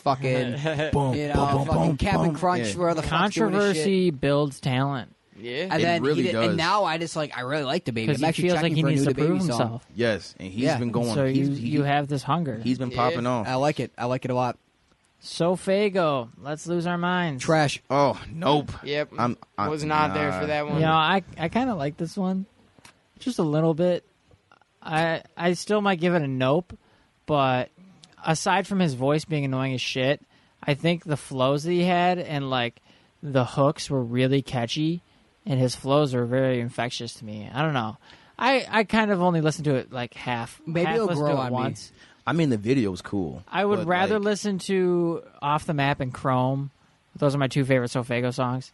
Fucking Boom, you know, boom, boom, fucking boom, Captain boom. Crunch. Yeah. Where the fuck's doing his shit. controversy builds talent Yeah. And It then he really did- does. and now I just like I really like DaBaby. because I'm he actually feels checking like he for a needs new to DaBaby prove song. himself. Yes, and he's Yeah. been going. So he's, you he, you have this hunger. he's been Yeah. popping off. I like it. I like it a lot. So Fago, let's lose our minds. Trash. Oh nope. Yep. I'm- I- was not there nah. for that one. You know, I I kind of like this one, just a little bit. I I still might give it a nope, but aside from his voice being annoying as shit, I think the flows that he had and like the hooks were really catchy, and his flows were very infectious to me. I don't know. I, I kind of only listened to it like half. Maybe half it'll listened grow to it on me. once. I mean the video was cool. I would but, rather like, listen to Off the Map and Chrome. Those are my two favorite Sofago songs.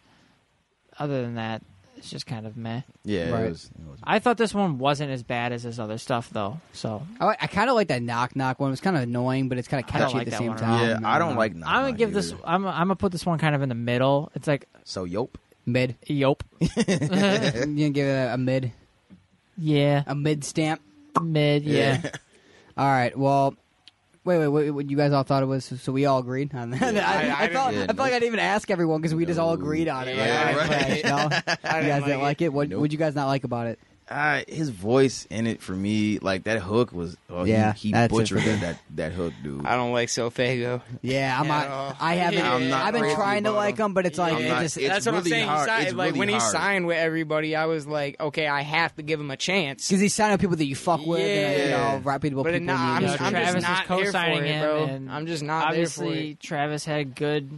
Other than that, it's just kind of meh. Yeah, it Right. was, it was- I thought this one wasn't as bad as his other stuff, though. So I, like- I kind of like that knock knock one. It's kind of annoying, but it's kind of I don't catchy like at the that same one at time. yeah, I don't know. like. Knock I'm gonna Knock give this. either. I'm, I'm gonna put this one kind of in the middle. It's like So yelp. mid. yelp. you gonna give it a, a mid, Yeah, a mid stamp. mid. Yeah. All right. Well, wait, wait, wait. What you guys all thought it was? So we all agreed on that. I- I, I I, felt, didn't- I felt like I didn't even ask everyone because we just all No. agreed on it. Yeah, like, right. Trash, no? I You didn't guys like didn't like it. What Nope. would you guys not like about it? I, uh, his voice in it for me, like that hook was. Oh, Yeah, yeah, he, that's it butchered for me. that, that that hook, dude. I don't like Sofago. Yeah, I'm Yeah, not. no. I haven't. Yeah, I'm not I've been crazy trying to about like him. them, but it's like I'm it not- just. it's That's what I'm really saying. He hard. signed, It's like really when he hard. signed with everybody, I was like, okay, I have to give him a chance. Because he's signing up people that you fuck with, and, Yeah. you know, reputable But people. nah, in I'm, the Yeah, I'm industry. Travis just is not here for co-signing it, him, bro. and I'm just not there for Obviously, it. Travis had good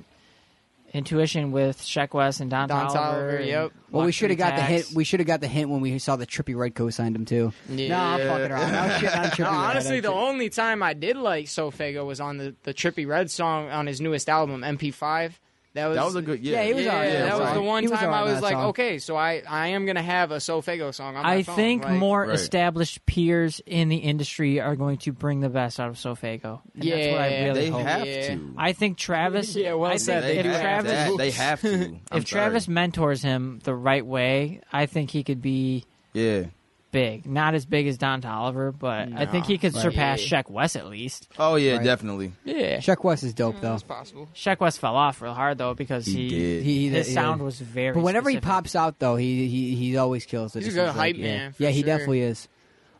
intuition with Sheck West and Don, Don Toliver Toliver, and yep. Well, we should have got the Luxury hint. Tax. We should have got the hint when we saw that Trippy Red co-signed him too. Yeah. No, I'm fucking around. I was shitting on Trippie No, Redd. honestly, I the think. only time I did like Sofago was on the, the Trippy Red song on his newest album, MP5. That was, that was a good. Yeah, Yeah, he was yeah, alright. that Yeah, was right. the one He was time alright I on was that like, song. okay, so I, I am gonna have a Sofago song. On my I phone. think Like, more Right. established peers in the industry are going to bring the best out of Sofago. And that's what I Yeah, really They hope. have Yeah. to. I think Travis. Yeah, well I said. think They if have Travis, that. They have to. I'm if Travis sorry. mentors him the right way, I think he could be Yeah. big. Not as big as Don Tolliver, but I think he could Right. surpass Yeah. Sheck West at least. Oh yeah, Right. definitely. yeah, Chuck West is dope though. that's possible. Sheck West fell off real hard though because He he, did. He, he his he- sound was very. But whenever he specific. pops out though, he he he always kills it. He's a it good seems hype like, man, for Yeah, yeah he sure. definitely is.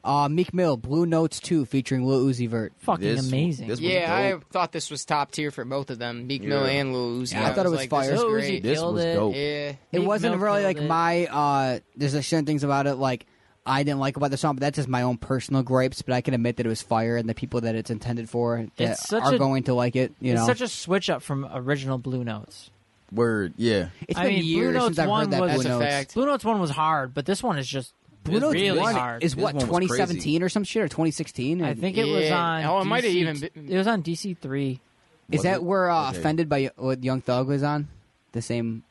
Uh, Meek Mill, Blue Notes Two, featuring Lil Uzi Vert. fucking This- amazing. this- was Yeah, I dope. thought this was top tier for both of them, Meek Mill Yeah. and Lil Uzi. Yeah, I thought it was like, this is fire. Lil Uzi great. This killed was it. dope. Yeah, It Meek wasn't Mill really killed like it. my. uh There's like certain things about it like. I didn't like about the song, but that's just my own personal gripes. But I can admit that it was fire, and the people that it's intended for that It's such are a- going to like it. You It's know, such a switch up from original Blue Notes. Word. Yeah. It's I been mean, Blue years Notes since I've one heard that was- Blue That's a Notes. fact. Blue Notes one was hard, but this one is just Blue Notes really one hard. is This what one was 2017 or some shit or 2016. I think it was Yeah. on. Oh, it might have DC even been- It was on DC three. is Was that it? where uh, Okay. offended by what Young Thug was on? The same.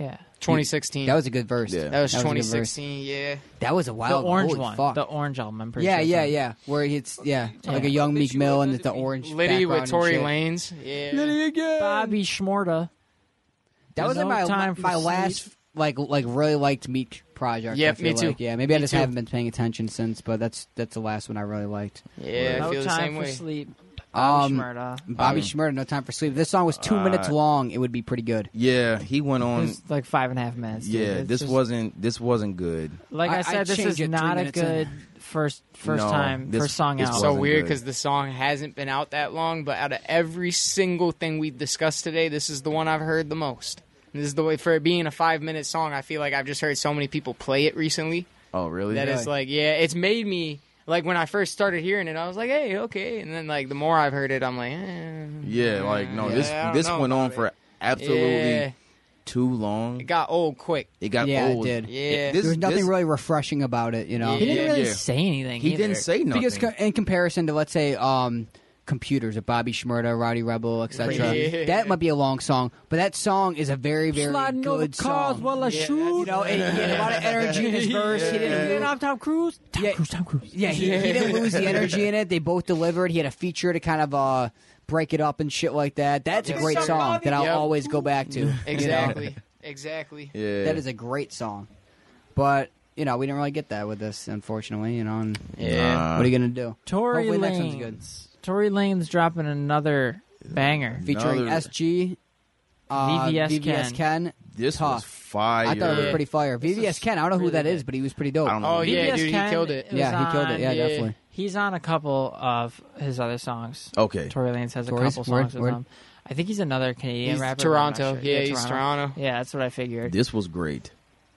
Yeah, 2016. That was a good verse. Yeah. that was a good verse. 2016. Yeah, That was a the wild orange holy one, Fuck. the orange album. I'm pretty yeah, sure yeah, it's on. yeah. Where it's yeah, like Yeah. a young Meek Mill and it's the orange. Liddy with background and Tory shit. Lanez. Yeah, Bobby Shmurda. That was There's like no my time for my sleep. last like like really liked Meek project. Yep, I feel me too. like. Yeah, maybe I Me just too. haven't been paying attention since, but that's that's the last one I really liked. yeah, I no feel the time same for way. sleep. Bobby Um, Shmurda. Bobby Shmurda, No Time for Sleep. If this song was two minutes long, it would be pretty good. Yeah. He went It on. was like five and a half minutes. dude. Yeah. It's This just- wasn't. This wasn't good. like I- I, I said. this changed it is three not a minutes in. good first first No, time this- first song this out. was- so wasn't weird good. because the song hasn't been out that long, but out of every single thing we've discussed today, this is the one I've heard the most. And this is the way for it being a five minute song. I feel like I've just heard so many people play it recently Oh really? that it's like, yeah, it's made me like when I first started hearing it, I was like, hey, okay. And then like the more I've heard it, I'm like, eh. Yeah. Like Yeah, I no. don't this this know went about on it. for absolutely yeah. too It long. got old quick. It got Yeah, it old. did. Yeah. This- There was nothing this- really refreshing about it, you know. He didn't Yeah, really yeah. say anything. He either. didn't say nothing. Because co- in comparison to let's say um, computers, a Bobby Shmurda, Rowdy Rebel, etc., Yeah. that might be a long song, but that song is a very very Sliding over good cars song. while I Yeah, shoot. you know, it, he had a lot of energy in his verse. He didn't, Getting off Tom Cruise. Tom Yeah. Cruise. Tom Cruise. yeah, he, he didn't lose the energy in it. They both delivered. He had a feature to kind of uh, break it up and shit like that. That's a Yeah. great song that I'll Yep. always go back to. you know? Exactly. exactly. Yeah. that is a great song, but you know we didn't really get that with this, unfortunately. You know, and Yeah. what are you gonna do? Tory Hopefully next one's Lanez. good. Tory Lanez dropping another banger. featuring Another- SG, uh, VVS VVS Ken. This was tough. fire. I thought it was Yeah. pretty fire. VVS Ken, I don't know who really that is, good. but he was pretty dope. I don't know. Oh, yeah, VVS dude, he Ken killed it. was Yeah, he killed it. on- Yeah, yeah. definitely. He's on a couple of his other songs. Okay. Tory Lanez has a Tory's? couple Word, songs with word. him. I think he's another Canadian He's rapper. but I'm not Toronto. sure. Yeah, he's Toronto. Yeah, that's what I figured. This was great.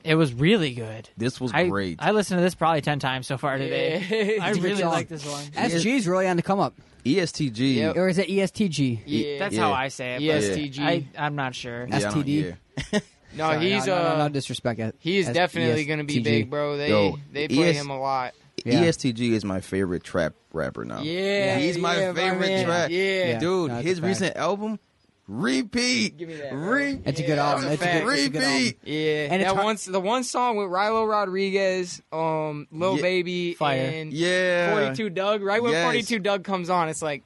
It was really good. This was I, great. I listened to this probably ten times so far today. Yeah. I It's a good really song. like this one. SG's really on the come up. E ESTG. Yep. Or is it E ESTG? Yeah. That's Yeah. how I say it. but ESTG. I, I'm not sure. Yeah, I don't- STD. yeah. no, Sorry, he's no, no, uh, no, no disrespect it. he's S- definitely gonna be ESTG. big, bro. They Yo, they play ES him a lot. E Yeah. ESTG is my favorite trap rapper now. Yeah, Oh. he's my yeah, my favorite man. trap. Yeah. dude, No, that's his a fact. recent album, repeat. Give me that, bro. Repeat. It's a good album. that's It's a a good, fact. it's a good album. repeat. Yeah, And and it's that hard- once the one song with Rilo Rodriguez, um, Lil Yeah. Baby, Fire. and Yeah. 42 Doug. Right when Yes. 42 Doug comes on, it's like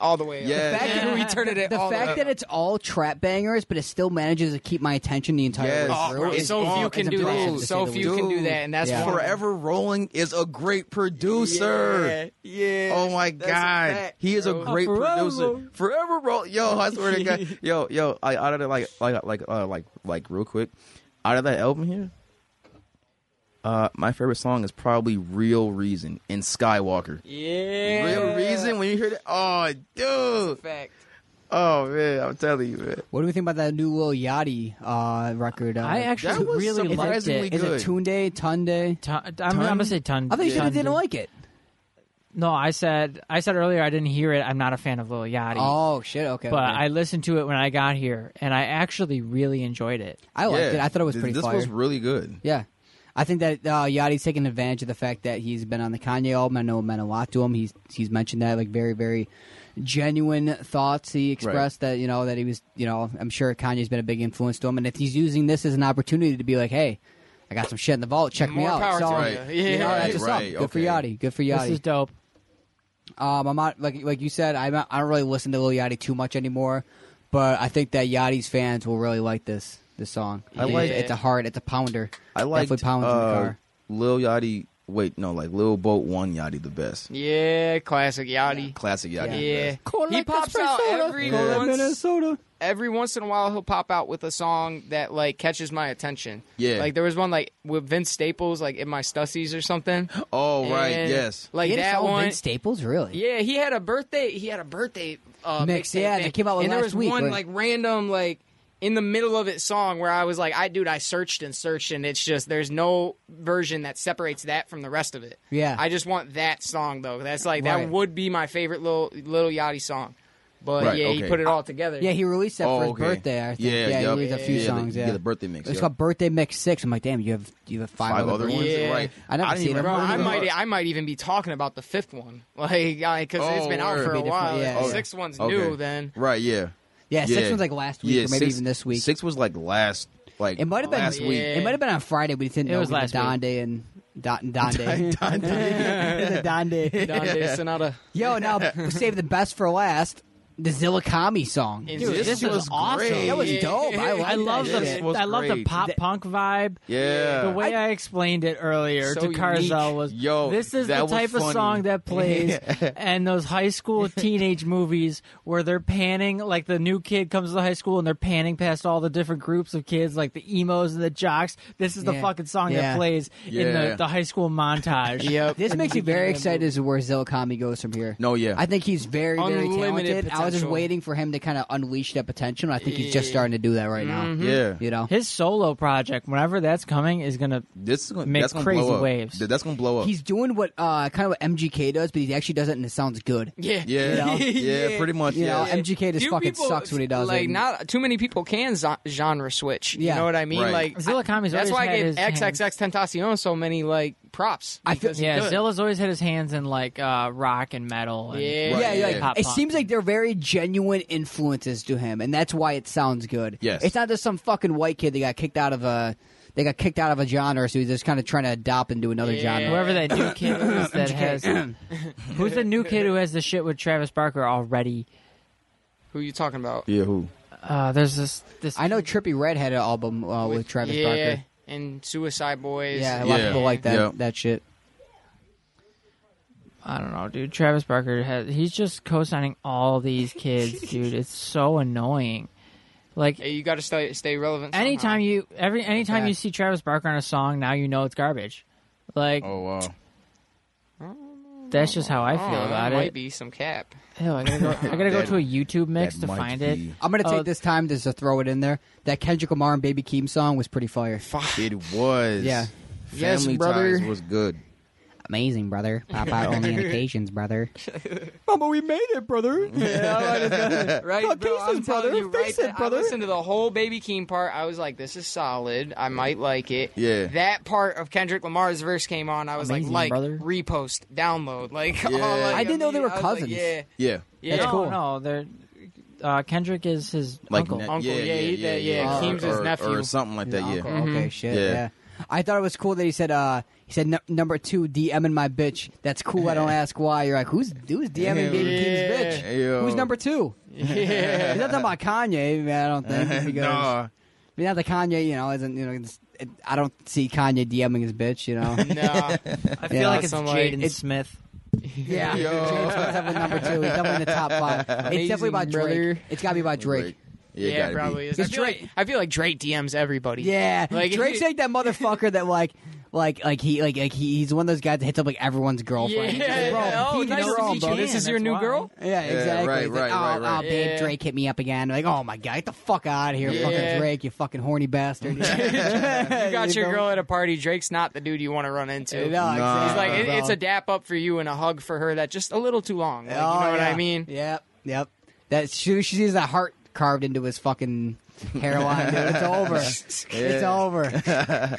all the way. up. Yes. The fact that- we turned it The all fact up. that it's all trap bangers, but it still manages to keep my attention the entire Yes. way Oh, through. bro, is so few all- can is do impressive, that. to So say the few least. can do that, and that's Yeah. one of them. Forever Rolling is a great producer. Yeah. yeah. Oh my That's a god, fact, he is a bro. great Forever producer. Rolling. Forever roll, yo, I swear to God, yo, yo, I out of the, like, like, like, uh, like, like, real quick, out of that album here, uh, my favorite song is probably "Real Reason" and Skywalker. Yeah. Real Reason, when you hear that, oh, dude, Fact. oh man, I'm telling you, man. What do we think about that new Lil Yachty uh, record? Uh, I actually That was really liked surprisingly it. good. is it Tune Day, Tun Day? Ton- I'm, I'm gonna say ton. I thought you said ton- you didn't like it. No, I said I said earlier I didn't hear it. I'm not a fan of Lil Yachty. Oh shit! Okay, but okay. I listened to it when I got here, and I actually really enjoyed it. Oh, I liked it. I thought it was Th- pretty This fire. was really good. yeah, I think that uh, Yachty's taking advantage of the fact that he's been on the Kanye album. I know it meant a lot to him. He's he's mentioned that like very very genuine thoughts he expressed that you know that he was you know I'm sure Kanye's been a big influence to him, and if he's using this as an opportunity to be like, hey. I got some shit in the vault. Check me More out. power so, to you. you know, Yeah. that's what's Right, up. Good for okay. Yachty. Good for Yachty. This is dope. Um, I'm not like like you said. I'm not, I don't really listen to Lil Yachty too much anymore, but I think that Yachty's fans will really like this this song. I like- it's a hard, it's a pounder. I like definitely pounds in the uh, car. Lil Yachty. Wait, no, like Lil Boat One Yachty, the best Yeah. Classic Yachty. classic Yachty. Yeah. the best. he pops out every Cola Yeah. once, every once in a while he'll pop out with a song that like catches my attention. Yeah. Like there was one like with Vince Staples like in my Stussies or something. Oh right, And, yes. Like He had a that song with one. Vince Staples, really? Yeah, he had a birthday. He had a birthday uh, Mix, mixtape yeah, thing. that came out with and there last was week, one right. like random like in the middle of it song where I was like, I dude, I searched and searched, and it's just there's no version that separates that from the rest of it. Yeah. I just want that song though. That's like Right. that would be my favorite little little Yachty song. But Right, yeah, he okay. put it all together. Yeah, he released that Oh, for his okay. birthday. I think. Yeah, Yeah, he yup. released a few Yeah, the- songs. yeah, Yeah, the birthday mix, It's yup. called Birthday Mix Six. I'm like, damn, you have you have five, Five other ones, Yeah. right? I never didn't seen even it. Bro, remember I who it might was. I might even be talking about the fifth one, like because it's Oh, been out word. for Be a different, while. yeah, the yeah. sixth one's Okay. new then. Right, yeah. Yeah, six Yeah. was like last week Yeah, or maybe six- even this week. Six was like last, like It might have been last yeah. week. It might have been on Friday. We didn't It know was we did last Don week. Day and Don Don Day. Don Don Day. Dante Sonata. Yo, now save the best for last. The Zillikami song. Dude, Dude, This this, was was awesome. great. That was dope. I, Oh, I liked love that This the shit. was I love the great. pop punk vibe. Yeah. The way I, explained it earlier So to unique. Carzell was Yo, this is that the was type funny. of song that plays and those high school teenage movies where they're panning like the new kid comes to the high school and they're panning past all the different groups of kids like the emos and the jocks. This is the Yeah. fucking song Yeah. that plays in Yeah. the, the high school montage. Yep. This makes me very excited as to where Zillikami goes from here. No, yeah. I think he's very, very Unlimited talented. I was just potential. waiting for him to kind of unleash that potential. and I think he's just starting to do that right now. yeah. You know, His solo project, whenever that's coming, is gonna This is gonna Make that's gonna crazy blow up. waves. Th- That's gonna blow up. he's doing what uh, kind of what MGK does, but he actually does it and it sounds good. Yeah. yeah, yeah, pretty much. You know, Yeah, MGK just Few fucking people- sucks when he does like, it. not too many people can zo- genre switch. Yeah. You know what I mean? Right. Like, Zillakami's that's always why I had gave his hands- XXX Tentacion so many like props. I feel- because he Yeah, could. Zilla's always had his hands in like uh, rock and metal. And Yeah. Right, yeah, yeah, like, yeah. Pop it punk. seems like they're very genuine influences to him, and that's why it sounds good. Yes. it's not just some fucking white kid that got kicked out of a they got kicked out of a genre, so he's just kind of trying to adopt into another Yeah. genre. Whoever that new kid is that has, who's the new kid who has the shit with Travis Barker already? Who you talking about? yeah. Who? Uh, there's this this. I know Trippy Red had an album uh, with, Travis yeah, Barker. and Suicide Boys. Yeah, a and- lot Yeah. of people like that Yeah. that shit. I don't know, dude. Travis Barker has he's just co-signing all these kids, dude. It's so annoying. Like Hey, you got to stay stay relevant. somehow. anytime you every anytime Yeah. you see Oh. Travis Barker on a song, now you know it's garbage. Like Oh wow. That's just how I feel Oh, that about might it. be some cap. Hell, I gotta go. I gotta go That- to a YouTube mix that to might find be- it. I'm gonna take Uh, this time just to throw it in there. That Kendrick Lamar and Baby Keem song was pretty fire. Fuck, it was. Yeah. Family Yes, brother. Ties was good. Amazing, brother. Pop out on the occasions, brother. Mama, we made it, brother. Right, Fuck, bro, face I'm it, telling brother, you right face it, there, brother. I listened to the whole Baby Keem part. I was like, this is solid. I might like it. Yeah. That part of Kendrick Lamar's verse came on. I was Amazing, like, like, brother. repost, download. Like, all, Yeah. like, I didn't know they were I was like, cousins. yeah. Yeah. Yeah. That's cool. No, they're uh, Kendrick is his Like uncle. ne- Uncle, yeah, yeah, he- yeah, that- yeah. yeah, Keem's or, his or- nephew. or something like that. Uncle. Yeah. Mm-hmm. Okay, shit. Yeah. Yeah. I thought it was cool that he said uh he said "Nu- number two DMing my bitch. That's cool. I don't ask why. You're like who's who's DMing Baby Keem's bitch? Yo. Who's number two? Yeah. He's not talking about Kanye. Man, I don't think. Because, Nah. I mean, not that Kanye. You know, isn't you know. It's, it, I don't see Kanye DMing his bitch. You know. Nah. I feel Yeah. like it's Some, like- Jaden it's- Smith. Yeah, Yo. James Harden's definitely number two. He's definitely in the top five. It's definitely Amazing about Drake. brother. It's got to be about Drake. Yeah, it gotta be. probably is. I It's feel, Drake. like, I feel like Drake DMs everybody. Yeah, Like- Drake's like that motherfucker that like. Like, like he, like, like he, he's one of those guys that hits up like everyone's girlfriend. He's Yeah. like, bro, Oh, he nice can to grow, meet bro. you. This is That's your new why. girl? Yeah, exactly. right, He's like, right, oh, right, right. oh, babe, Yeah. Drake hit me up again. Like, oh my god, get the fuck out of here, Yeah. fucking Drake, you fucking horny bastard. You got You your know? girl at a party. Drake's not the dude you want to run into. No, He's Nah. exactly, like, it, bro. it's a dap up for you and a hug for her. That's just a little too long. Like, Oh, you know what I yeah. mean? Yep, yep. That she, she sees that heart carved into his fucking hairline. dude. It's over. It's over.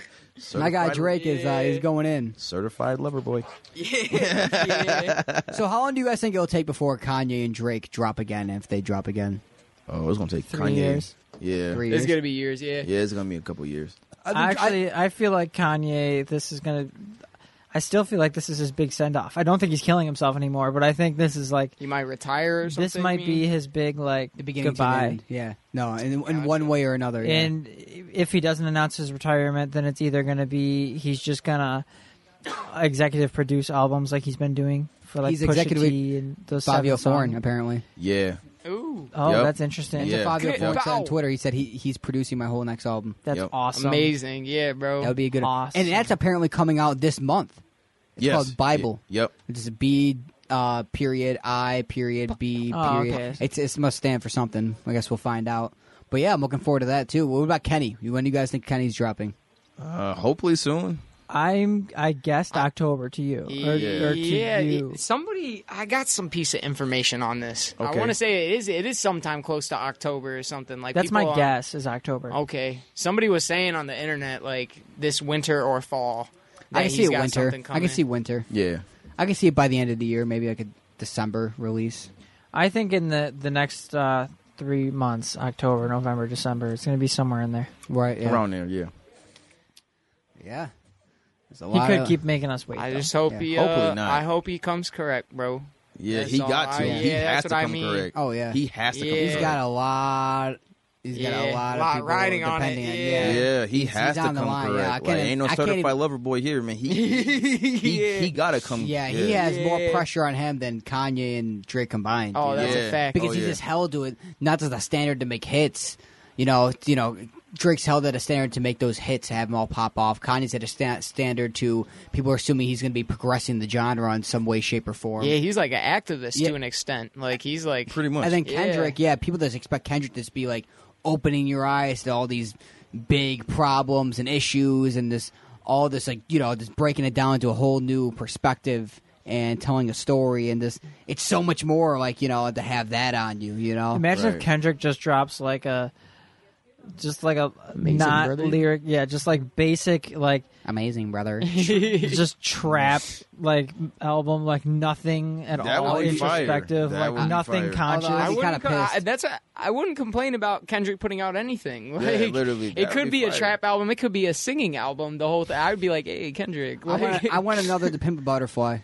My guy Certified- Drake is uh, is going in. Certified lover boy. So how long do you guys think it'll take before Kanye and Drake drop again if they drop again? Oh, it's gonna take Three Kanye. years. Yeah. Three It's years. gonna be years, yeah. Yeah, it's gonna be a couple years. Actually, I feel like Kanye. This is gonna. I still feel like this is his big send off. I don't think he's killing himself anymore, but I think this is like You might retire or something. this might you be mean? his big like the beginning goodbye. to the end. Yeah. No, in, in one way or another. yeah. And if he doesn't announce his retirement, then it's either going to be he's just gonna executive produce albums like he's been doing for like He's Pusha executively T and those Fabio seven Foreign songs. apparently. Yeah. Ooh, Oh, Yep. that's interesting. Yeah. Fabio Good Foreign said on God. Twitter he said he he's producing my whole next album. That's Yep. awesome. amazing, yeah, bro. That would be a good. Awesome. And that's apparently coming out this month. yes. called Bible. Yeah. Yep. It's just B uh, period I period B Oh, period. okay. It's it must stand for something. I guess we'll find out. But yeah, I'm looking forward to that too. What about Kenny? When do you guys think Kenny's dropping? Uh, hopefully soon. I'm I guessed October to you or, or to yeah, you. it- somebody. I got some piece of information on this. Okay. I want to say it is. It is sometime close to October or something like. That's people uh, Oh. my are- guess is October. Okay, somebody was saying on the internet like this winter or fall. I that can he's see it got winter. something I can coming. see winter. Yeah. I can see it by the end of the year, maybe like a December release. I think in the the next uh, three months, October, November, December, it's going to be somewhere in there. Right. Yeah. Around there. Yeah. Yeah. There's a He lot could of- keep making us wait. I though. just hope Yeah. he. Hopefully uh, not. I hope he comes correct, bro. Yeah. That's he all got to. I- he yeah, has that's to what I come mean. correct. Oh yeah. He has to come. Yeah. he's correct. got a lot. He's got a Yeah, lot of lot people riding on it, depending yeah. Yeah, he He's- has he's to on the come line, yeah. I correct. like, can't- ain't no I can't certified even- lover boy here, man. He he, he got to come. Yeah, he has more pressure on him than Kanye and Drake combined. Oh, dude. that's Yeah. a fact. because Oh, he's yeah. just held to it, not to the standard to make hits. You know, you know, Drake's held at a standard to make those hits, have them all pop off. Kanye's at a sta- standard to people are assuming he's going to be progressing the genre in some way, shape, or form. Oh, Yeah, he's like an activist Yeah. to an extent. Like he's like Pretty much. and then Yeah. Kendrick, yeah. people just expect Kendrick to just be like opening your eyes to all these big problems and issues and this all this like you know just breaking it down to a whole new perspective and telling a story and this it's so much more like you know to have that on you you know Imagine Right. if Kendrick just drops like a, just like a Amazing not Brother? lyric, yeah, just like basic like amazing brother just trap like album, like nothing at That all would be fire. introspective, That would like be nothing fire. conscious. Although I I'd be wouldn't. kinda co- I, pissed. that's a, I wouldn't complain about Kendrick putting out anything. Like, literally, that it would could be be, a fire. trap album. It could be a singing album. The whole thing. I'd be like, "Hey, Kendrick, I, want, like- I want another to pimp a butterfly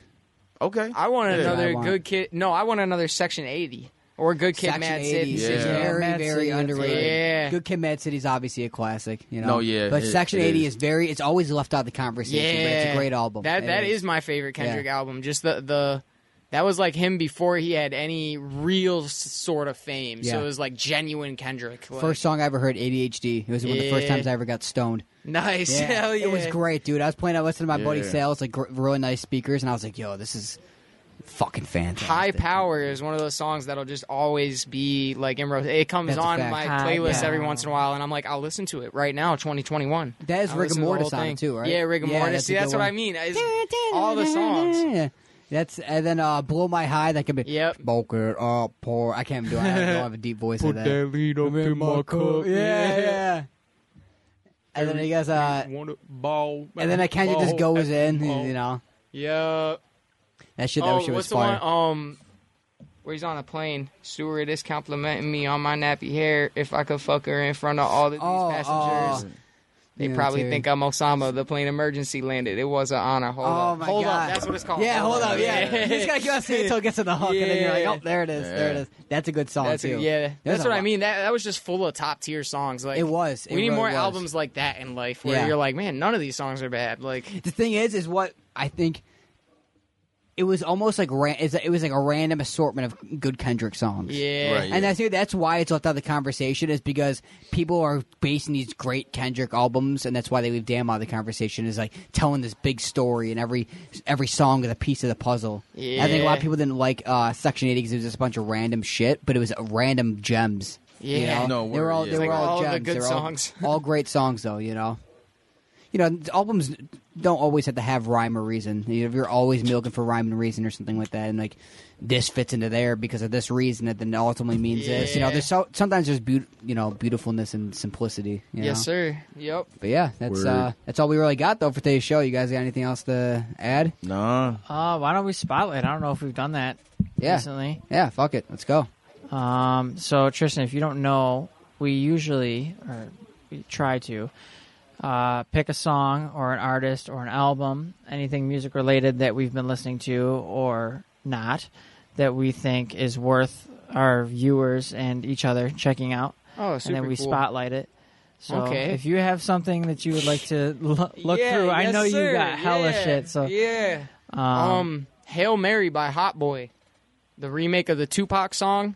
okay. I want another I want. good kid. No, I want another Section Eighty or Good Kid, Section Mad 80 City. is Yeah. very Mad very City, that's underrated right. Yeah. good kid mad city's obviously a classic you know No, yeah, but it- section it 80 is. is. very it's always left out of the conversation Yeah, but it's a great album That It that is my favorite Yeah. Kendrick album. Just the the that was like him before he had any real s- sort of fame. So Yeah. it was like genuine Kendrick. Like, First song I ever heard, ADHD. It was one of the first Yeah. times I ever got stoned. nice. Hell yeah. It was great, dude. I was playing, I listened to my buddy Yeah. Sales, like gr- really nice speakers, and I was like, yo, this is Fucking fantastic. High Power is one of those songs that'll just always be like in ro- it comes That's a on fact. my High playlist every Power. once in a while, and I'm like, I'll listen to it right now, 2021. That is I'll rigor listen to the whole mortis on thing. it too, right? Yeah, rigor Yeah, mortis. that's a See, that's good what I one. mean. It's all the songs. That's and then uh, blow my high. That can be Yep. Smoke it up, pour. I can't do. it. I don't have a deep voice like that. lead up in my cup. Yeah, yeah. And then I guess, uh, Ball. and then I kind of just goes in, you know. Yeah. That shit, that Oh, shit was what's the fire. one? Um, where he's on a plane. Steward is complimenting me on my nappy hair. If I could fuck her in front of all of these Oh, passengers, oh. they Yeah, probably too. think I'm Osama. The plane emergency landed. It was an honor. Hold Oh, up. my hold God. up. That's what it's called. Yeah, hold up, yeah. oh, Yeah. you just gotta give us until it gets in the hook, and then you're Yeah. like, oh, there it is, there it is. That's a good song That's too. a, yeah. There's That's a what I lot. mean. That that was just full of top tier songs. Like It was. It we need really more was. albums like that in life where Yeah. you're like, man, none of these songs are bad. Like The thing is, is what I think. It was almost like ran, is that- it was like a random assortment of good Kendrick songs. yeah. Right. And I think that's why it's left out of the conversation is because people are basing these great Kendrick albums, and that's why they leave Damn out of the conversation is like telling this big story, and every every song is a piece of the puzzle. I think a lot Yeah. of people didn't like uh, Section Eighty because it was just a bunch of random shit, but it was random gems. you Yeah. know? No they were all word, yeah. they It's were like all, all the gems. good They were all- songs. all great songs though. You know, you know, albums don't always have to have rhyme or reason. You- If you're always milking for rhyme and reason or something like that, and like this fits into there because of this reason, it then ultimately means this. You know, Yeah. there's so, sometimes there's beaut, you know, beautifulness and simplicity. You Yes, know? sir. Yep. But yeah, that's Word. uh, that's all we really got though for today's show. You guys got anything else to add? Nah. Uh, why don't we spotlight? I don't know if we've done that Yeah. recently. Yeah, fuck it, let's go. Um, so Tristan, if you don't know, we usually or we try to uh, pick a song or an artist or an album, anything music related that we've been listening to or not, that we think is worth our viewers and each other checking out, Oh, super and then we cool. spotlight it. So Okay. if you have something that you would like to lo- look Yeah, through, I yes, know sir. you got hella yeah. shit. So yeah. um, Um, Hail Mary by Hot Boy, the remake of the Tupac song.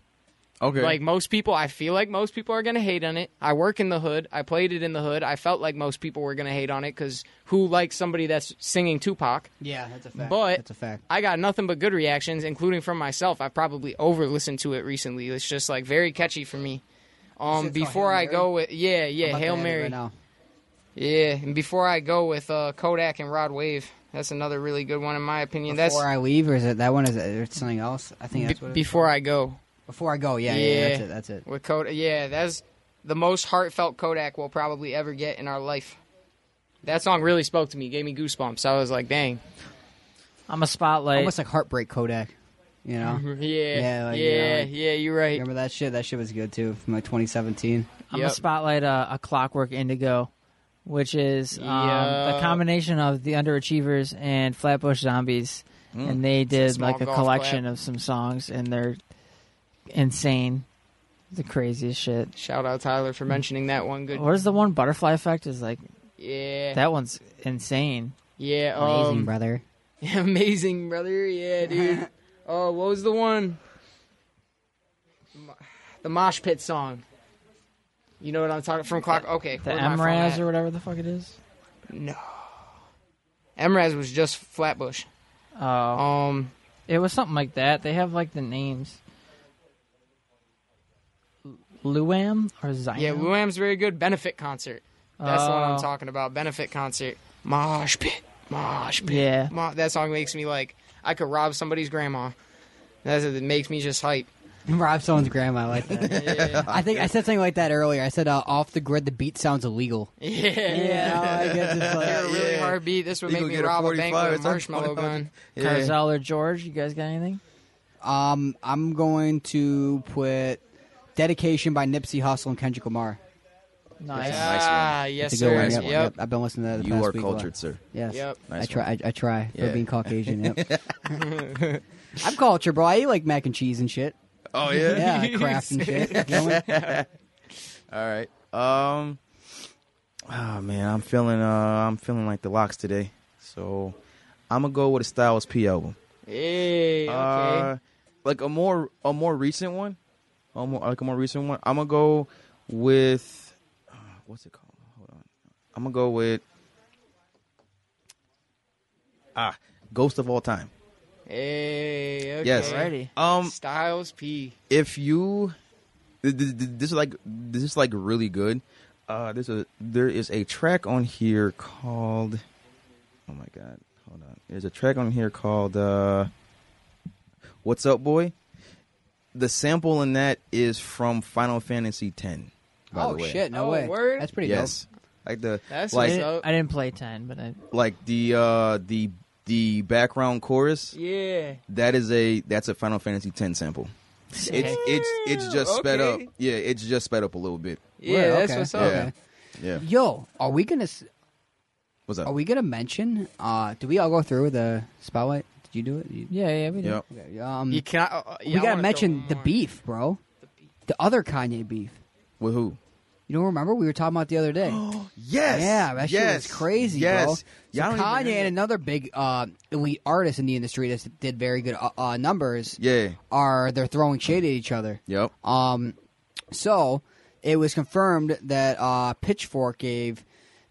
Okay. Like most people, I feel like most people are gonna hate on it. I work in the hood. I played it in the hood. I felt like most people were gonna hate on it because who likes somebody that's singing Tupac? Yeah, that's a fact. But- that's a fact. I got nothing but good reactions, including from myself. I probably over listened to it recently. It's just like very catchy for Is me. Um, it called before Hail I go Mary? with yeah, I'm yeah, about to Hail add it Mary, Right now. yeah, and before I go with uh, Kodak and Rod Wave, that's another really good one in my opinion. that's Before I leave, or is it that one? Is it it's something else? I think that's be- what it is. before I go Before I go, yeah, yeah, yeah, Yeah. that's it. That's it. with Kodak. Yeah, that's the most heartfelt Kodak we'll probably ever get in our life. That song really spoke to me, gave me goosebumps. I was like, dang, I'm a spotlight. Almost like Heartbreak Kodak, you know. yeah, Yeah, yeah, like, you know, yeah, like- you're right. Remember that shit? That shit was good too from like 2017. I'm Yep. gonna spotlight a, a Clockwork Indigo, which is um, a Yup. combination of the Underachievers and Flatbush Zombies, and they did Hmm. small like a golf collection of some songs, and they're insane, the craziest shit. Shout out Tyler for mentioning that one. Good, What is the one Butterfly Effect? Is like yeah, Oh, that one's insane. yeah, Amazing, um, brother. amazing brother, yeah, dude. Oh, what was the one? The mosh pit song. You know what I'm talking from Clock? Okay, The where'd my phone MRAS at? or whatever the fuck it is. No. Emraz was just Flatbush. Oh, Um, it was something like that. They have like the names. L- Luam or Zion? yeah, Luam's very good. Benefit concert. That's the one I'm Oh. talking about. Benefit concert. Mosh pit. Mosh pit. Yeah. Mo- that song makes me like I could rob somebody's grandma. That's it makes me just hype. Rob someone's grandma I like that. I think I said something like that earlier. I said uh, off the grid, the beat sounds illegal. Yeah. Yeah, I guess it's Hear like, a really Yeah. hard beat. This would You make gonna me get a rob a 45 bank with a at some marshmallow point, I'm- gun. Yeah. Carzell or George? You guys got anything? um, I'm going to put dedication by Nipsey Hussle and Kendrick Lamar. Nice. Ah, yes, It's a good sir. one. Nice Yep. one. Yep. I've been listening to that. The you past are week a lot. cultured, sir. Yes. Yep. I Nice try. I, I try Yeah. for being Caucasian. Yep. I'm cultured, bro. I eat like mac and cheese and shit. Oh yeah. Yeah, I craft and shit. You know what? All right. Um. Oh man, I'm feeling. Uh, I'm feeling like the locks today. So, I'm gonna go with a Styles P album. Hey, okay. Uh, like a more a more recent one. A more, like a more recent one. I'm gonna go with. uh, what's it called? Hold on. I'm gonna go with. Ah, Ghost of All Time. Hey, okay. Yes. Alrighty. Um, Styles P. if you th- th- th- this is like this is like really good uh there's a there is a track on here called oh my god hold on there's a track on here called uh what's up boy the sample in that is from final fantasy x by oh the way shit! No Oh, way. word? That's pretty yes like the That's I like what's didn't, up. I didn't play ten, but I, like the uh the the background chorus Yeah. that is a that's a final fantasy x sample it's it's it's just sped up Okay. yeah it's just sped up a little bit Yeah, Word, that's okay. what's up. Yeah. yeah dope. Yo, are we gonna s- What's up? are we gonna mention? Uh, do we all go through the spotlight? Did you do it? You- yeah, yeah, we did. yeah. Okay, Um, You cannot. Uh, yeah, we I gotta wanna mention throw the one beef, bro. The other Kanye beef. With who? You don't remember? We were talking about the other day. Yes. Yeah, that shit was crazy, yes. bro. Y'all So don't Kanye even and know another big uh, elite artist in the industry that did very good uh, uh, numbers that. are they're throwing shade at each other. Yeah. Yep. Um, so it was confirmed that uh, Pitchfork gave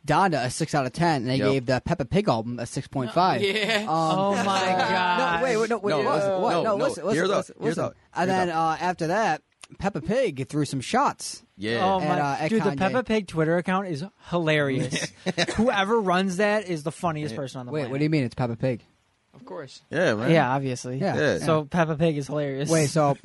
Donda a six out of ten, and they Yep. gave the Peppa Pig album a six point five. Yeah. Oh Um, my god! no, wait, wait, no, wait, No, it wasn't. no, What? no, No, no. listen, listen, Hear it out. listen, Hear it listen. out. And Hear it then uh, after that, Peppa Pig threw some shots. Yeah. Oh my, And, uh, at dude, Kanye. the Peppa Pig Twitter account is hilarious. Whoever runs that is the funniest person on the Wait, planet. what do you mean? It's Peppa Pig. Of course. yeah. Right. Yeah, obviously. Yeah. Yeah. So Peppa Pig is hilarious. Wait, so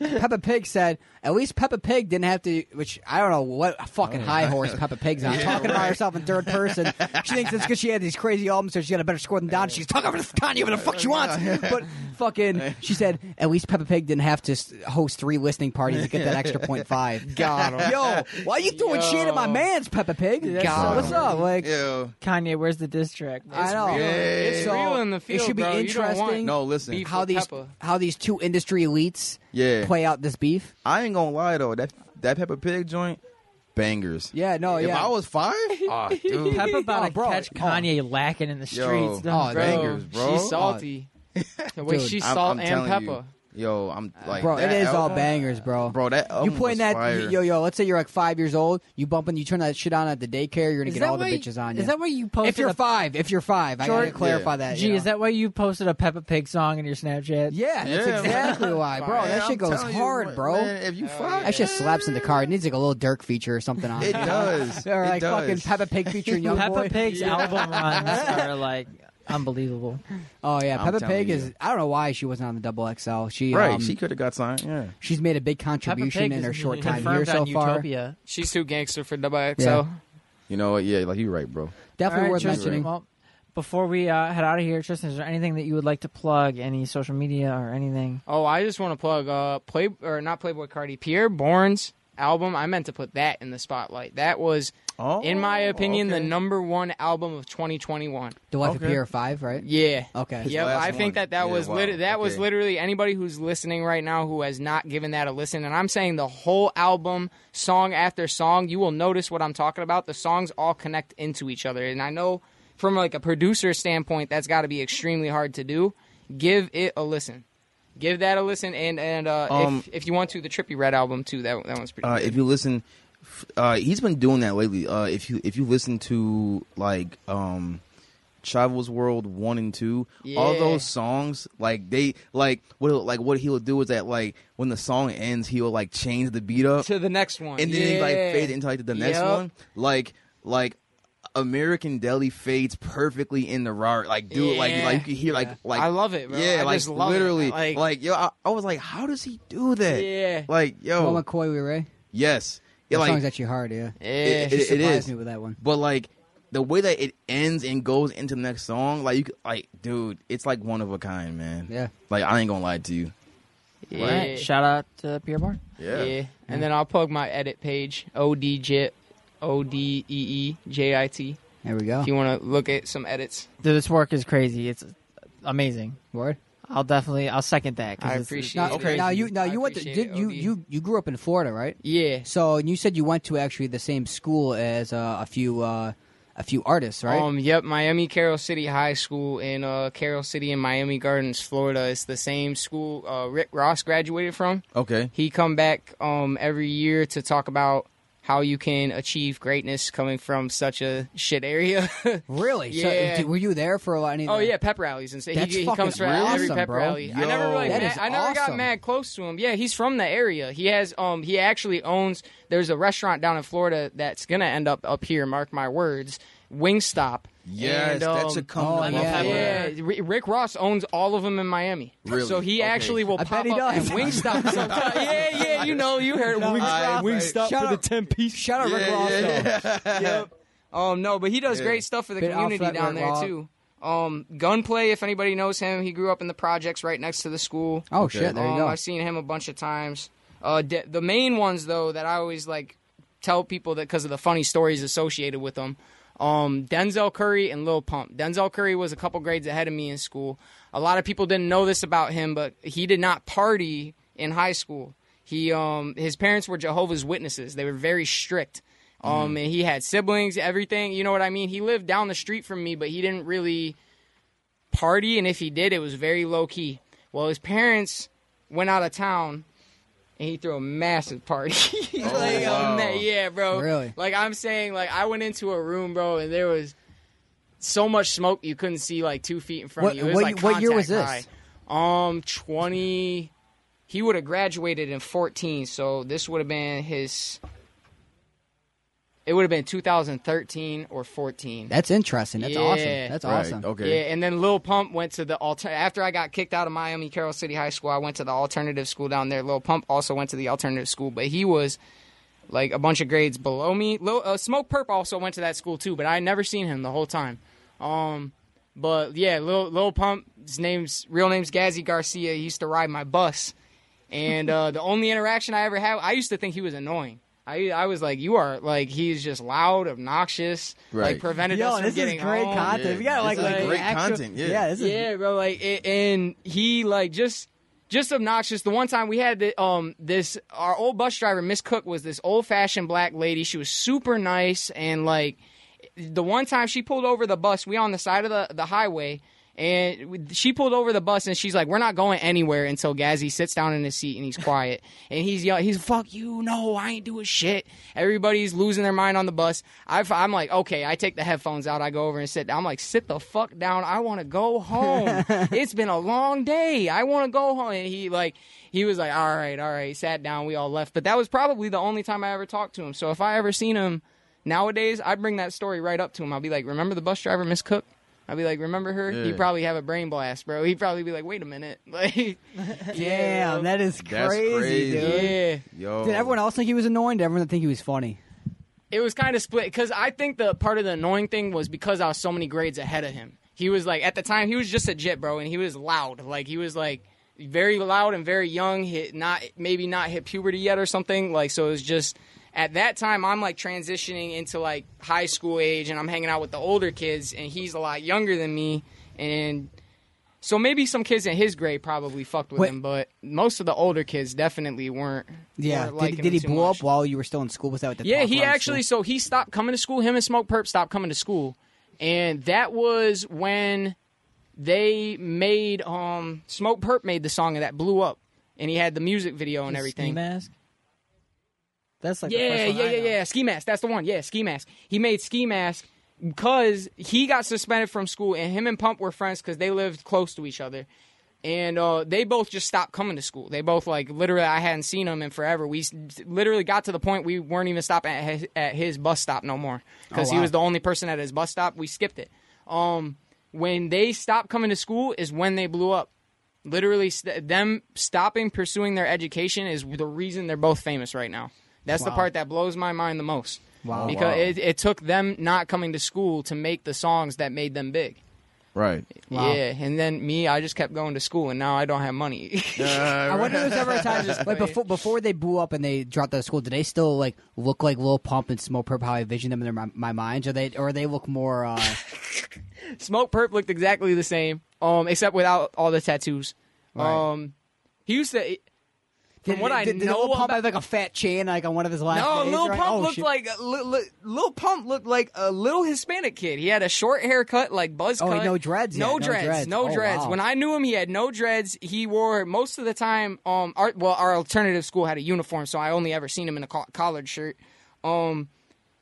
Peppa Pig said, at least Peppa Pig didn't have to, which I don't know what a fucking Oh. high horse Peppa Pig's on. talking about herself in third person. She thinks it's because she had these crazy albums, so she got a better score than Don. She's talking over the Kanye, whatever the fuck she wants. But fucking, she said, at least Peppa Pig didn't have to s- host three listening parties to get that extra point five. God. Yo, why you throwing Yo. shit at my man's Peppa Pig? God. what's up? Like, Ew. Kanye, where's the diss track? I know. real. It's So, real in the field, It should be bro. You don't want- interesting. No, listen. Beef. How these Peppa. how these two industry elites Yeah. play out this beef? I ain't gonna lie though. That that Peppa Pig joint, bangers. Yeah, no, If yeah. I was five, oh, dude, Peppa about Oh, to bro. catch Kanye lacking in the Yo. streets. Oh, Bro, Bangers, bro. Oh, She's salty. the way Dude, she's I'm, salt I'm and telling pepper. You, yo, I'm like, bro, that it is all album- bangers, bro. Bro, that you album playing was that fire. yo yo? Let's say you're like five years old. You bumping, you turn that shit on at the daycare. You're gonna Is get that all the why- bitches on you. Is that why you posted? if you're a, five, if you're five, I gotta Jordan- clarify Yeah. that. gee, you know. is that why you posted a Peppa Pig song in your Snapchat? Yeah, that's Yeah, man. exactly why, bro. Man, Man, Oh, that shit I'm goes telling you, hard, bro. Man, if you five, that shit slaps in the car. It needs like a little Dirk feature or something on it it. does. Or like it does. fucking Peppa Pig featuring Young Peppa Boy. Pig's album runs are like unbelievable. Oh yeah, I'm Peppa telling Pig you. is. I don't know why she wasn't on the double XL. She Right, um, she could have got signed. Yeah. she's made a big Peppa contribution Pig in is her short time confirmed here so on far. Utopia. She's too gangster for WXL. You know what? Yeah, like you're right, bro. Definitely All right, worth Tristan, mentioning. Well, before we uh, head out of here, Tristan, is there anything that you would like to plug? Any social media or anything? Oh, I just want to plug uh play or not Playboy Cardi Pierre Bourne's album. I meant to put that in the spotlight. That was, Oh, in my opinion, okay. the number one album of 2021. The wife Okay. of Pierre Five, right? Yeah. Okay. His Yep, last I think one. that that Yeah, was wow, lit- that was okay. literally anybody who's listening right now who has not given that a listen, and I'm saying the whole album, song after song, you will notice what I'm talking about. The songs all connect into each other, and I know from like a producer standpoint, that's got to be extremely hard to do. Give it a listen, give that a listen, and and uh, Um, if, if you want to, the Trippy Red album too. That that one's pretty. uh, good. if you listen, f- uh, he's been doing that lately. Uh, if you if you listen to like um, Travel's World one and two, all Yeah. those songs, like they like what like what he'll do is that like when the song ends, he'll like change the beat up, to the next one, and then he like Yeah. fade into like the next Yep. one, like like. American Deli fades perfectly in the raw, like dude, like Yeah. like you can hear, like like I love it, bro. yeah, I like just love it. literally, Like- like, yo, I, I was like, how does he do that? Yeah. like Oh. yo, Well, McCoy, we Ray. Yes. It, That like, song's actually hard, yeah. Yeah. it- She it- it surprised is. me with that one. But like the way that it ends and goes into the next song, like you could, like dude, it's like one of a kind, man. Yeah. Like I ain't gonna lie to you. All Yeah. right, shout out to Pierre Bourne. Yeah. And then I'll plug my edit page, ODJ, E O-D-E-E-J-I-T, There we go. if you want to look at some edits. Dude, this work is crazy. It's amazing. Word. I'll definitely, I'll second that. 'cause I it's- appreciate Now, it. Okay. now you now I you went to, appreciate did it, you, OD. you you grew up in Florida, right? Yeah. So and you said you went to actually the same school as uh, a few uh, a few artists, right? Um, yep, Miami Carroll City High School in uh, Carroll City in Miami Gardens, Florida. It's the same school uh, Rick Ross graduated from. Okay. He come back um, every year to talk about how you can achieve greatness coming from such a shit area. Really? Yeah. So, d- were you there for a lot? Any oh yeah, pep rallies and stuff. That's He, he fucking comes from every awesome, pep bro. rally. I never Yo. really, That ma- is I never awesome. got mad close to him. Yeah, he's from the area. He has, um, he actually owns. There's a restaurant down in Florida that's gonna end up up here. Mark my words, Wingstop. And, Yes, that's a um, come oh, to yeah, Buffalo. yeah, R- Rick Ross owns all of them in Miami. Really? So he Okay. actually will I pop bet he up does. at Wingstop sometimes. yeah, yeah, you know, you heard No, I- Wingstop. Wingstop Shout for the out- ten piece. Shout out Rick Yeah, Ross. yeah, though. yep. Um, no, but he does Yeah. great stuff for the Bit off community that down right there wall. too. Um, Gunplay, if anybody knows him, he grew up in the projects right next to the school. Oh shit! There you Um, go. I've seen him a bunch of times. Uh, de- the main ones though that I always like tell people that because of the funny stories associated with them. Um, Denzel Curry and Lil Pump. Denzel Curry was a couple grades ahead of me in school. A lot of people didn't know this about him, but he did not party in high school. He um his parents were Jehovah's Witnesses. They were very strict. Um, Mm. and he had siblings, everything. You know what I mean? He lived down the street from me, but he didn't really party, and if he did, it was very low key. Well, his parents went out of town, and he threw a massive party. like, a wow. ma- yeah, bro. Really? Like I'm saying, like I went into a room, bro, and there was so much smoke you couldn't see like two feet in front What- of you. It was, what- like, what year was contact this? high. Um, twenty. He would have graduated in fourteen, so this would have been his. It would have been 2013 or 14. That's interesting. That's Yeah. awesome. That's Right, awesome. Okay. Yeah, and then Lil Pump went to the alter. After I got kicked out of Miami Carroll City High School, I went to the alternative school down there. Lil Pump also went to the alternative school, but he was like a bunch of grades below me. Lil, uh, Smoke Perp also went to that school too, but I had never seen him the whole time. Um, but yeah, Lil, Lil Pump. His name's real name's Gazzy Garcia. He used to ride my bus, and uh, the only interaction I ever had, I used to think he was annoying. I, I was like, you are like he's just loud, obnoxious, Right. like prevented us Yo, from this is getting great home. content. Yeah, We got like, this is like great actual- content, yeah. yeah, this is yeah, bro. Like, it, and he like just just obnoxious. The one time we had the, um this our old bus driver Miss Cook was this old fashioned black lady. She was super nice and like the one time she pulled over the bus, we on the side of the the highway. And she pulled over the bus, and she's like, "We're not going anywhere until Gazzy sits down in his seat and he's quiet." and he's yelling, "He's fuck you, no, I ain't doing shit." Everybody's losing their mind on the bus. i am like, okay, I take the headphones out, I go over and sit down. I'm like, sit the fuck down, I want to go home. it's been a long day, I want to go home. And he like, he was like, all right, all right, sat down, we all left. But that was probably the only time I ever talked to him. So if I ever seen him. Nowadays, I bring that story right up to him. I'll be like, "Remember the bus driver, Miss Cook?" I'll be like, "Remember her?" Yeah. He'd probably have a brain blast, bro. He'd probably be like, "Wait a minute, like, damn. bro. That is That's crazy, crazy. dude. yeah." Yo. Did everyone else think he was annoying? Did everyone think he was funny? It was kind of split because I think the part of the annoying thing was because I was so many grades ahead of him. He was like, at the time, he was just a jit, bro, and he was loud. Like he was like very loud and very young. Hit not maybe not hit puberty yet or something. Like so, it was just at that time I'm like transitioning into like high school age, and I'm hanging out with the older kids, and he's a lot younger than me, and so maybe some kids in his grade probably fucked with Wait. him, but most of the older kids definitely weren't. Yeah. weren't liking Did, him did he too blow much. up while you were still in school? Was that what the Yeah, talk he around actually. school? So he stopped coming to school. Him and Smoke Perp stopped coming to school, and that was when they made um Smoke Perp made the song and that blew up, and he had the music video and Ski everything. mask. That's like the Yeah, first one yeah, I yeah, know. yeah. Ski mask. That's the one. Yeah, ski mask. He made ski mask because he got suspended from school, and him and Pump were friends because they lived close to each other. And uh, they both just stopped coming to school. They both like literally, I hadn't seen them in forever. We s- literally got to the point we weren't even stopping at his, at his bus stop no more Oh, because he was the only person at his bus stop. We skipped it. Um, when they stopped coming to school is when they blew up literally st- them stopping pursuing their education is the reason they're both famous right now. That's the Wow. part that blows my mind the most. Wow. Because wow. It, it took them not coming to school to make the songs that made them big. Right. Wow. Yeah, and then me, I just kept going to school, and now I don't have money. I wonder if there was ever a time like before before they blew up and they dropped out of school. Did they still like look like Lil Pump and Smoke Purp? How I vision them in their, my, my mind, or they or they look more? Uh, Smoke Perp looked exactly the same, um, except without all the tattoos. Right. Um, he used to. From did, what I did, did know Lil Pump about- have like a fat chin like on one of his last? No, days, Lil right? Pump Oh, looked shit. like Lil, Lil- Lil Pump looked like a little Hispanic kid. He had a short haircut, like buzz Oh, cut. he no dreads yet, No no dreads. dreads. No Oh, dreads. wow. When I knew him, he had no dreads. He wore most of the time. Um, our, well, our alternative school had a uniform, so I only ever seen him in a coll- collared shirt. Um,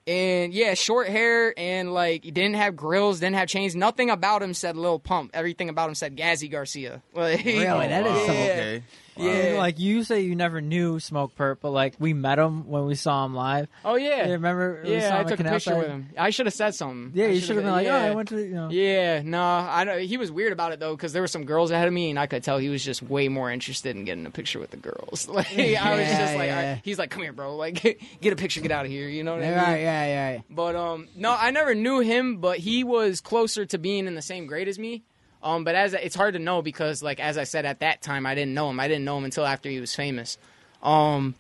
and yeah, short hair and like he didn't have grills, didn't have chains. Nothing about him said Lil Pump. Everything about him said Gazzy Garcia. Like, Really? That is some- oh, okay. Yeah. Like you say, you never knew Smoke Perp, but like we met him when we saw him live. oh yeah. You remember? we saw Yeah, him I at took a Canal picture Side? with him. I should have said something. Yeah, I you should have been like, yeah. oh, I went to the, you know. Yeah, no, I know he was weird about it though because there were some girls ahead of me, and I could tell he was just way more interested in getting a picture with the girls. Like I was just like, yeah. all right. he's like, come here, bro, like get a picture, get out of here, you know what I mean? Yeah, right, yeah, yeah, yeah. But um, no, I never knew him, but he was closer to being in the same grade as me. Um, but as I- it's hard to know because, like as I said at that time, I didn't know him. I didn't know him until after he was famous. Um,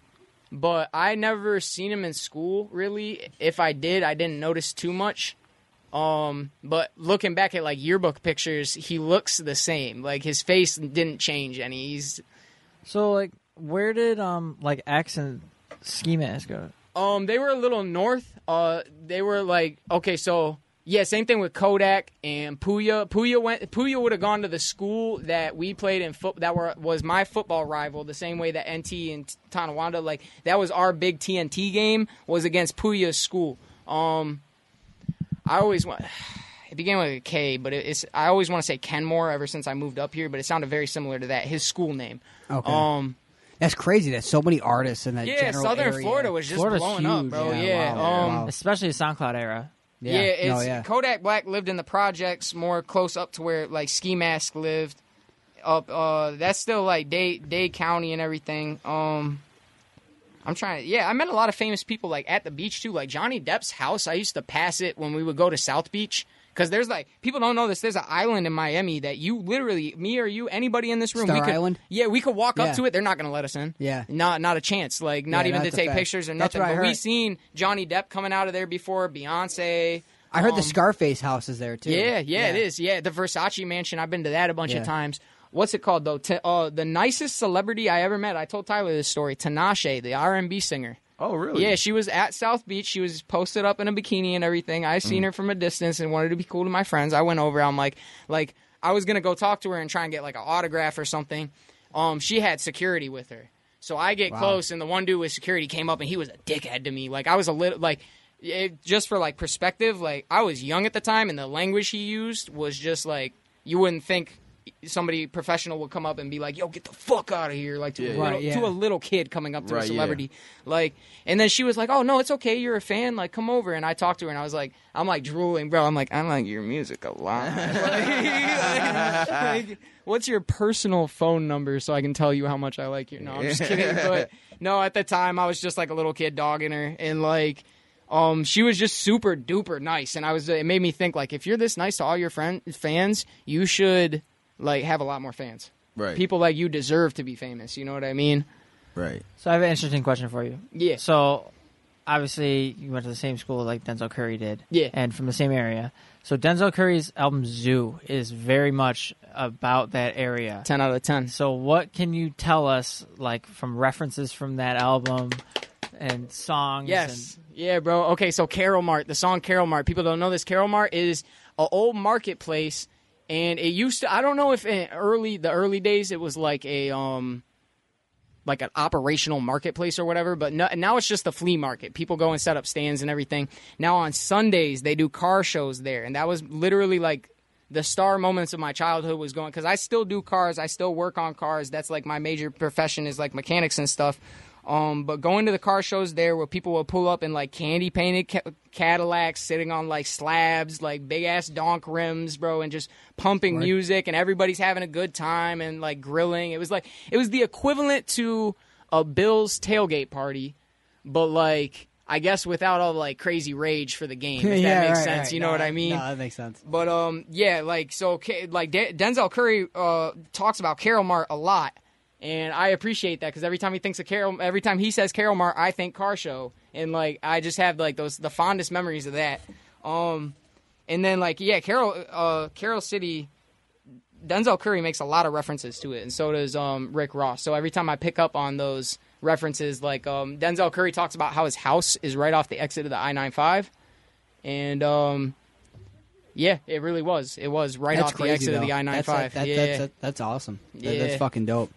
but I never seen him in school really. If I did, I didn't notice too much. Um, but looking back at like yearbook pictures, he looks the same. Like his face didn't change any. He's So like, where did um like X and Ski Mask go? Um, they were a little north. Uh, they were like okay, so yeah, same thing with Kodak and Puya. Puya went. Puya would have gone to the school that we played in foot. That were was my football rival. The same way that NT and Tonawanda, like that was our big TNT game was against Puya's school. Um, I always want. It began with a K, but it, it's I always want to say Kenmore ever since I moved up here. But it sounded very similar to that. His school name. Okay. Um. That's crazy that so many artists in that Yeah, general Southern area- Florida was just Florida's blowing up, huge. bro. Yeah, Yeah. wow, um, wow. Especially the SoundCloud era. Yeah, Yeah, it's no, yeah. Kodak Black lived in the projects more close up to where like Ski Mask lived. Up uh that's still like Dade Dade County and everything. Um I'm trying to yeah, I met a lot of famous people like at the beach too. Like Johnny Depp's house, I used to pass it when we would go to South Beach. Cause there's like people don't know this. There's an island in Miami that you literally, me or you, anybody in this room, we Star could, Island? Yeah, we could walk Yeah. up to it. They're not gonna let us in. Yeah. not not a chance. Like not Yeah, even no, to that's a take fact. pictures or That's nothing. what I but we heard. seen Johnny Depp coming out of there before Beyonce. I heard Um, the Scarface house is there too. Yeah, yeah, it is. Yeah, the Versace mansion. I've been to that a bunch Yeah. of times. What's it called though? T- uh, the nicest celebrity I ever met. I told Tyler this story. Tinashe, the R and B singer. Oh, really? Yeah, she was at South Beach. She was posted up in a bikini and everything. I Mm. seen her from a distance and wanted to be cool to my friends. I went over. I'm like, like I was gonna go talk to her and try and get like an autograph or something. Um, she had security with her, so I get close and the one dude with security came up and he was a dickhead to me. Like I was a little like. It, just for like perspective, like I was young at the time, and the language he used was just like you wouldn't think somebody professional would come up and be like, "Yo, get the fuck out of here!" Like to, a, little, Right, yeah. to a little kid coming up to Right, a yeah. celebrity. Like, and then she was like, "Oh no, it's okay. You're a fan. Like, come over." And I talked to her, and I was like, "I'm like drooling, bro. I'm like, I like your music a lot. Like, like, what's your personal phone number so I can tell you how much I like you?" No, I'm just kidding. But no, at the time I was just like a little kid dogging her, and like. Um, she was just super duper nice, and I was. It made me think like, if you're this nice to all your friend fans, you should like have a lot more fans. Right. People like you deserve to be famous. You know what I mean? Right. So I have an interesting question for you. Yeah. So obviously you went to the same school like Denzel Curry did. Yeah. And from the same area. So Denzel Curry's album Zoo is very much about that area. Ten out of ten. So what can you tell us like from references from that album and songs Yes. Yeah, bro. Okay, so Carol Mart, the song Carol Mart. People don't know this. Carol Mart is a old marketplace, and it used to. I don't know if in early the early days it was like a um like an operational marketplace or whatever. But no, now it's just the flea market. People go and set up stands and everything. Now on Sundays they do car shows there, and that was literally like the star moments of my childhood was going because I still do cars. I still work on cars. That's like my major profession is like mechanics and stuff. Um, but going to the car shows there where people will pull up in like candy painted ca- Cadillacs sitting on like slabs, like big ass donk rims, bro, and just pumping music and everybody's having a good time and like grilling. It was like, it was the equivalent to a Bills tailgate party, but like, I guess without all like crazy rage for the game, if that makes right, sense. right. you know No, what I mean? No, that makes sense. But um, yeah, like so, K- like De- Denzel Curry uh talks about Carol Mart a lot, and I appreciate that because every time he thinks of Carol, every time he says Carol Mart, I think car show, and like I just have like those the fondest memories of that. Um, and then like yeah, Carol, uh, Carol City. Denzel Curry makes a lot of references to it, and so does um, Rick Ross. So every time I pick up on those references, like um, Denzel Curry talks about how his house is right off the exit of the I ninety five, and um, yeah, it really was. It was right That's off the crazy exit though. of the I ninety That's, five. that- Yeah, that's, that's, that's awesome. That- Yeah. that's fucking dope.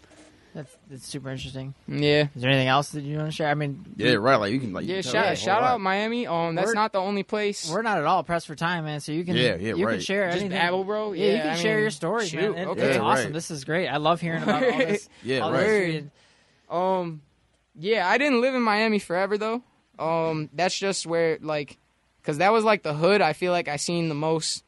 That's, that's super interesting. Yeah. Is there anything else that you want to share? I mean, Yeah, right. Like you can like you Yeah, can shout, tell- shout Alright. out Miami. Um, that's We're- not the only place. we're not at all pressed for time, man. So you can Yeah, you yeah, can right. share Just anything. babble, bro. Yeah, you Yeah, can I share mean, your story, shoot, man. It- okay. It's Yeah, awesome. right. This is great. I love hearing about all this. Yeah, Oh, all right. this shit. Um, yeah, I didn't live in Miami forever though. Um, that's just where like, cause that was like the hood. I feel like I seen the most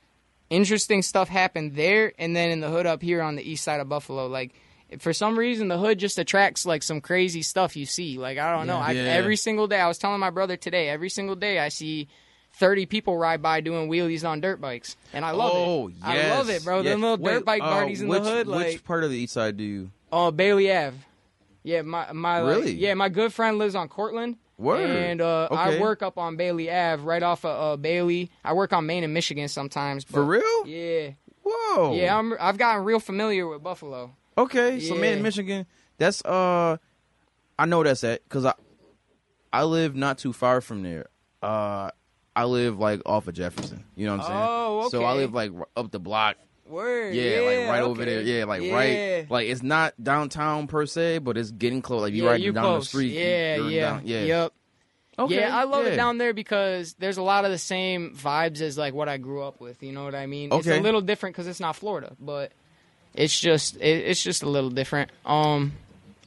interesting stuff happen there, and then in the hood up here on the east side of Buffalo. Like, for some reason, the hood just attracts like some crazy stuff you see. Like, I don't know. I, Yeah. Every single day, I was telling my brother today. Every single day, I see. 30 people ride by doing wheelies on dirt bikes. And I love oh, it. yes. I love it, bro. yes. Them little Wait, dirt bike uh, parties in which, the hood. Which like, part of the east side do you? uh, Bailey Ave. Yeah, my my like- Really? yeah, my good friend lives on Cortland. Word. And uh, I Okay. work up on Bailey Ave, right off of uh, Bailey. I work on Maine and Michigan sometimes. But For real? Oh. Yeah, Whoa. yeah. I'm I've gotten real familiar with Buffalo. Okay, so man, Yeah. Michigan. That's uh, I know that's at because I, I live not too far from there. Uh, I live like off of Jefferson. You know what I'm saying? Oh, So I okay. live like r- up the block. Word. Yeah, like right over okay. there. Yeah, like Yeah. right. Like it's not downtown per se, but it's getting close. Like you yeah, riding you down close. the street. you- Yeah, you're yeah, down- yeah. Yep. Okay, yeah, I love yeah. it down there because there's a lot of the same vibes as like what I grew up with. You know what I mean? It's Okay. a little different because it's not Florida, but it's just it, it's just a little different. Um,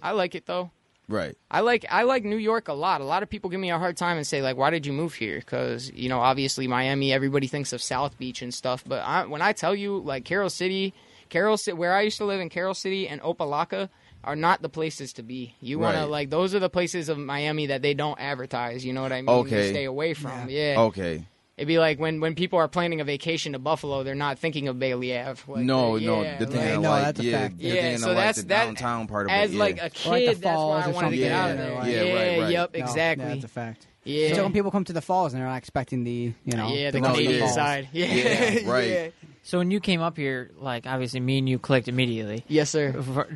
I like it though. Right. I like I like New York a lot. A lot of people give me a hard time and say like, "Why did you move here?" Because you know, obviously Miami, everybody thinks of South Beach and stuff. But I, when I tell you like Carroll City, Carroll City, where I used to live in Carroll City and Opelika are not the places to be. You want Right. to like those are the places of Miami that they don't advertise. You know what I mean? Okay. Oh. They stay away from. Yeah. Okay. It'd be like when when people are planning a vacation to Buffalo, they're not thinking of Bailey Ave. Like, no, yeah, no. The thing like- I Right, no, like, that's a yeah, fact. the thing Yeah, I so like, that's- the that- downtown part of as it. like yeah. Or a like the kid, that's falls why I or wanted to get out of something. Yeah, there. yeah, right, right. Yep, No, exactly. that's a fact. yeah. So when people come to the falls and they're not expecting the you know yeah, the London Canadian falls. side. Yeah, Yeah, right. Yeah. So when you came up here, like obviously me and you clicked immediately, Yes, sir. for-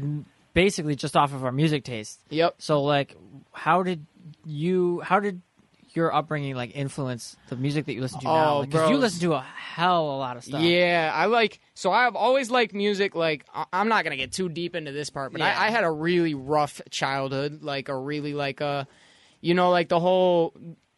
basically just off of our music taste. Yep. So like, how did you? How did your upbringing like influence the music that you listen to now? Oh, Because you bros. listen to a hell of a lot of stuff. Yeah, I like. So I've always liked music. Like I- I'm not gonna get too deep into this part, but Yeah. I, I had a really rough childhood. Like a really like uh you know, like the whole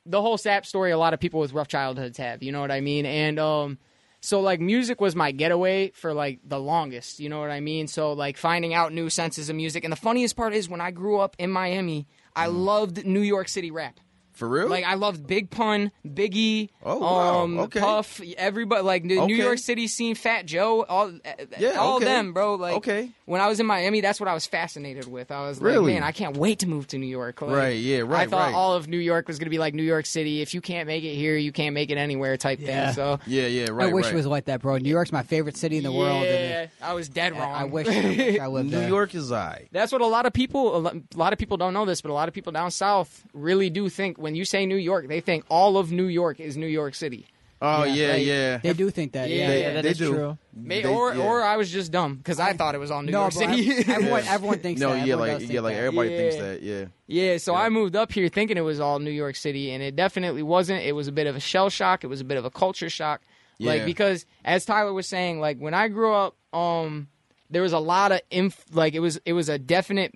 the whole sap story. A lot of people with rough childhoods have. You know what I mean? And um, so like music was my getaway for like the longest. You know what I mean? So like finding out new senses of music. And the funniest part is when I grew up in Miami, I loved New York City rap. For real? Like I loved Big Pun, Biggie, Oh, wow. um, Okay. Puff, everybody. Like the Okay. New York City scene, Fat Joe, all Yeah, all okay. them, bro. Like Okay. when I was in Miami, that's what I was fascinated with. I was Really? like, man, I can't wait to move to New York. Like, Right, yeah, I right, thought right. all of New York was gonna be like New York City. If you can't make it here, you can't make it anywhere. Type Yeah. thing. So yeah, yeah, right. I wish right. it was like that, bro. New York's my favorite city in the world. yeah, And I was dead wrong. I wish, I wish I lived New there. York is I. That's what a lot of people, a lo- lot of people don't know this, but a lot of people down south really do think when you say New York, they think all of New York is New York City. Oh yeah, yeah. like, They do think that. Yeah. Yeah, They- that they is do. true. May, They- or yeah. or I was just dumb because I thought it was all New No, York bro. City. ev- Everyone, everyone thinks no, that. yeah, Everyone like does yeah, think like that. everybody thinks Yeah. that. Yeah. yeah, so I moved up here thinking it was all New York City, and it definitely wasn't. It was a bit of a shell shock. It was a bit of a culture shock. Yeah. Like because as Tyler was saying, like when I grew up, um, there was a lot of inf- like it was it was a definite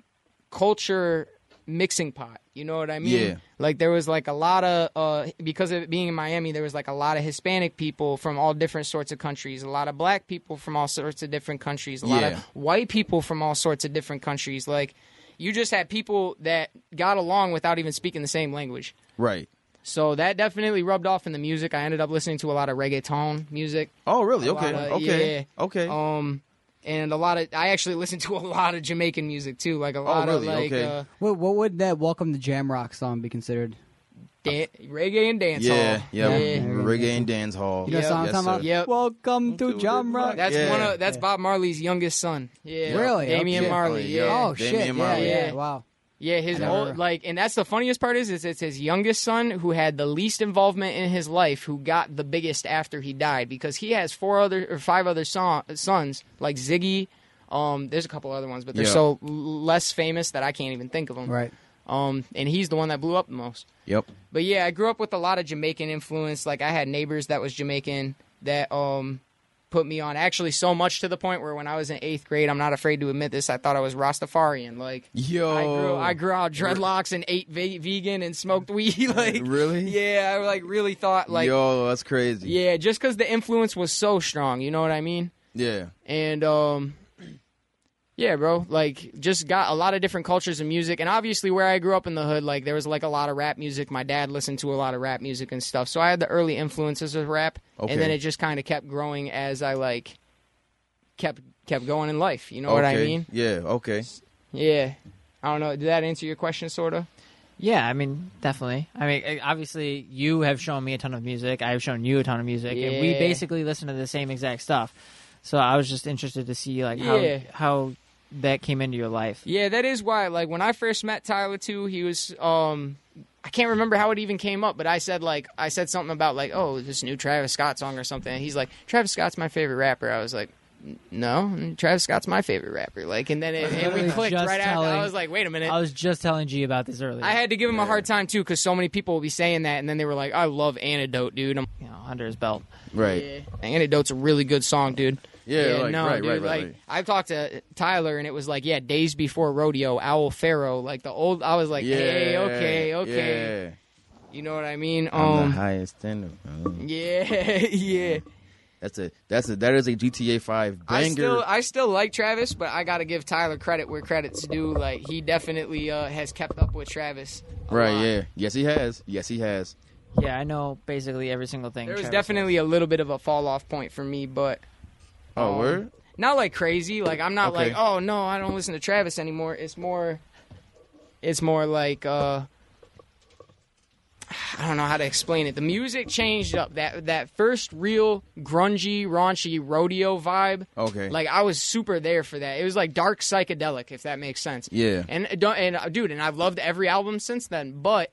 culture mixing pot. You know what I mean? Yeah. Like there was like a lot of uh because of it being in Miami, there was like a lot of Hispanic people from all different sorts of countries, a lot of black people from all sorts of different countries, a lot Yeah. of white people from all sorts of different countries. Like you just had people that got along without even speaking the same language. Right. So that definitely rubbed off in the music. I ended up listening to a lot of reggaeton music. Oh really? A Okay. lot of- okay. yeah. Okay. Um and a lot of I actually listened to a lot of Jamaican music too, like a oh lot really? of like okay. uh, What, what would that "Welcome to Jamrock" song be considered? dan- reggae and dancehall. yeah, yeah. yeah. Reggae and dance hall. You know Yeah. what song I'm yes, talking about? sir. Yep. Welcome to Jamrock. That's Yeah. one of that's Bob Marley's youngest son. Yeah, Really? Damian Okay. Marley. Oh, Yeah, yeah. oh Damian shit! Yeah, Marley. yeah, Yeah. wow. yeah. His I old never- like, and that's the funniest part is, is it's his youngest son who had the least involvement in his life, who got the biggest after he died, because he has four other or five other son, sons, like Ziggy. Um, there's a couple other ones, but they're Yeah. so l- less famous that I can't even think of them. Right. Um, and he's the one that blew up the most. Yep. But yeah, I grew up with a lot of Jamaican influence. Like I had neighbors that was Jamaican that um put me on. Actually, so much to the point where when I was in eighth grade, I'm not afraid to admit this, I thought I was Rastafarian. Like, Yo, I grew Oh. I grew out dreadlocks and ate ve- vegan and smoked weed. like, Really? Yeah, I like really thought like, yo, that's crazy. yeah, just because the influence was so strong. You know what I mean? yeah. and um yeah bro like just got a lot of different cultures of music and obviously where i grew up in the hood like there was like a lot of rap music my dad listened to a lot of rap music and stuff so i had the early influences of rap Okay. and then it just kind of kept growing as i like kept kept going in life you know okay. what i mean Yeah. Okay. yeah i don't know did that answer your question sort of Yeah, I mean, definitely. I mean, eh, obviously, you have shown me a ton of music. I have shown you a ton of music, and we Yeah. basically listen to the same exact stuff. So I was just interested to see like how Yeah. how that came into your life. Yeah, that is why. Like when I first met Tyler too, he was um I can't remember how it even came up, but I said like I said something about like, oh, this new Travis Scott song or something. And he's like, Travis Scott's my favorite rapper. I was like, "N- no, Travis Scott's my favorite rapper. Like, and then it, and we Literally clicked just right after. telling- I was like, wait a minute. I was just telling G about this earlier. I had to give him a hard time too, because so many people will be saying that, and then they were like, "I love Antidote, dude." I'm you know, under his belt. Right. Antidote's a really good song, dude. Yeah, like, no, dude. right, right, right, like right. I've talked to Tyler, and it was like, yeah, days before rodeo, Owl Pharaoh, like the old. I was like, yeah. hey, okay, okay, Yeah. you know what I mean? Um, I'm the highest tender. Mm. yeah, yeah. That's a that's a that is a GTA Five banger. I still, I still like Travis, but I gotta give Tyler credit where credit's due. Like he definitely uh, has kept up with Travis. a right. lot. Yeah. Yes, he has. Yes, he has. Yeah, I know basically every single thing. There was Travis definitely a little bit of a fall off point for me, but Oh, Um, word. not like crazy. Like I'm not Okay. like, oh no, I don't listen to Travis anymore. It's more, it's more like uh, I don't know how to explain it. The music changed up. That that first real grungy, raunchy rodeo vibe. Okay. Like I was super there for that. It was like dark psychedelic, if that makes sense. Yeah. And uh, don't and uh, dude, and I've loved every album since then, but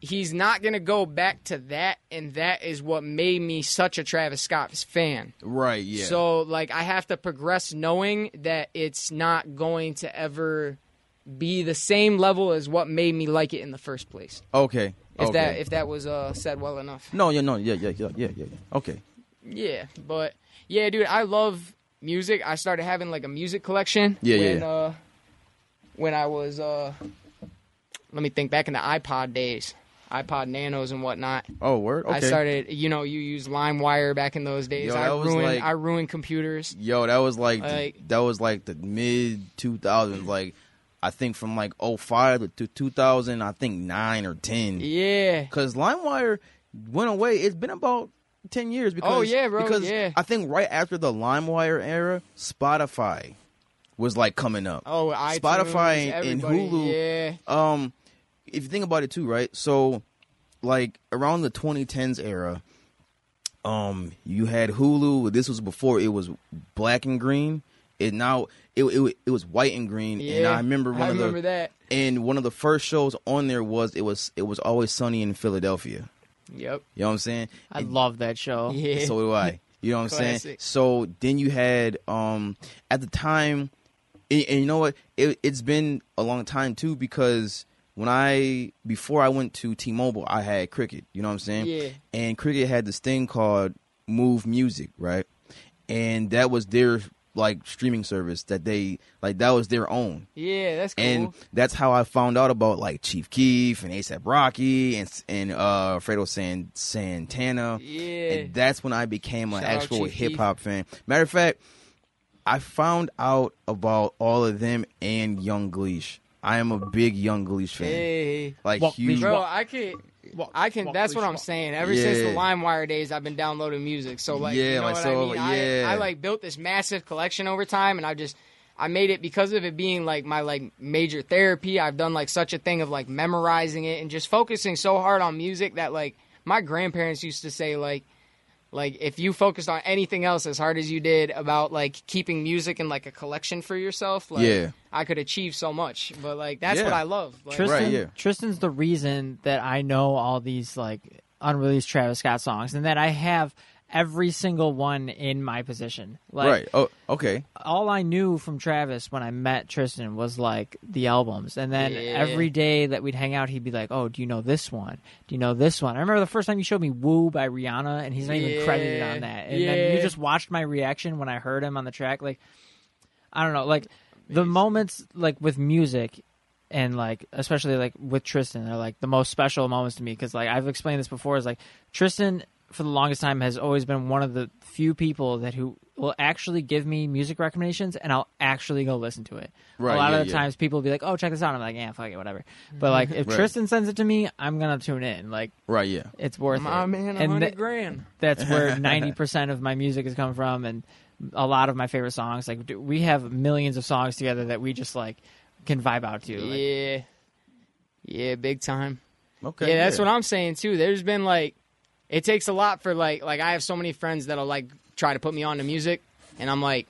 he's not gonna go back to that, and that is what made me such a Travis Scott fan. Right. Yeah. So like I have to progress knowing that it's not going to ever be the same level as what made me like it in the first place. okay. If okay. that if that was uh, said well enough. no. Yeah. No. Yeah. Yeah. Yeah. Yeah. Yeah. yeah. Okay. Yeah, but yeah, dude, I love music. I started having like a music collection. Yeah, yeah, when, yeah. Uh, when I was uh, let me think back in the iPod days, iPod Nanos and whatnot. Oh, word. Okay. I started, you know, you used LimeWire back in those days. Yo, I that was ruined, like- I ruined computers. Yo, that was like, the- Like- that was like the mid two thousands. Like, I think from like 05 to two thousand. I think nine or ten. Yeah, because LimeWire went away. It's been about ten years. Because, Oh, yeah, bro, Because yeah. I think right after the LimeWire era, Spotify was like coming up. Oh, iTunes, Spotify and- and everybody, Hulu. Yeah, Um, if you think about it too, right? So, like around the 2010s era, um, you had Hulu. This was before it was black and green. It now it it, it was white and green. yeah. And I remember one I of the remember that. and one of the first shows on there was it was it was always sunny in Philadelphia. Yep. You know what I'm saying? I love that show. Yeah. So do I. You know what I'm saying? Classic. So then you had um at the time, and, and you know what? It, it's been a long time too because when I before I went to T-Mobile, I had Cricket. You know what I'm saying? Yeah. And Cricket had this thing called Move Music, right? And that was their like streaming service that they like that was their own. yeah, that's cool. And that's how I found out about like Chief Keef and ASAP Rocky and and uh Fredo San, Santana. Yeah. And that's when I became an Shout out actual Chief E. Keef. hip hop fan. Matter of fact, I found out about all of them and Young Gleesh. I am a big Young Gleesh fan. hey, Like Walk, huge. please bro, walk. I can. I can. walk, That's what please I'm walk. saying. Ever since the Yeah. LimeWire days, I've been downloading music. So like, Yeah, you know like, what so, I mean. I- yeah. I, like built this massive collection over time, and I just I made it because of it being like my like major therapy. I've done like such a thing of like memorizing it and just focusing so hard on music that like my grandparents used to say like like if you focused on anything else as hard as you did about like keeping music in like a collection for yourself, like Yeah. I could achieve so much. But like that's Yeah. what I love. Like, Tristan, Right, yeah. Tristan's the reason that I know all these like unreleased Travis Scott songs, and that I have every single one in my position. Like, right. Oh, okay. all I knew from Travis when I met Tristan was like the albums. And then Yeah. every day that we'd hang out, he'd be like, Oh, do you know this one? Do you know this one? I remember the first time you showed me Woo by Rihanna, and he's not even credited Yeah. on that. And then you Yeah. just watched my reaction when I heard him on the track. Like, I don't know. Like, the moments, like with music, and like especially like with Tristan, they're like the most special moments to me because like I've explained this before is like Tristan for the longest time has always been one of the few people that who will actually give me music recommendations and I'll actually go listen to it. Right, a lot yeah, of the yeah. times people will be like, "Oh, check this out," I'm like, "Yeah, fuck it, whatever." Mm-hmm. But like if Right. Tristan sends it to me, I'm gonna tune in. Like Right. Yeah. it's worth My it. man, a And hundred tha- grand. that's where 90% of my music has come from and a lot of my favorite songs like d- we have millions of songs together that we just like can vibe out to like, Yeah, yeah, big time. Okay. yeah, that's what I'm saying too. There's been like, it takes a lot for like, like I have so many friends that'll like try to put me on to music, and I'm like,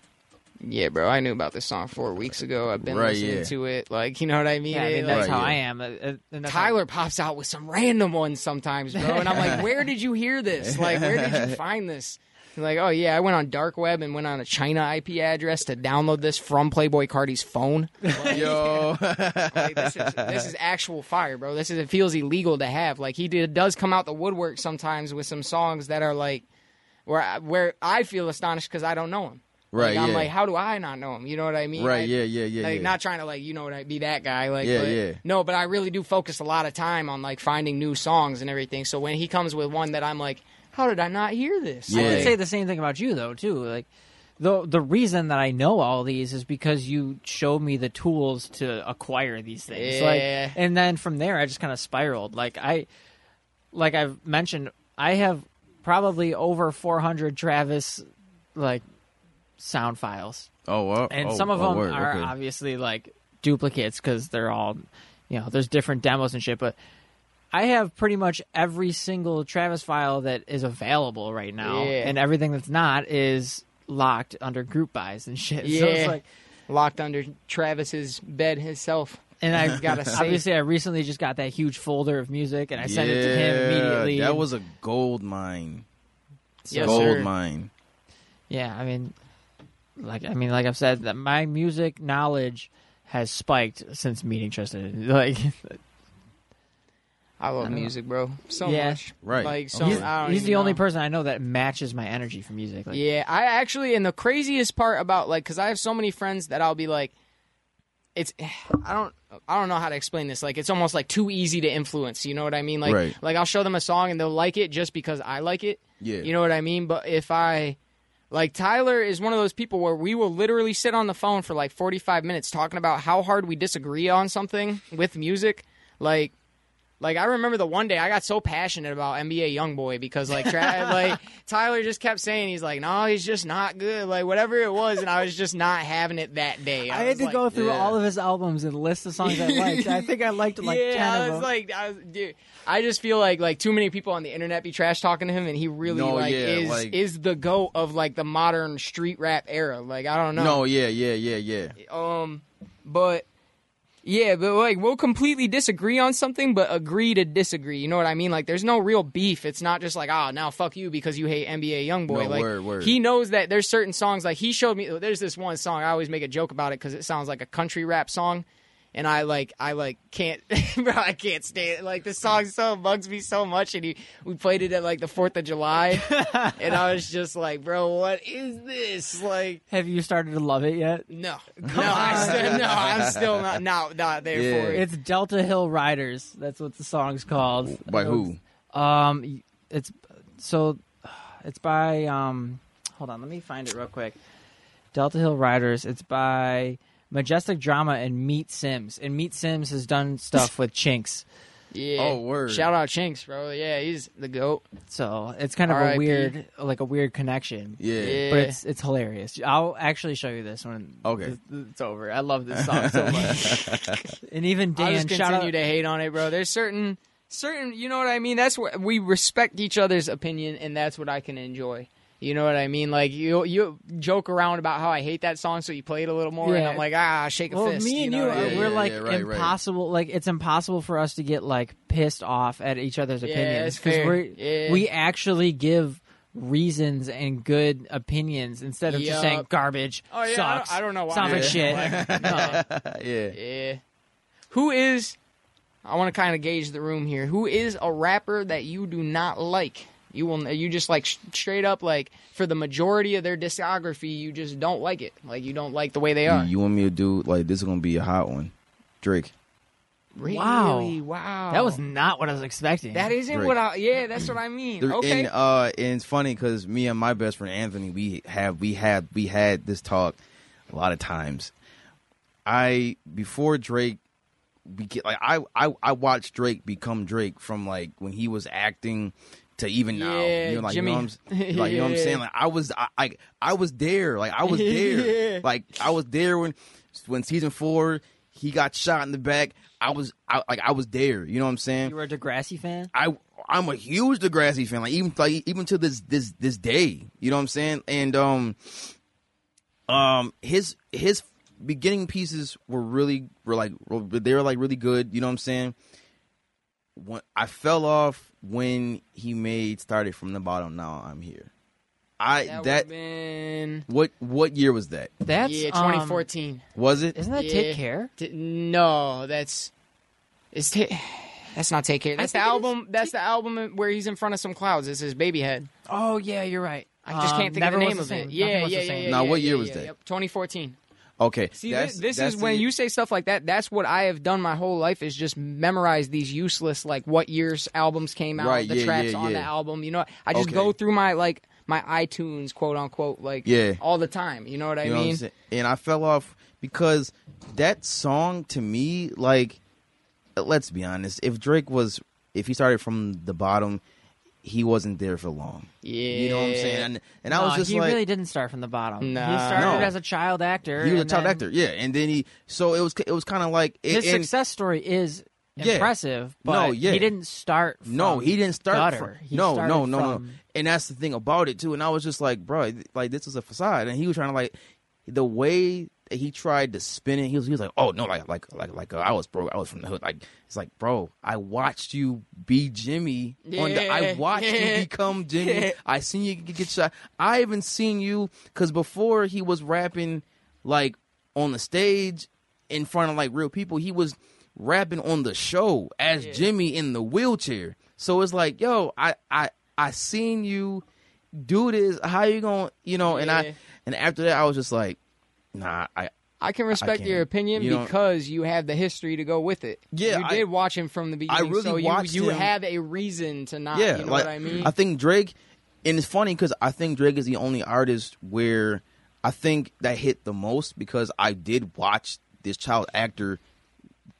yeah, bro, I knew about this song four weeks ago. I've been Right, listening yeah. to it. Like, you know what I mean? Yeah, I It, mean like, that's Right, how yeah. I am. Uh, uh, and that's how- Tyler pops out with some random ones sometimes, bro. And I'm like, where did you hear this? Like, where did you find this? And like, oh yeah, I went on dark web and went on a China IP address to download this from Playboy Cardi's phone. Yo. Like, this is this is actual fire, bro. This is it feels illegal to have. Like he did, does come out the woodwork sometimes with some songs that are like where I, where I feel astonished because I don't know him. right. Like, Yeah. I'm like, how do I not know him? You know what I mean? right. I- yeah. Yeah. Yeah. like yeah. not trying to like you know what I be that guy like Yeah, but, yeah. no but I really do focus a lot of time on like finding new songs and everything so when he comes with one that I'm like how did I not hear this I Yeah. would say the same thing about you though too. Like the the reason that I know all these is because you showed me the tools to acquire these things. Like Yeah. and then from there I just kind of spiraled. Like I like I've mentioned I have probably over 400 Travis like sound files. oh. Wow. And oh, some of oh, them word, are okay. obviously like duplicates cuz they're all you know, there's different demos and shit, but I have pretty much every single Travis file that is available right now, Yeah. and everything that's not is locked under group buys and shit. So Yeah. it's like, locked under Travis's bed himself and I Gotta save. obviously I recently just got that huge folder of music, and I sent it to Yeah, him immediately. That was a gold mine. Yes, gold sir. mine. yeah. I mean, like I mean, like I've said, that my music knowledge has spiked since meeting Tristan. Like I love I know. music bro so Yeah. much Right. like so He's- I don't he's even the only know. person I know that matches my energy for music. Like, yeah, I actually, and the craziest part about like, because I have so many friends that I'll be like, it's I don't I don't know how to explain this. Like, it's almost like too easy to influence. You know what I mean? Like, Right. like I'll show them a song and they'll like it just because I like it. Yeah. You know what I mean? But if I like Tyler is one of those people where we will literally sit on the phone for like 45 minutes talking about how hard we disagree on something with music. Like like I remember the one day I got so passionate about NBA YoungBoy because like Tra- like Tyler just kept saying he's like no he's just not good like whatever it was and I was just not having it that day. I had was to like- go through yeah. all of his albums and list the songs I liked. I think I liked like yeah, 10 I of was them. like, I was, dude, I just feel like like too many people on the internet be trash talking to him, and he really No, like yeah, is like- is the goat of like the modern street rap era. Like I don't No, know, yeah, yeah, yeah, yeah. um, but yeah, but like we'll completely disagree on something, but agree to disagree. You know what I mean? Like there's no real beef. It's not just like ah now fuck you because you hate NBA YoungBoy. No, like word, word. he knows that there's certain songs like he showed me. There's this one song I always make a joke about it because it sounds like a country rap song. And I like I like can't bro I can't stand it. like this song so bugs me so much and he we played it at like the Fourth of July and I was just like bro what is this like Have you started to love it yet? no, no, I still, no, I'm still not, not, not there Yeah. for it. It's Delta Hill Riders. That's what the song's called. By who? Um, it's so it's by um. Hold on, let me find it real quick. Delta Hill Riders. It's by Majestic Drama and Meet Sims. And Meet Sims has done stuff with Chinks, Yeah. Oh, word. Shout out Chinks, bro. Yeah, he's the goat. so it's kind of a R.I.P.. weird, like a weird connection. Yeah. Yeah. But it's it's hilarious. I'll actually show you this when Okay. it's over. I love this song so much. and even I'll Dan, just shout out continue to hate on it, bro. There's certain, certain, you know what I mean. That's what we respect each other's opinion, and that's what I can enjoy. You know what I mean? Like you, you joke around about how I hate that song, so you play it a little more, and Yeah. I'm like, ah, shake a well, fist. me and know you, what I are mean? yeah, we're yeah, like right, right. impossible. Like it's impossible for us to get like pissed off at each other's Yeah, opinions that's fair. we Yeah. we actually give reasons and good opinions instead of just Yup. saying garbage Oh, yeah, I don't- sucks I don't know why sounds like shit people like- no. yeah. Yeah. Eh. Who is? I want to kind of gauge the room here. Who is a rapper that you do not like? You will. You just like sh- straight up like for the majority of their discography, you just don't like it. Like you don't like the way they are. You want me to do like this? Is gonna be a hot one, Drake. Really? Wow. Wow. that was not what I was expecting That isn't Drake. what I. Yeah, that's what I mean. There- okay. And uh, and it's funny because me and my best friend Anthony, we have we had we had this talk a lot of times. I before Drake, we get like I I I watched Drake become Drake from like when he was acting to even now. Yeah, You know, like Jimmy. you know what I'm, s- like, you know what I'm Yeah. saying? Like I was I, I I was there. Like I was there. Yeah. Like I was there when when season four he got shot in the back. I was I, like I was there. You know what I'm saying? you were a Degrassi fan I I'm a huge Degrassi fan. Like even like even to this this this day, you know what I'm saying? And um, um, his his beginning pieces were really were like were- they were like really good. You know what I'm saying? When I fell off when he made started from the bottom. Now I'm here. I that that, would've been. what what year was that? that's yeah, um, 2014. Was it? isn't that Yeah. Take Care T- no, that's it's ta- that's not take care. That's the think it is album. That's the album where he's in front of some clouds. It's his baby head. oh yeah you're right I just Um, can't think of Never the Was name of Same. it. Nothing Yeah, Was the yeah, yeah, Same. yeah. Now, yeah, what year yeah, was yeah, that? yep, 2014. Okay, See, that's- this, this that's is when the- you say stuff like that. That's what I have done my whole life is just memorize these useless like what years albums came out, Right, the yeah, tracks yeah, on the yeah. album. You know, I just Okay. go through my like my iTunes quote unquote like Yeah. all the time. You know what I You know what I'm mean? saying? and I fell off because that song to me, like, let's be honest, if Drake was, if he started from the bottom, he wasn't there for long. yeah, You know what I'm saying? And, and I No, was just Uh, he like, really didn't start from the bottom. Nah. he started No. as a child actor. he was a and child then actor, yeah. And then he, so it was, it was kind of like, it, His and- success story is Yeah. impressive, but No, yeah. he didn't start. From No, he didn't start. gutter. From, He no, started no, no, no. from- And that's the thing about it too. And I was just like, bro, th- like this is a facade. And he was trying to like the way that he tried to spin it. He was he was like, oh no, like like like like uh, I was broke. I was from the hood. Like it's like, bro, I watched you be Jimmy. On the, I Yeah, watched yeah. you become Jimmy. I seen you get get shot. I even seen you because before he was rapping like on the stage in front of like real people. He was rapping on the show as Jimmy in the wheelchair. So it's like, yo, I I I seen you do this. How you going, to you know, and Yeah. I and after that I was just like, nah, I I can respect your can't. opinion You don't- because you have the history to go with it. Yeah, you I- did watch him from the beginning. really so you, watched you him. have a reason to not. yeah, you know like what I mean. think Drake, and it's funny because I think Drake is the only artist where I think that hit the most because I did watch this child actor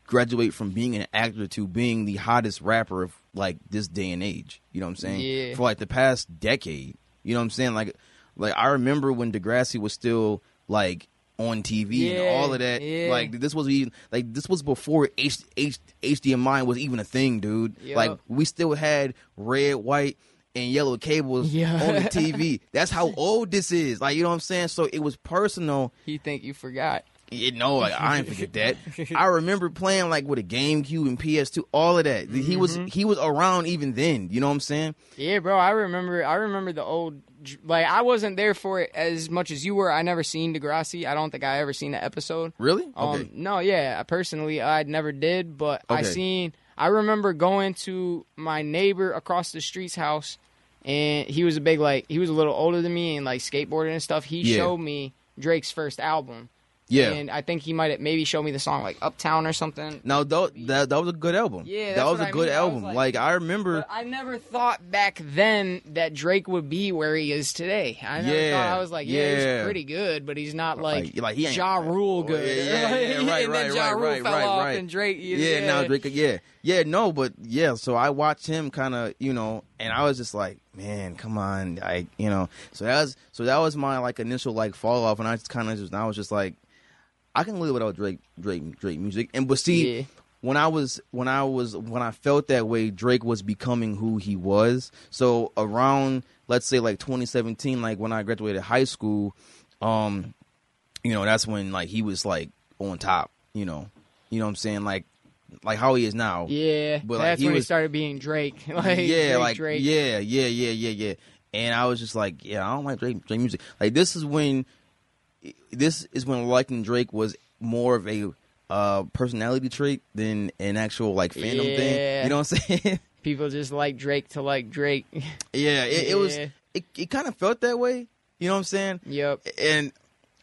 graduate from being an actor to being the hottest rapper of like this day and age. You know what I'm saying? Yeah. For like the past decade. You know what I'm saying? Like, like I remember when Degrassi was still like on TV and Yeah, all of that. yeah. Like this was even like this was before H, H, HDMI was even a thing, dude. Yup. Like we still had red, white, and yellow cables Yeah. on the TV. That's how old this is. Like you know what I'm saying? So it was personal. you think you forgot? You know, like I didn't forget that. I remember playing like with a GameCube and PS2, all of that. He was Mm-hmm. he was around even then. You know what I'm saying? Yeah, bro. I remember. I remember the old. Like I wasn't there for it as much as you were. I never seen Degrassi. I don't think I ever seen the episode. Really? Um, okay. No, yeah. I personally, I never did, but I Okay. seen. I remember going to my neighbor across the street's house, and he was a big like he was a little older than me and like skateboarding and stuff. He Yeah. showed me Drake's first album, Yeah. and I think he might have maybe showed me the song like Uptown or something. now tho- that that was a good album. Yeah, that that's was what a I good mean. I was album. like- like I remember. But I never thought back then that Drake would be where he is today. I never Yeah, thought I was like, yeah, yeah. he's pretty good, but he's not like, Like- like, he ain't- Ja Rule Oh, good. yeah, yeah, yeah, right, and then right, Ja right, Rule right, fell right, off, right. and Drake. Yeah, yeah, now Drake, yeah, yeah, no, but yeah. So I watched him kind of, you know, and I was just like, man, come on, I, you know. So that was, so that was my like initial like fall off, and I just kind of just, I was just like, I can live without Drake, Drake, Drake music, and but see, Yeah. when I was, when I was, when I felt that way, Drake was becoming who he was. So around, let's say like 2017, like when I graduated high school, um, you know, that's when like he was like on top, you know. You know what I'm saying? Like like how he is now. Yeah, But, like, that's he when he was- started being Drake. Like, yeah, Drake, like Drake. yeah, yeah, yeah, yeah, yeah. and I was just like, yeah, I don't like Drake, Drake music. Like this is when, this is when liking Drake was more of a uh, personality trait than an actual like fandom thing. Yeah. You know what I'm saying? People just like Drake to like Drake. yeah, it, it was. Yeah. It, it kind of felt that way. You know what I'm saying? yep. And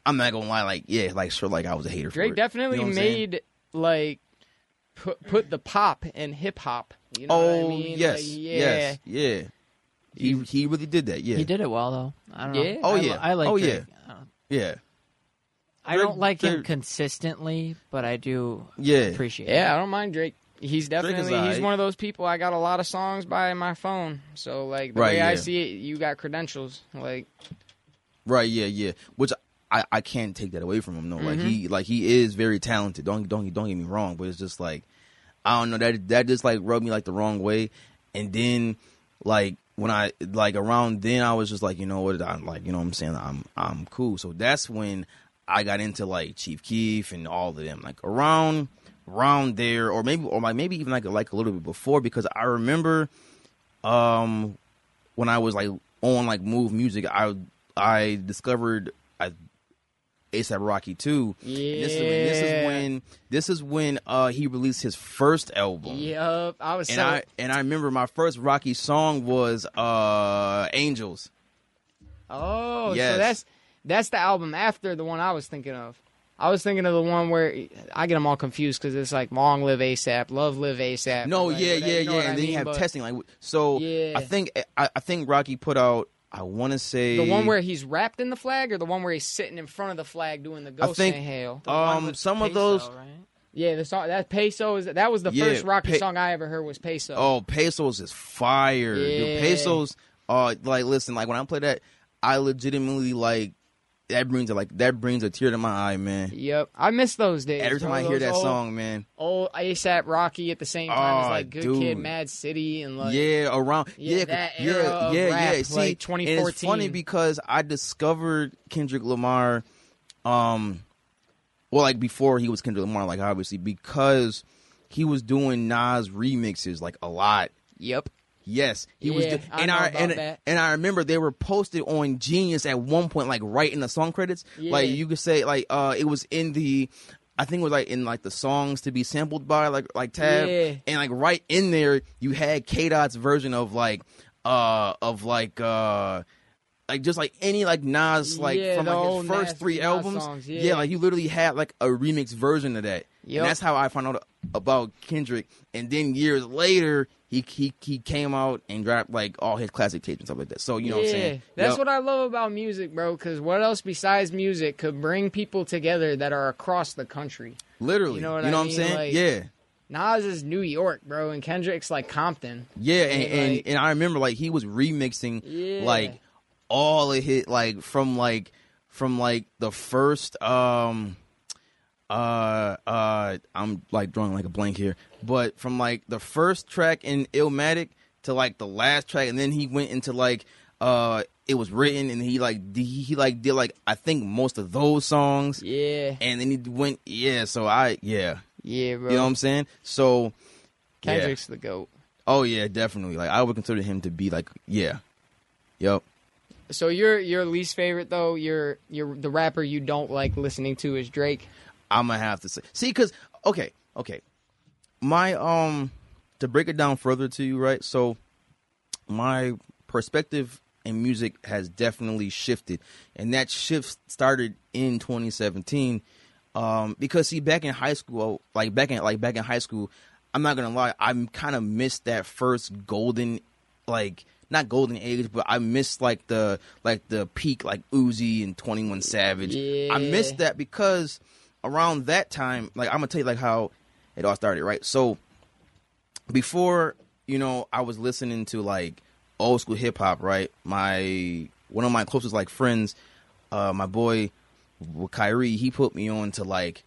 I'm not gonna lie, like yeah, like sure, like I was a hater. for it. Drake You definitely know what I'm saying? made like put put the pop in hip hop. You know Oh what I mean? yes, Like, yes, yeah. He he really did that. Yeah, He did it well though. I don't know. Yeah. Oh, I, yeah. I like. Oh, Drake. Uh, Yeah, I don't Drake- like him Drake- consistently, but I do yeah. appreciate. Yeah, I don't mind Drake. He's is definitely he's aight. one of those people. I got a lot of songs by my phone, so like the Right, way yeah. I see it, you got credentials. Like Right, yeah, yeah. Which I, I can't take that away from him. No, like Mm-hmm. he like he is very talented. Don't don't don't get me wrong, but it's just like I don't know that that just like rubbed me like the wrong way. And then like when I like around then I was just like you know what I'm like you know what I'm saying I'm I'm cool. So that's when I got into like Chief Keef and all of them like around around there or maybe or like maybe even like like a little bit before because I remember um when I was like on like Move Music, I I discovered I ASAP Rocky too. And This is when this is Yeah. when this is when uh he released his first album. Yep. I was Um, so And I and I remember my first Rocky song was uh Angels. Oh, Yes. so that's that's the album after the one I was thinking of. I was thinking of the one where I get them all confused because it's like "Long Live ASAP," "Love Live ASAP." No, like, yeah, whatever, yeah, you know yeah. what And I then you mean, have but testing like so Yeah. I think I, I think Rocky put out I wanna say The one where he's wrapped in the flag, or the one where he's sitting in front of the flag doing the I ghost think inhale. um some of those Yeah, the song that peso is that was the Yeah, first Rocky Pe- song I ever heard was peso. Oh, pesos is fire. Dude, Yeah. pesos uh like listen, like when I play that, I legitimately like that brings a like that brings a tear to my eye, man. Yep, I miss those days. Every time bro, I hear those that old, song, man. old ASAP Rocky at the same time as Oh, like Good dude. Kid, Mad City, and like yeah, around Yeah, yeah, 'cause- that yeah, era of yeah, rap, yeah. See, like, And it's funny 2014. because I discovered Kendrick Lamar, um, well, like before he was Kendrick Lamar, like obviously because he was doing Nas remixes like a lot. yep, Yes, he was, Yeah, do- I and know I, about and, that. and I remember they were posted on Genius at one point, like right in the song credits. Like Yeah. you could say, like uh, it was in the, I think it was like in like the songs to be sampled by, like like tab, Yeah. and like right in there you had K Dot's version of like, uh, of like uh. Like just like any like Nas like Yeah, from the like his old first Nas- three Nas albums, songs, yeah. yeah. like you literally had like a remix version of that, Yep. and that's how I found out about Kendrick. And then years later, he he, he came out and dropped like all his classic tapes and stuff like that. So you know what I'm saying? That's Yup. what I love about music, bro, because what else besides music could bring people together that are across the country? literally. you know what I am mean? saying? Like- yeah, Nas is New York, bro, and Kendrick's like Compton. yeah. And and, like- and I remember like he was remixing Yeah. like all of his like from like from like the first um uh uh I'm like drawing like a blank here, but from like the first track in Illmatic to like the last track, and then he went into like uh it was written, and he like d- he, he like did like I think most of those songs, Yeah, and then he went yeah. So I yeah, yeah, bro. you know what I'm saying. So yeah. Kendrick's the goat. oh yeah, definitely. Like I would consider him to be like yeah, yep. So your your least favorite though, your your the rapper you don't like listening to is Drake. I'm gonna have to say. See, because okay, okay, my um, to break it down further to you, right? So, my perspective in music has definitely shifted, and that shift started in 2017. Um, because see, back in high school, like back in like back in high school, I'm not gonna lie, I kind of missed that first golden, like not golden age, but I missed like the like the peak, like Uzi and 21 Savage. I missed Yeah. that because around that time, like I'm gonna tell you like how it all started, right? So before you know i was listening to like old school hip-hop right my one of my closest like friends uh my boy w- Kyrie, he put me on to like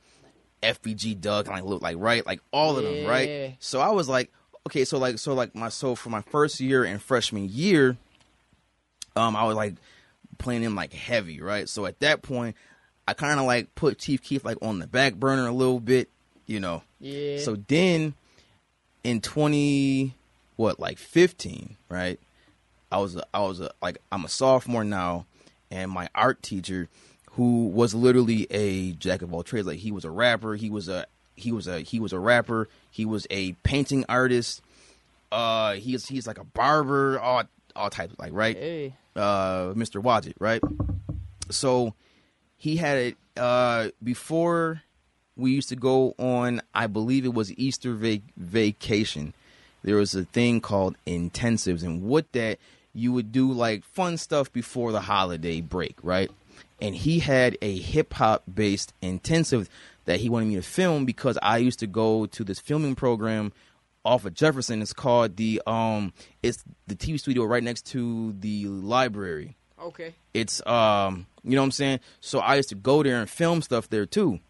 fbg doug and like look like right like all of them Yeah. right so i was like okay so like so like my so for my first year and freshman year um i was like playing him like heavy right so at that point i kind of like put chief keef like on the back burner a little bit you know Yeah. so then in 20 what like 15, right? I was a, I was a, like I'm a sophomore now, and my art teacher, who was literally a jack of all trades, like he was a rapper, he was a he was a he was a rapper, he was a painting artist, uh, he's he's like a barber, all all types, like right, Hey. uh, Mr. Wadget, right? So he had it uh, before we used to go on. I believe it was Easter vac- vacation. There was a thing called intensives, and what that you would do like fun stuff before the holiday break, right? And he had a hip hop based intensive that he wanted me to film because I used to go to this filming program off of Jefferson. It's called the um, it's the TV studio right next to the library Okay. it's um you know what I'm saying so I used to go there and film stuff there too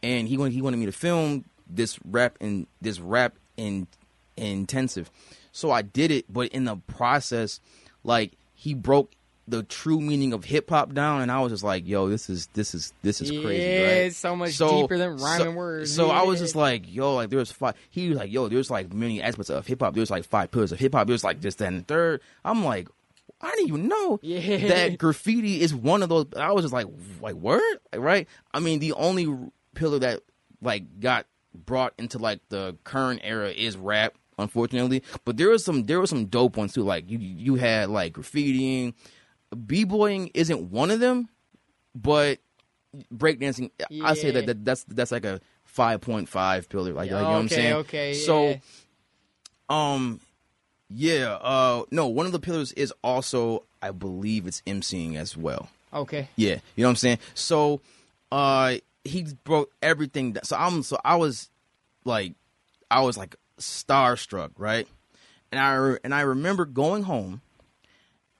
and he wanted he wanted me to film this rap and this rap in intensive so I did it but in the process like he broke the true meaning of hip hop down and I was just like yo this is this is this is crazy Yeah, right? it's so much deeper than rhyming words. so I was just like, yo, like there's five. He was like, yo, there's like many aspects of hip hop. There's like five pillars of hip hop. There's like this, that, and the third. I'm like, I didn't even know Yeah. that graffiti is one of those. I was just like, like word, like, right? I mean, the only pillar that like got brought into like the current era is rap, unfortunately. But there was some, there was some dope ones too. Like you, you had like graffitiing, b boying isn't one of them, but breakdancing i say Yeah. that, that that's that's like a 5.5 pillar like, like, you know what i'm Okay, saying okay, so yeah. um yeah uh no one of the pillars is also i believe it's mc'ing as well okay. yeah, you know what I'm saying. So, uh, he broke everything. that- So I'm so I was like, I was like starstruck, right? And I re- and I remember going home,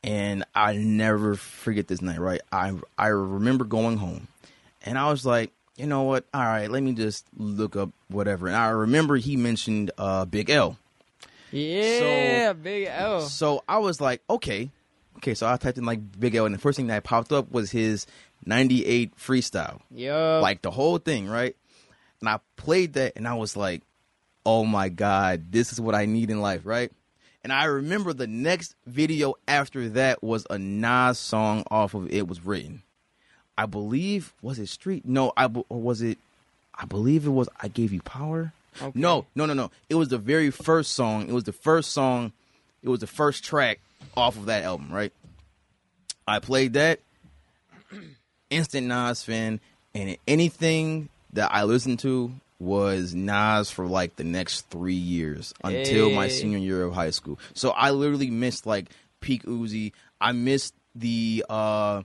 and I never forget this night, right? I I remember going home, and I was like, you know what? All right, let me just look up whatever. And I remember he mentioned uh Big L. Yeah, big L. So I was like, okay. Okay, so I typed in like Big L, and the first thing that popped up was his 98 freestyle Yo. like the whole thing, right? And I played that and I was like, oh my God, this is what I need in life, right? And I remember the next video after that was a Nas song off of It Was Written. I believe, was it Street? No, I, be- or was it, I believe it was I Gave You Power? No, no, no, no. It was the very first song. It was the first song. It was the first track off of that album, right? I played that instant Nas fan, and anything that I listened to was Nas for like the next three years until my Hey. senior year of high school. So I literally missed like peak Uzi. I missed the uh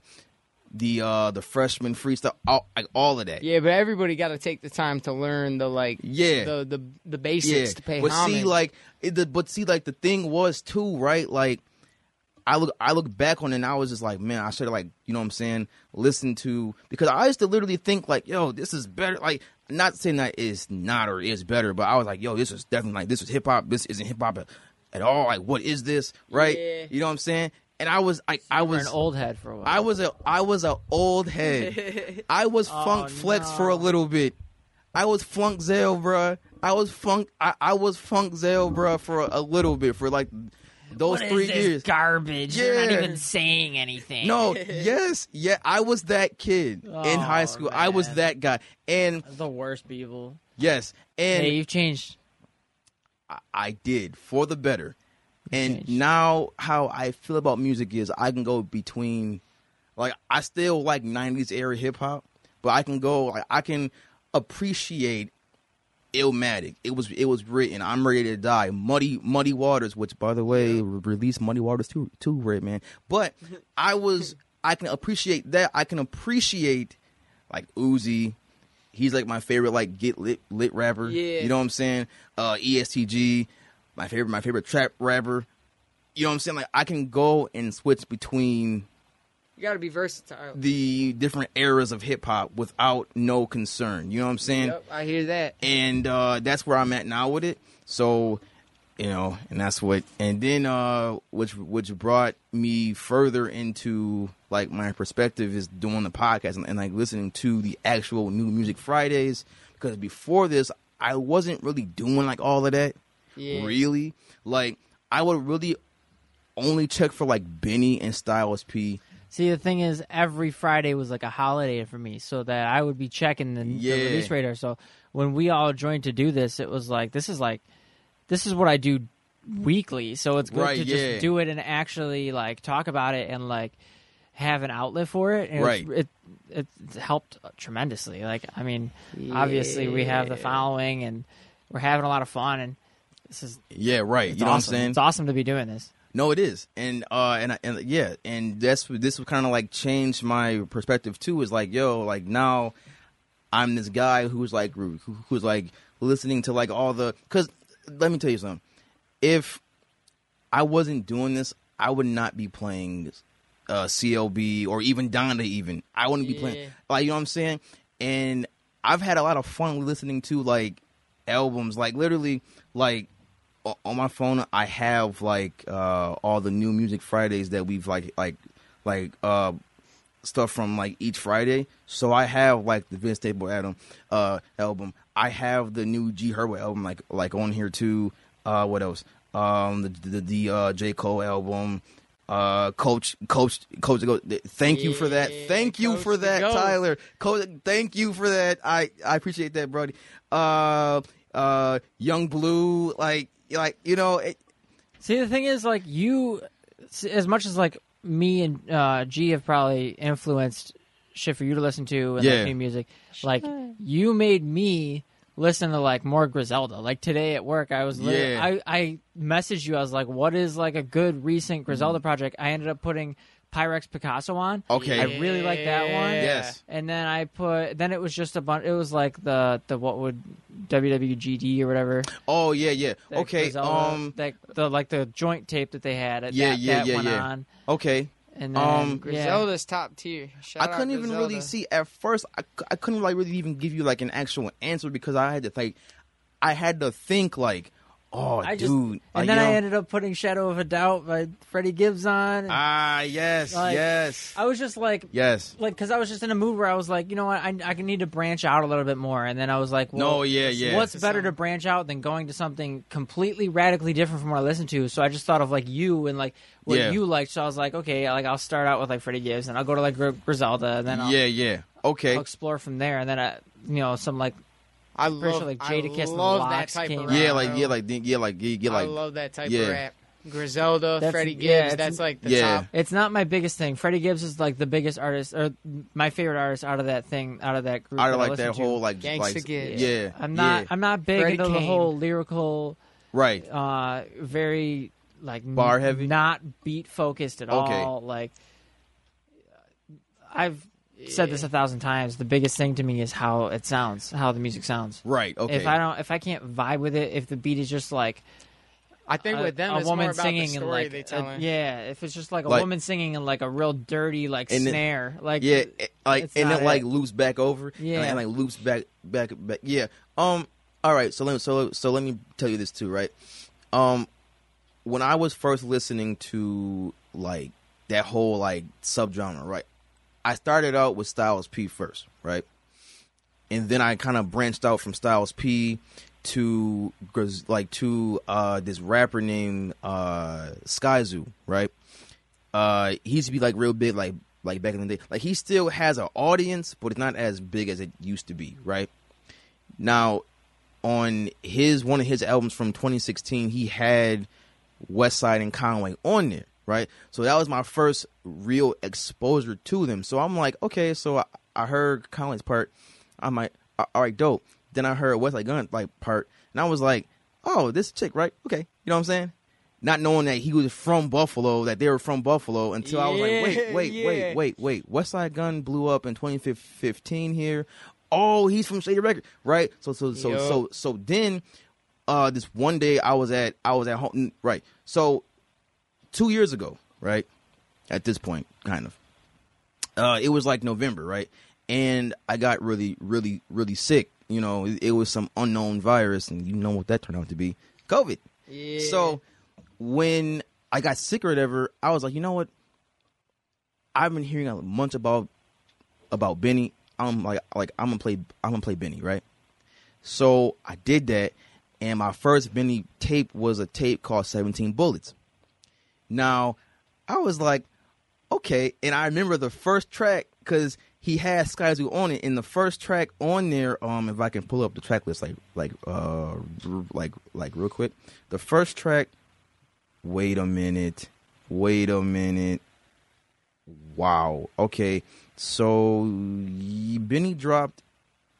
the uh the freshman freestyle, all, like all of that. yeah, but everybody got to take the time to learn the like Yeah. the the, the basics to pay but homage. see, like, it, the, but see, like, the thing was too right. Like, I look, I look back on it, and I was just like, man, I should have, like, you know, what I'm saying, listen to because I used to literally think like, yo, this is better. Like, not saying that it's not or is better, but I was like, yo, this is definitely like this is hip hop. This isn't hip hop at, at all. Like, what is this? Right? Yeah. You know what I'm saying? And I was, I, I You were was an old head for a while. I was a I was a old head. I was Oh, funk flex for a little bit. I was funk Zell, bruh. I was funk I, I was funk Zell, bruh, for a, a little bit for like those What is three this years. garbage. You're not Yeah. even saying anything. no, yes, yeah, I was that kid in high Oh, school. I was man. that guy, and the worst people. yes, and hey, you've changed. I- I did for the better. And changed. now how I feel about music is I can go between like I still like 90s era hip hop, but I can go like I can appreciate Illmatic. It was it was written. I'm ready to die. Muddy Muddy Waters, which by the way, re- released Muddy Waters too too red man. But I was I can appreciate that. I can appreciate like Uzi. He's like my favorite like get lit lit rapper. Yeah. You know what I'm saying? Uh ESTG, my favorite my favorite trap rapper. You know what I'm saying? Like I can go and switch between you got to be versatile. the different eras of hip hop without no concern. You know what I'm saying? Yep, I hear that. and uh, that's where I'm at now with it. So, you know, and that's what, and then uh, which which brought me further into like my perspective is doing the podcast and, and like listening to the actual New Music Fridays because before this I wasn't really doing like all of that, Yeah. really. Like I would really only check for like Benny and Styles P. See, the thing is, every Friday was like a holiday for me, so that I would be checking the, the Yeah. release radar. So when we all joined to do this, it was like this is like this is what I do weekly. So it's good Right, to yeah. just do it and actually like talk about it and like have an outlet for it. And it's- Right. It it it's helped tremendously. Like I mean, obviously we have the following and we're having a lot of fun and this is Yeah, right. it's you know awesome. what I'm saying? It's awesome to be doing this. No, it is, and uh, and I- and yeah, and that's this would kind of like change my perspective too. Is like, yo, like now, I'm this guy who's like who- who's like listening to like all the because let me tell you something. If I wasn't doing this, I would not be playing uh, CLB or even Donda. Even I wouldn't be playing. Like you know what I'm saying. And I've had a lot of fun listening to like albums. Like literally, like o- on my phone, I have like uh, all the new music Fridays that we've like like like uh, stuff from like each Friday. So I have like the Vince Staples album, uh, album. I have the new G Herbo album like like on here too. Uh, what else? Um, the the, the uh, J Cole album. Uh, coach, coach, coach. Go. Thank you for that. Yeah, Thank you Coach for to that, Go. Tyler. Coach, thank you for that. I I appreciate that, Brody. Uh, uh, Young Blue. Like like you know. It, See, the thing is, like you, s- as much as like me and uh, G have probably influenced shit for you to listen to and Yeah. like, new music. Like you made me listen to like more Griselda. Like today at work, I was literally- Yeah. I I messaged you. I was like, "What is like a good recent Griselda project?" I ended up putting Pyrex Picasso on. Mm-hmm. Okay. I really like that one. Yes. And then I put. Then it was just a bunch. It was like the the what would WWGD or whatever. Oh yeah yeah. That okay. Griselda- Um. that the like the joint tape that they had. At, Yeah, that, yeah, that yeah, went yeah. on, Okay. and then, Um, yeah. Griselda's top tier. Shout I couldn't out even really Griselda. see at first. I, c- I couldn't like really even give you like an actual answer because I had to think. I had to think like, oh, I just dude. like, and then you I know- ended up putting Shadow of a Doubt by Freddie Gibbs on. and Ah, yes, Like, yes, I was just like, yes. like because I was just in a mood where I was like, you know what, I I need to branch out a little bit more, and then I was like, well, No, yeah, yeah. What's To better some- to branch out than going to something completely radically different from what I listen to? So I just thought of like you and like what Yeah. you liked. So I was like, okay, like I'll start out with like Freddie Gibbs, and I'll go to like Gr- Griselda, and then I'll, yeah, yeah. Okay. I'll explore from there, and then I, you know, some like I pretty love, sure, like, I Jadakiss and love that Lox type came of out. rap, Yeah, like bro. yeah, like then- yeah, like yeah, yeah, like I love that type yeah. of rap. Griselda, That's- Freddie yeah, Gibbs. it's- that's like the yeah. top. It's not my biggest thing. Freddie Gibbs is like the biggest artist, or my favorite artist out of that thing, out of that group. I that like listen that to. whole like Gangsta like Kid. yeah. I'm not. yeah. I'm not big Freddie into the Kane. whole lyrical, right. uh, very like n- Bar heavy? not beat focused at Okay. all. Like I've said this a thousand times. The biggest thing to me is how it sounds, how the music sounds. Right. Okay. If I don't, if I can't vibe with it, if the beat is just like I think a, with them, a it's woman more about singing the story and like they a- telling. yeah, if it's just like a Like- woman singing and like a real dirty like And then- snare, like uh, yeah, it- like it's and not it like it. loops back over. Yeah. and, like loops back, back, back. Yeah. Um. All right. So let me, so so let me tell you this too, right? Um, when I was first listening to like that whole like subgenre, right? I started out with Styles P first, right? And then I kind of branched out from Styles P to Grizz- like to uh this rapper named uh Skyzoo, right? uh he used to be like real big like like back in the day like he still has an audience but it's not as big as it used to be right now on his one of his albums from 2016 he had Westside and Conway on there right so that was my first real exposure to them so I'm like okay so I, I heard Conway's part I'm like a- all right dope then I heard Westside Gun like part and I was like oh this chick right okay you know what I'm saying not knowing that he was from Buffalo, that they were from Buffalo, until I was like, wait, Yeah, wait, yeah. wait, wait, wait. Westside Gun blew up in 2015 here. Oh, he's from Shady Record, right? So, so, so, Yup. so, so then, uh, this one day I was at, I was at home, right? So, two years ago, right? At this point, kind of, uh, it was like November, right? And I got really, really, really sick. You know, it, it was some unknown virus, and you know what that turned out to be, COVID. Yeah. So when I got sick or whatever, I was like, you know what? I've been hearing a bunch about about Benny. I'm like like I'm gonna play I'm gonna play Benny, right? So I did that and my first Benny tape was a tape called 17 Bullets. Now, I was like, okay. And I remember the first track because he had Sky Zoo on it. And the first track on there, um, if I can pull up the track list, like, like, uh, r- like, like, real quick, the first track. Wait a minute. Wait a minute. Wow. Okay. So y- Benny dropped,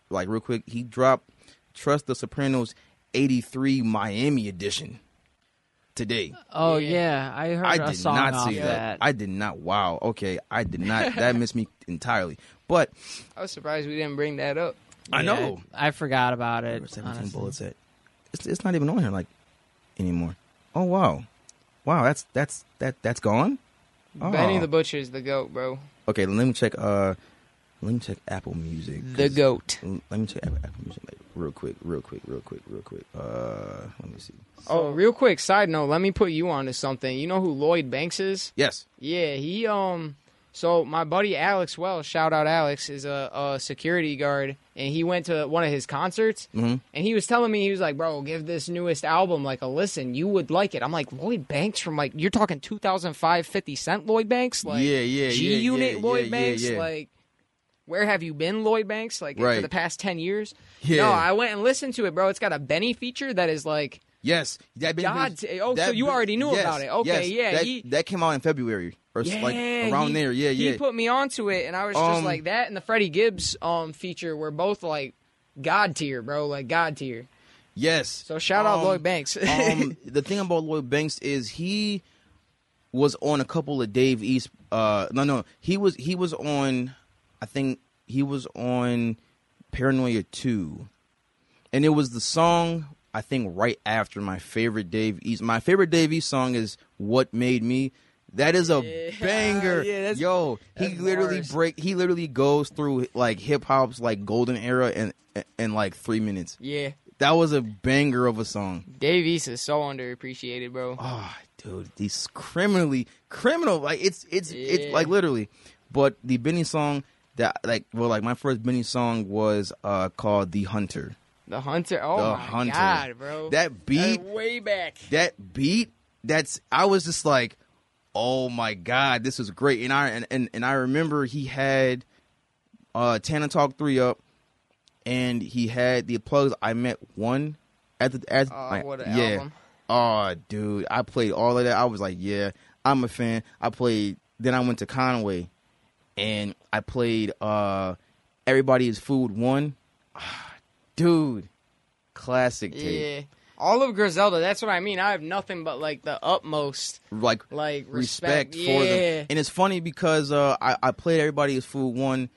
like, real quick. He dropped "Trust the Sopranos" '83 Miami edition today. Oh Yeah. yeah, I heard I a did song not off see that. that. I did not. Wow. Okay. I did not. That missed me entirely. But I was surprised Oh, we didn't bring that up. I Yeah, know. I forgot about it. Where 17 honestly. bullets at? It's, it's not even on here like anymore. Oh wow, wow. That's that's that that's gone. Oh. Benny the Butcher is the goat, bro. Okay. Let me check. Uh, let me check Apple Music. The goat. L- Let me check Apple, Apple Music like real quick, real quick, real quick, real quick. Uh, let me see. Oh, real quick side note, let me put you onto something. You know who Lloyd Banks is? Yes. Yeah, he um. So my buddy Alex Wells, shout out Alex, is a, a security guard, and he went to one of his concerts, Mhm. and he was telling me he was like, "Bro, give this newest album like a listen. You would like it." I'm like, Lloyd Banks from like you're talking 2005 50 Cent Lloyd Banks, like Yeah, yeah, yeah, G Unit yeah, Lloyd yeah, Banks, yeah. like where have you been, Lloyd Banks? Like Right. for the past 10 years. Yeah. No, I went and listened to it, bro. It's got a Benny feature that is like Yes. That God, Benny- oh, so you Ben- already knew yes, about it. Okay, yes, yeah, That, he- that came out in February or s- like around he- there. Yeah, yeah. He put me onto it, and I was Um, just like that. And the Freddie Gibbs um feature were both like god tier, bro, like god tier. yes. So shout out Um, Lloyd Banks. um, the thing about Lloyd Banks is he was on a couple of Dave East. Uh, no, no, he was he was on. I think he was on Paranoia Two, and it was the song I think right after my favorite Dave East. My favorite Dave East song is "What Made Me." That is a banger, yeah, that's- yo. he that's literally bars. break. He literally goes through like hip hop's like golden era and in like three minutes. yeah, That was a banger of a song. Dave East is so underappreciated, bro. Oh, dude, these criminally criminal. Like it's it's it's Yeah. like literally. But the Benny song that like well like my first Benny song was uh called The Hunter. The Hunter, oh the my Hunter. god, bro, That beat, Uh, way back. that beat, that's I was just like, oh my god, this is great. And I and and, and I remember he had uh Tana Talk three up, and he had the plugs. I met one at the at Oh, like, what an yeah. album. Oh, dude, I played all of that. I was like, yeah, I'm a fan. I played. Then I went to Conway, and I played uh Everybody Is Food one. Ah, dude, classic tape. Yeah, all of Griselda. That's what I mean. I have nothing but like the utmost Like like respect, respect, for Yeah. them. And it's funny because uh, I, I played everybody as food one,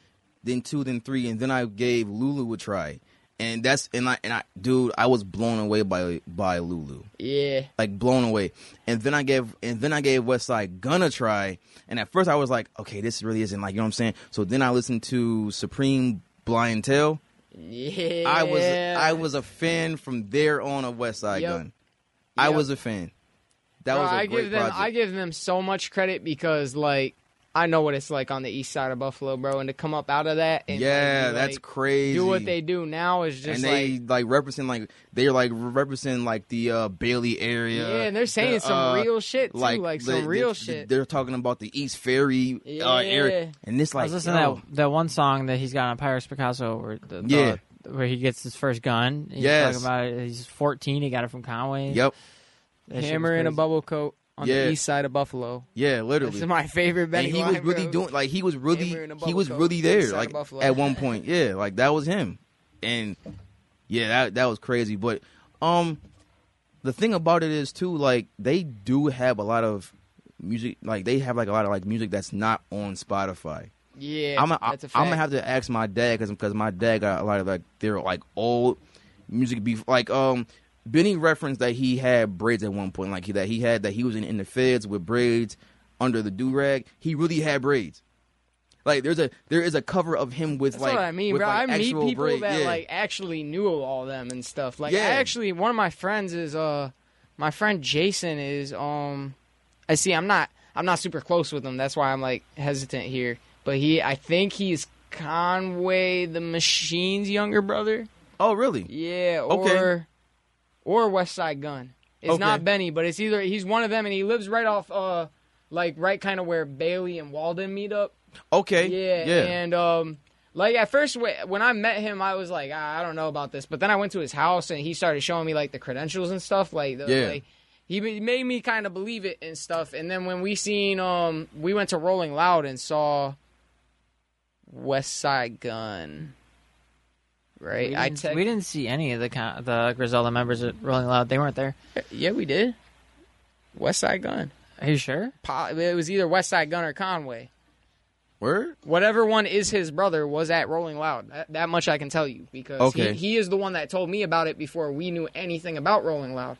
then two, then three, and then I gave Lulu a try. And that's and I and I dude, I was blown away by by Lulu. yeah. Like blown away. And then I gave and then I gave Westside Gun a try. And at first I was like, okay, this really isn't like you know what I'm saying? So then I listened to Supreme Blind Tail. Yeah, I was I was a fan from there on of Westside Yep. Gun. I Yep. was a fan. That Bro, was a I great give them project. I give them so much credit because like I know what it's like on the east side of Buffalo, bro, and to come up out of that and like, yeah, be, that's like, crazy. Do what they do now is just and they like like, represent like they're like representing like the uh Bailey area. yeah, and they're saying the, some uh, real shit too, like, the- some the- real the- shit. They're talking about the East Ferry uh, area, Yeah. and it's I like was listening yo, to that, that one song that he's got on Pirates Picasso, where the, the- Yeah. where he gets his first gun. He's Yes. talking about it. he's 14. He got it from Conway. Yep, That shit was Hammer in a crazy. bubble coat on Yeah. the east side of Buffalo. yeah, This literally. is my favorite and Benny. he was line, really bro. doing like he was Hammer really in a he bubble was coat, really there inside like Buffalo. at one point. Yeah, like that was him, and yeah, that that was crazy. But um, the thing about it is too like they do have a lot of music like they have like a lot of like music that's not on Spotify. Yeah, I'm a, that's a fact. I'm gonna have to ask my dad because my dad got a lot of like their like old music beef. Like um, Benny referenced that he had braids at one point, like he, that he had that he was in, in the feds with braids under the do rag. He really had braids. Like there's a there is a cover of him with That's like what I mean, with, bro. like, I meet actual people braid. that yeah. like actually knew all them and stuff. Like Yeah. I actually one of my friends is uh my friend Jason is um I see I'm not I'm not super close with him. That's why I'm like hesitant here. But he I think he's Conway the Machine's younger brother. oh really Yeah, or Okay. or West Side Gun. It's Okay. not Benny, but it's either he's one of them, and he lives right off, uh, like right kind of where Bailey and Walden meet up. Okay. Yeah, Yeah. and um, like at first wh- when I met him, I was like, ah, I don't know about this, but then I went to his house and he started showing me like the credentials and stuff, like the, Yeah. like, he ma- made me kind of believe it and stuff. And then when we seen um, we went to Rolling Loud and saw West Side Gun. Right, We I didn't- text- we didn't see any of the con- the Griselda members at Rolling Loud. They weren't there. yeah we did. West Side Gun. Are you sure? Po- It was either West Side Gun or Conway. Word. whatever one is his brother was at Rolling Loud. That, that much I can tell you because Okay. he, he is the one that told me about it before we knew anything about Rolling Loud.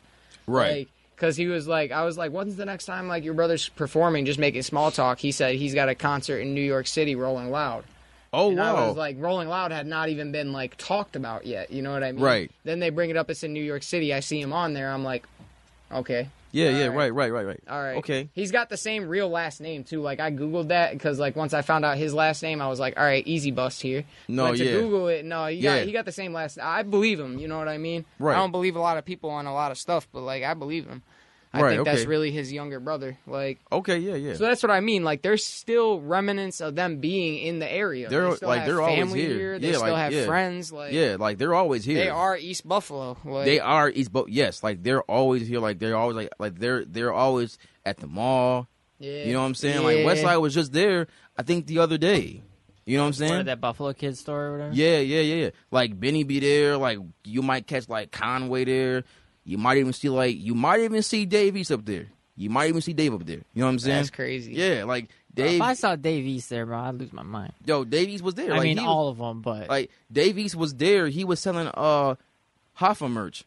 Right. because he was like, I was like, when's the next time like your brother's performing, just making small talk? He said he's got a concert in New York City, Rolling Loud. oh And I wow. was like, Rolling Loud had not even been like talked about yet. You know what I mean? Right. Then they bring it up. It's in New York City. I see him on there. I'm like, okay. yeah. Yeah. Right. Right. Right. Right. All right. Okay. He's got the same real last name too. Like I googled that because like once I found out his last name, I was like, all right, easy bust here. No, Went to yeah. Google it. No, he Yeah. got he got the same last. I believe him. You know what I mean? Right. I don't believe a lot of people on a lot of stuff, but like I believe him. I Right, think that's okay. really his younger brother. Like Okay. Yeah. Yeah. so that's what I mean. Like there's still remnants of them being in the area. They're, they still like, have they're always family here. They Yeah, still like, have yeah. friends. Like yeah. Like they're always here. they are East Buffalo. Like, They are East. But yes, like they're always here. Like they're always like like they're they're always at the mall. Yeah. You know what I'm saying? Yeah. Like Westside was just there. I think the other day. You know what I'm saying? What, at that Buffalo Kids store or whatever. Eh? Yeah, yeah, yeah. yeah. Like Benny be there. Like you might catch like Conway there. You might even see like you might even see Davies up there. You might even see Dave up there. You know what I'm saying? That's crazy. Yeah, like Dave. If I saw Dave East there, bro, I'd lose my mind. yo, Davies was there. I like, mean, he was- all of them, but like Davies was there. He was selling uh Hoffa merch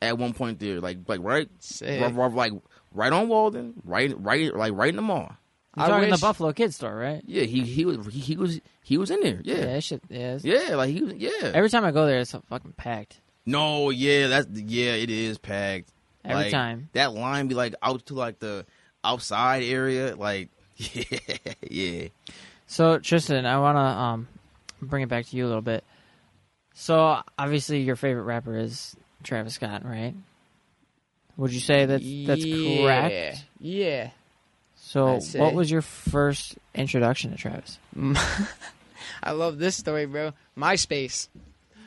at one point there. Like like right, Sick. r- r- like right on Walden. Right right like right in the mall. you're I talking wish- the Buffalo Kids store, right? Yeah, he he was he, he was he was in there. Yeah, Yeah, it should. Yeah, it's- yeah, like he was. Yeah. Every time I go there, it's so fucking packed. No, yeah, that's yeah, it is packed. Every Like, time. That line be like out to like the outside area, like yeah, yeah. So Tristan, I want to um bring it back to you a little bit. So obviously, your favorite rapper is Travis Scott, right? Would you say that that's yeah. correct? Yeah. So, I'd say. what was your first introduction to Travis? I love this story, bro. MySpace.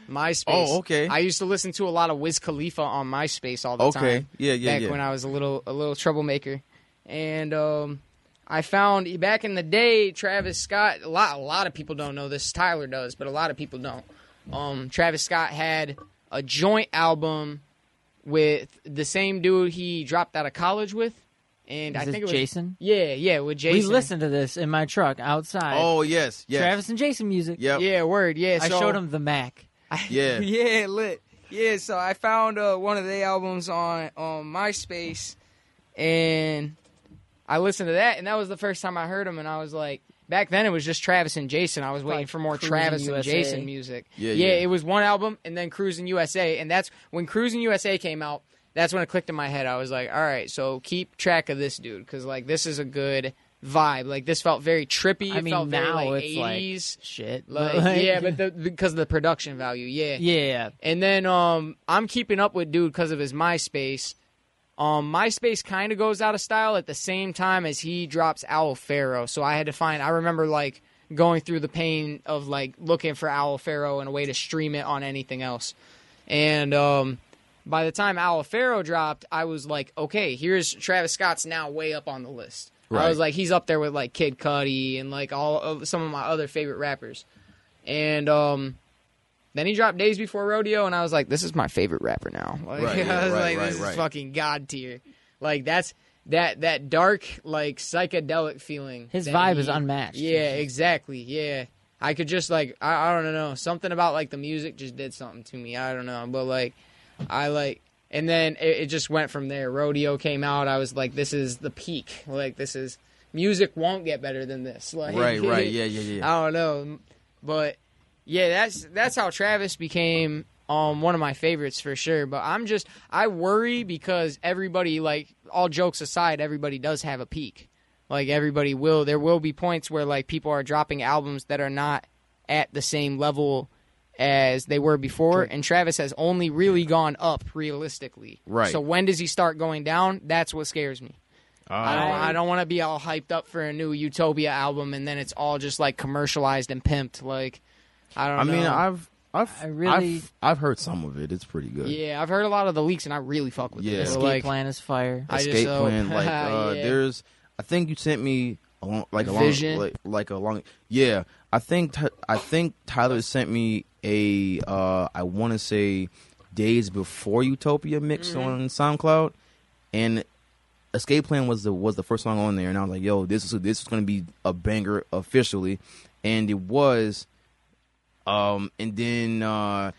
MySpace. Oh, okay. I used to listen to a lot of Wiz Khalifa on MySpace all the Okay. time. Yeah, yeah, Back yeah. when I was a little a little troublemaker, and um, I found back in the day Travis Scott. A lot a lot of people don't know this. Tyler does, but a lot of people don't. Um, Travis Scott had a joint album with the same dude he dropped out of college with, and Is I this think it was Jason? Yeah, yeah, with Jason. We listened to this in my truck outside. Oh yes, yes. Travis and Jason music. Yep. Yeah, word. Yeah, I so- showed him the Mac. Yeah. yeah, lit. Yeah, so I found uh, one of the albums on on MySpace, and I listened to that, and that was the first time I heard him, and I was like, back then it was just Travis and Jason. I was waiting Like for more Cruising Travis and USA. Jason music. Yeah, yeah, yeah. it was one album, and then Cruising USA, and that's when Cruising USA came out. That's when it clicked in my head. I was like, all right, so keep track of this dude, because like this is a good vibe. Like this felt very trippy. I it mean, felt very, now like, it's 80s. like shit. Like, yeah, but the, because of the production value, yeah. yeah, And then um, I'm keeping up with dude because of his MySpace. Um, MySpace kind of goes out of style at the same time as he drops Owl Pharaoh. So I had to find. I remember like going through the pain of like looking for Owl Pharaoh and a way to stream it on anything else. And um, by the time Owl Pharaoh dropped, I was like, okay, here's Travis Scott's now way up on the list. I was like, he's up there with like Kid Cudi and like all of some of my other favorite rappers. And um, then he dropped Days Before Rodeo, and I was like, this is my favorite rapper now. Like, Right, yeah, I was right, like, right, this right. is fucking god tier. Like that's that that dark like psychedelic feeling. His that vibe is unmatched. Yeah, exactly. Yeah, I could just like I, I don't know something about like the music just did something to me. I don't know, but like I like. And then it, it just went from there. Rodeo came out. I was like, "This is the peak. Like, this is music won't get better than this." Like, Right, right, yeah, yeah, yeah. I don't know, but yeah, that's that's how Travis became um one of my favorites for sure. But I'm just I worry because everybody like all jokes aside, everybody does have a peak. Like everybody will there will be points where like people are dropping albums that are not at the same level as they were before, and Travis has only really gone up realistically. Right. So when does he start going down? That's what scares me. Uh, I don't, I don't want to be all hyped up for a new Utopia album and then it's all just like commercialized and pimped. Like, I don't. I mean, know. I've I've I really- I've, I've heard some of it. It's pretty good. yeah, I've heard a lot of the leaks and I really fuck with Yeah. it. So, Escape like, plan is fire. I just escape hope- plan. Like uh, Yeah. there's, I think you sent me along, like along, Vision? like, like along. Yeah, I think Ty- I think Tyler sent me a. Uh, I want to say days before Utopia mix Mm-hmm. on SoundCloud, and Escape Plan was the was the first song on there, and I was like, "Yo, this is this is gonna be a banger officially," and it was. Um, and then uh,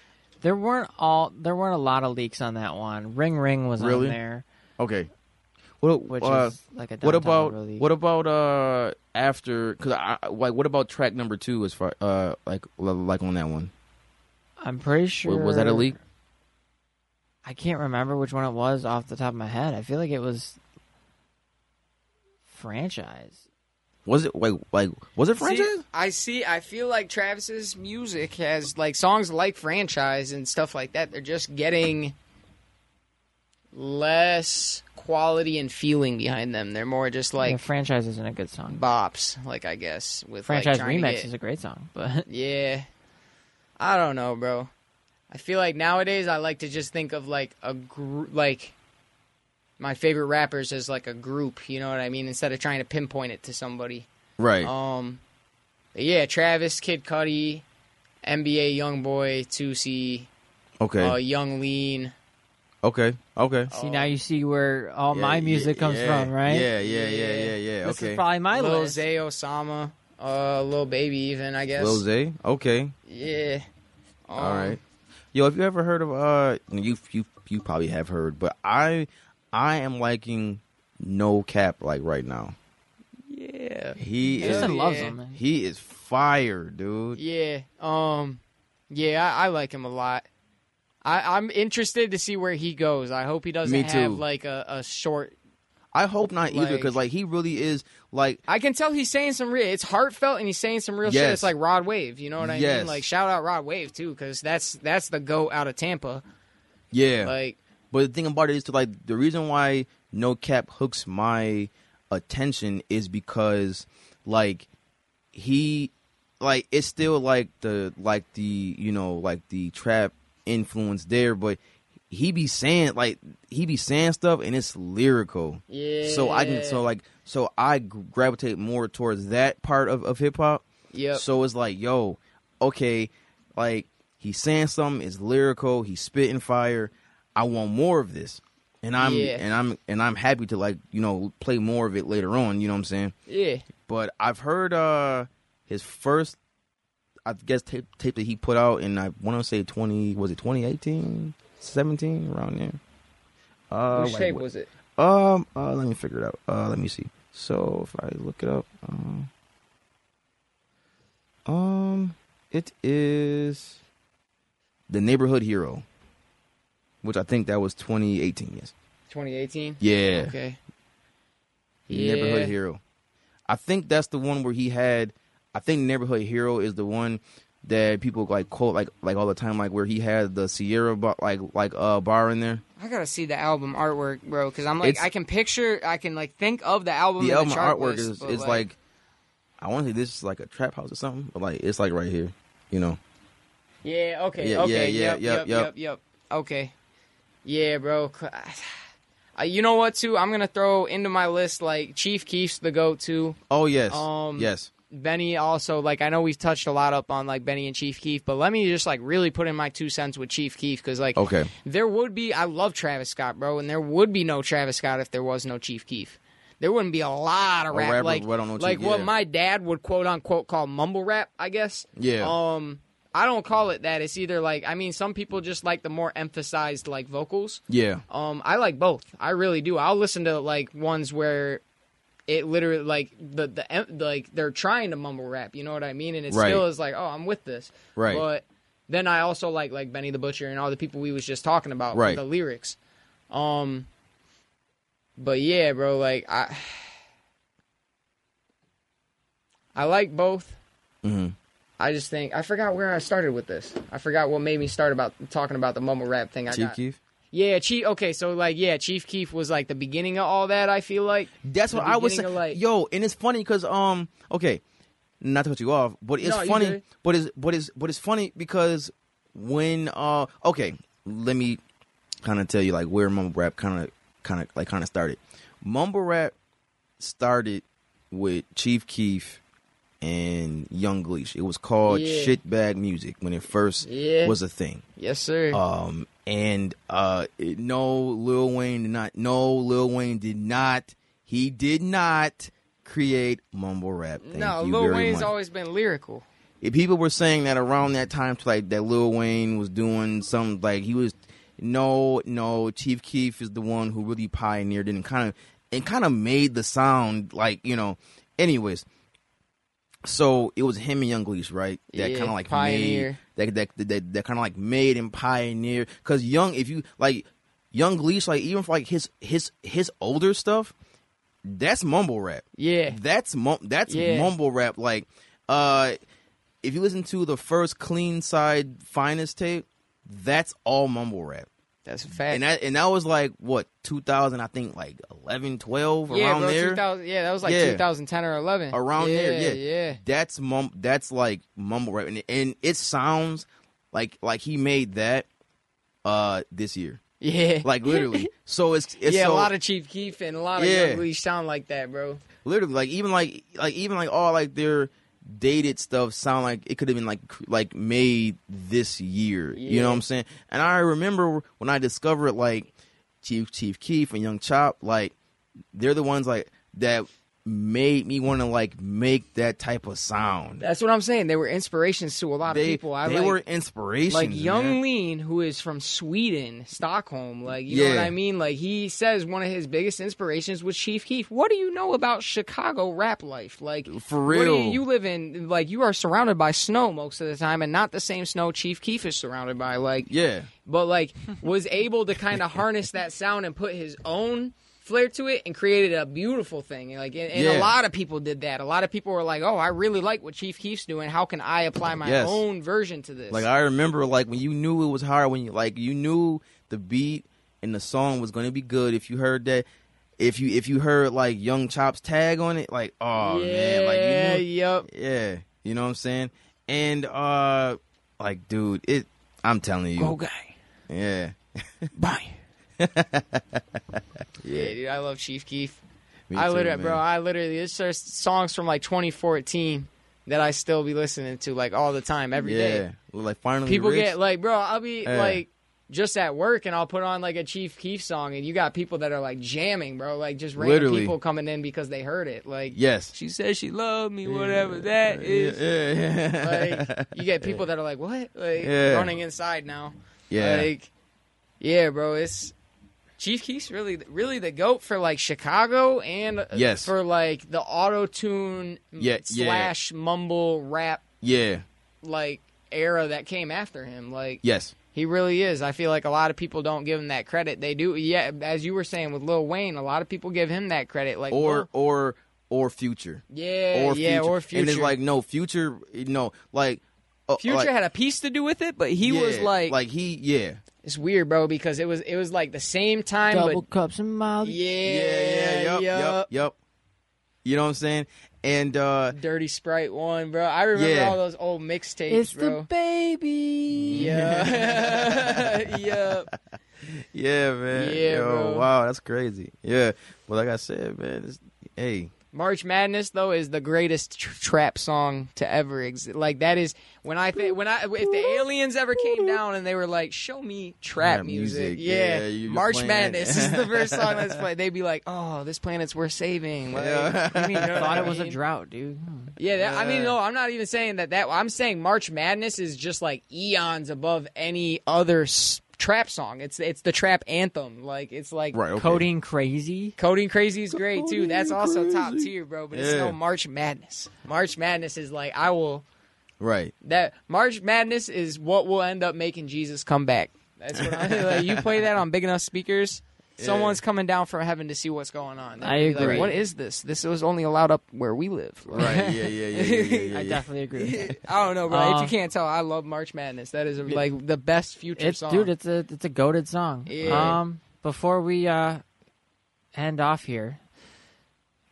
There weren't all there weren't a lot of leaks on that one. Ring Ring was Really? on there, okay, what which uh, is like a what downtown about release. what about uh after because I I- like what about track number two as far uh like li- like on that one I'm pretty Wa- sure was that a leak I can't remember which one it was off the top of my head. I feel like it was franchise. was it like like was it franchise See, I see. I feel like Travis's music has like songs like franchise and stuff like that. They're just getting less quality and feeling behind them. They're more just yeah, like franchise isn't a good song. bops. Like I guess with Franchise like, trying to remix get- is a great song, but Yeah. I don't know, bro. I feel like nowadays I like to just think of like a group, like my favorite rappers as like a group, you know what I mean? Instead of trying to pinpoint it to somebody. right Um, but yeah, Travis, Kid Cudi, NBA YoungBoy, Tusi, okay uh, Young Lean. okay okay see now you see where all Yeah, my yeah, music comes yeah, from, right? yeah yeah yeah yeah yeah This okay is probably my Lil list. Zay Osama, uh, Lil Baby, even I guess. Lil Zay okay Yeah. Um, all right yo have you ever heard of uh you you you probably have heard but I I am liking no cap like right now Yeah. he is Justin Yeah. loves them. man. he is fire dude Yeah. Um. Yeah, I, I like him a lot. I, I'm interested to see where he goes. I hope he doesn't Me have too. like a, a short. I hope not either, Like- because like he really is like I can tell he's saying some real. It's heartfelt and he's saying some real shit. Yes. It's like Rod Wave. You know what I Yes. mean? Like shout out Rod Wave too, because that's that's the goat out of Tampa. yeah. Like but the thing about it is to like the reason why No Cap hooks my attention is because like he like it's still like the like the you know like the trap influence there, but he be saying like he be saying stuff and it's lyrical. yeah. So I can so like so I gravitate more towards that part of of hip hop. yep. So it's like, yo, okay, like he's saying something, it's lyrical, he's spitting fire. I want more of this. And I'm Yeah. and I'm and I'm happy to like, you know, play more of it later on, you know what I'm saying? yeah. But I've heard uh his first I guess tape, tape that he put out in I want to say 20 was it 2018, 17 around there. Uh Which like shape what- was it? um, uh, let me figure it out. Uh, let me see. So if I look it up, um, um, it is the neighborhood hero, which I think that was 2018. Yes. 2018. Yeah. Okay. Yeah. Neighborhood hero. I think that's the one where he had. I think neighborhood hero is the one that people like quote like like all the time like where he had the Sierra bar, like like uh bar in there. I gotta see the album artwork, bro, because I'm like It's- I can picture, I can like think of the album. the and album the chart artwork list, is, but, is like, I want to say this is like a trap house or something, but like it's like right here, you know. Yeah. Okay. Yeah, okay. yeah, yep, yeah, yep, yep, yep. Yep. Okay. Yeah, bro. C- Uh, you know what? Too, I'm gonna throw into my list like Chief Keef's the goat too. Oh yes, Um, yes, Benny also like I know we've touched a lot up on like Benny and Chief Keef, but let me just like really put in my two cents with Chief Keef because like okay, there would be I love Travis Scott, bro, and there would be no Travis Scott if there was no Chief Keef. There wouldn't be a lot of A rap rapper like who don't know Chief- like what yeah. my dad would quote unquote call mumble rap, I guess. Yeah. Um I don't call it that. It's either like I mean some people just like the more emphasized like vocals. yeah, Um I like both. I really do. I'll listen to like ones where it literally like the the em- like they're trying to mumble rap, you know what I mean? And it Right. still is like, "Oh, I'm with this." Right. But then I also like like Benny the Butcher and all the people we was just talking about Right. the lyrics. Um but yeah, bro, like I I like both. Mhm. I just think I forgot where I started with this. I forgot what made me start about talking about the mumble rap thing. I Chief got. Keef. Yeah, Chief. Okay, so like, yeah, Chief Keef was like the beginning of all that. I feel like That's The what I was beginning saying. of, like- Yo, and it's funny because um, okay, not to cut you off, but it's No, you funny. good. But it's but it's but it's funny because when uh, okay, let me kind of tell you like where mumble rap kind of kind of like kind of started. Mumble rap started with Chief Keef and Young Leash. It was called Yeah. Shitbag Music when it first Yeah. was a thing. yes, sir. Um, and uh, it- no, Lil Wayne did not. No, Lil Wayne did not. He did not create mumble rap. Thank no, you Lil very Wayne's much. always been lyrical. If people were saying that around that time, like that Lil Wayne was doing some, like he was. No, no, Chief Keef is the one who really pioneered it and kind of and kind of made the sound like you know. Anyways, so it was him and Young Leash, right? That Yeah, kind of like pioneer. made that that that, that kind of like made and pioneer because Young, if you like Young Leash, like even for like his his his older stuff, that's mumble rap. Yeah. that's mum that's Yeah. mumble rap. Like, uh, if you listen to the first Clean Side Finest tape, that's all mumble rap. That's a fact. And that and that was like what 2000, I think like 11, 12 yeah, around bro, there. 2000, yeah, that was like Yeah. 2010 or 11. around yeah, there. Yeah, yeah. That's mum. That's like mumble rap, and, and it sounds like like he made that uh this year, Yeah. like literally. so it's, it's yeah, so, a lot of Chief Keef and a lot of Yeah. Young Leash sound like that, bro. literally like even like like even like all like their dated stuff sound like it could have been like cr- like made this year. You know what I'm saying? And I remember when I discovered like Chief Chief Keef and Young Chop, like they're the ones like that made me want to like make that type of sound. That's what I'm saying. They were inspirations to a lot of they, people. I they like, were inspirations. like Young man. Lean, who is from Sweden, Stockholm. Like, you know Yeah. what I mean? Like, he says one of his biggest inspirations was Chief Keef. What do you know about Chicago rap life? Like, For what do you- real. you live in like you are surrounded by snow most of the time, and not the same snow Chief Keef is surrounded by. Like, Yeah. but like was able to kind of harness that sound and put his own flair to it and created a beautiful thing And, like and, and a Yeah. lot of people did that a lot of people were like oh i really like what chief keef's doing how can i apply my Yes. own version to this Like I remember like when you knew it was hard when you like you knew the beat and the song was gonna be good if you heard that if you if you heard like Young Chop's tag on it, like oh man, yeah like you knew, yep Yeah. You know what I'm saying? And uh like dude, it I'm telling you. go guy Yeah. bye yeah dude i love chief keef Me I too, literally, bro, man. I literally, it's just songs from like 2014 that I still be listening to like all the time, every yeah. day. Well, like finally people Rich, get like, bro, I'll be Yeah. like just at work and I'll put on like a Chief Keef song and you got people that are like jamming, bro. Like just random Literally. people coming in because they heard it. Like Yes. she said she loved me, whatever that is. Yeah. yeah. Like you get people that are like, What? Like Yeah. running inside now. yeah. Like Yeah, bro, it's Chief Keef's really really the goat for like Chicago and uh, Yes. for like the auto tune Yeah, yeah. slash mumble rap yeah. like era that came after him. Like Yes. he really is. I feel like a lot of people don't give him that credit. They do. Yeah, as you were saying with Lil Wayne, a lot of people give him that credit. Like Or Lil- or or future. yeah, yeah, or Future. And it's like no future, no like uh, Future like, had a piece to do with it, but he was yeah, like, like he yeah it's weird, bro, because it was it was like the same time, Double but cups and mild. yeah, yep, yep yep. You know what I'm saying? And uh Dirty Sprite one, bro. I remember Yeah. all those old mixtapes, It's bro. the baby. yeah, yeah. yeah man Yeah, Yo, bro. wow that's crazy yeah well like I said man it's, hey March Madness though is the greatest tr- trap song to ever exist. Like that is when I think when I if the aliens ever came down and they were like, "Show me trap Trap music," music, yeah, yeah, you just March playing Madness that. is the first song that's played. They'd be like, "Oh, this planet's worth saving." Like, Yeah. You mean, know what thought I it was a mean? drought, dude. Yeah, that, I mean, no, I'm not even saying that. That I'm saying March Madness is just like eons above any other s- trap song. It's it's the trap anthem. Like it's like right okay. Coding crazy. Coding Crazy is great too. That's also top tier, bro. But it's Yeah. no March Madness. March Madness is like I will right that March Madness is what will end up making Jesus come back. That's what I'm like. You play that on big enough speakers, someone's coming down from heaven to see what's going on. They'd I be like, agree. what is this? This was only allowed up where we live. Right. Yeah. Yeah. Yeah. yeah, yeah, yeah, I yeah. definitely agree. With that. I don't know, bro. if Uh, you can't tell, I love March Madness. That is like the best future It's song. dude, it's a it's a goaded song. Yeah. Um, before we uh end off here,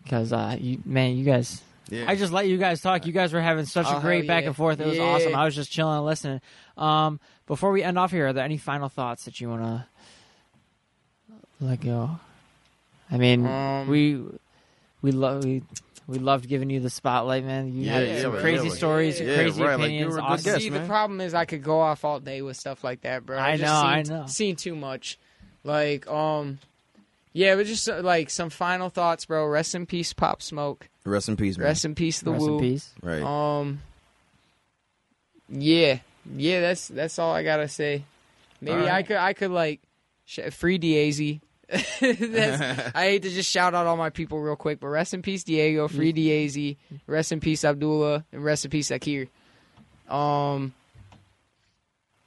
because uh, you man, you guys, Yeah. I just let you guys talk. You guys were having such Oh, a great hell back yeah. and forth. It was Yeah. awesome. I was just chilling and listening. Um, before we end off here, are there any final thoughts that you wanna let go? I mean, Um, we we love we. We loved giving you the spotlight, man. You Yeah, had yeah, some right, crazy yeah, right. stories, Yeah, crazy right, like, you opinions. were a good awesome. guest, See, man. the problem is I could go off all day with stuff like that, bro. I just know, I seen, know. Seen too much. Like, um, yeah, but just uh, like some final thoughts, bro. Rest in peace, Pop Smoke. Rest in peace, man. Rest in peace, the Rest Woo. in peace. right. Um, yeah, yeah. That's that's all I gotta say. Maybe All right. I could I could like sh- free Diaz. That's- I hate to just shout out all my people real quick, but rest in peace Diego, free Diaz, rest in peace Abdullah, and rest in peace Akir. Um,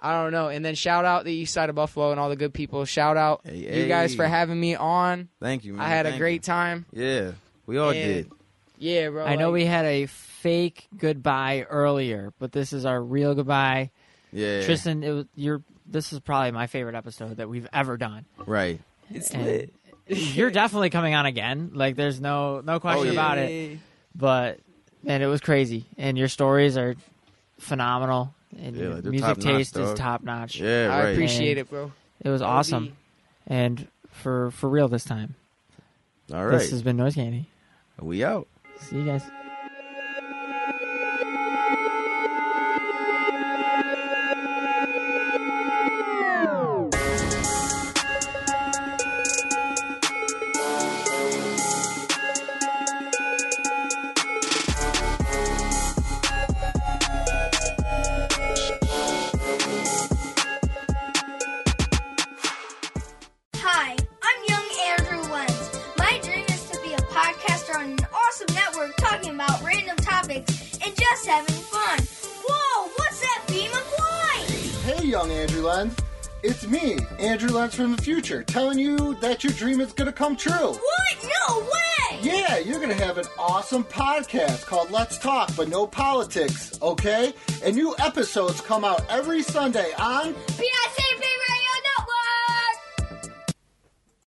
I don't know. And then shout out the East Side of Buffalo and all the good people. Shout out Hey, you guys hey. for having me on. Thank you, man. I had a Thank great time. you. Yeah. We all Yeah. did. Yeah, bro. I know like- we had a fake goodbye earlier, but this is our real goodbye. Yeah. Tristan, it was, you're this is probably my favorite episode that we've ever done. Right. It's And lit. you're definitely coming on again. Like there's no no question Oh, yeah. about it. Yeah. But man, it was crazy, and your stories are phenomenal, and Yeah, your like, they're music top-notch, taste dog. is top notch. Yeah. I Right. appreciate it, bro. It was awesome, LB. and for for real this time. all right. This has been Noise Candy. we out. See you guys. Hi, I'm young Andrew Lenz. My dream is to be a podcaster on an awesome network talking about random topics and just having fun. Whoa, what's that beam of light? Hey, young Andrew Lenz. It's me, Andrew Lenz from the future, telling you that your dream is going to come true. What? No way! Yeah, you're going to have an awesome podcast called Let's Talk But No Politics, okay? And new episodes come out every Sunday on BIC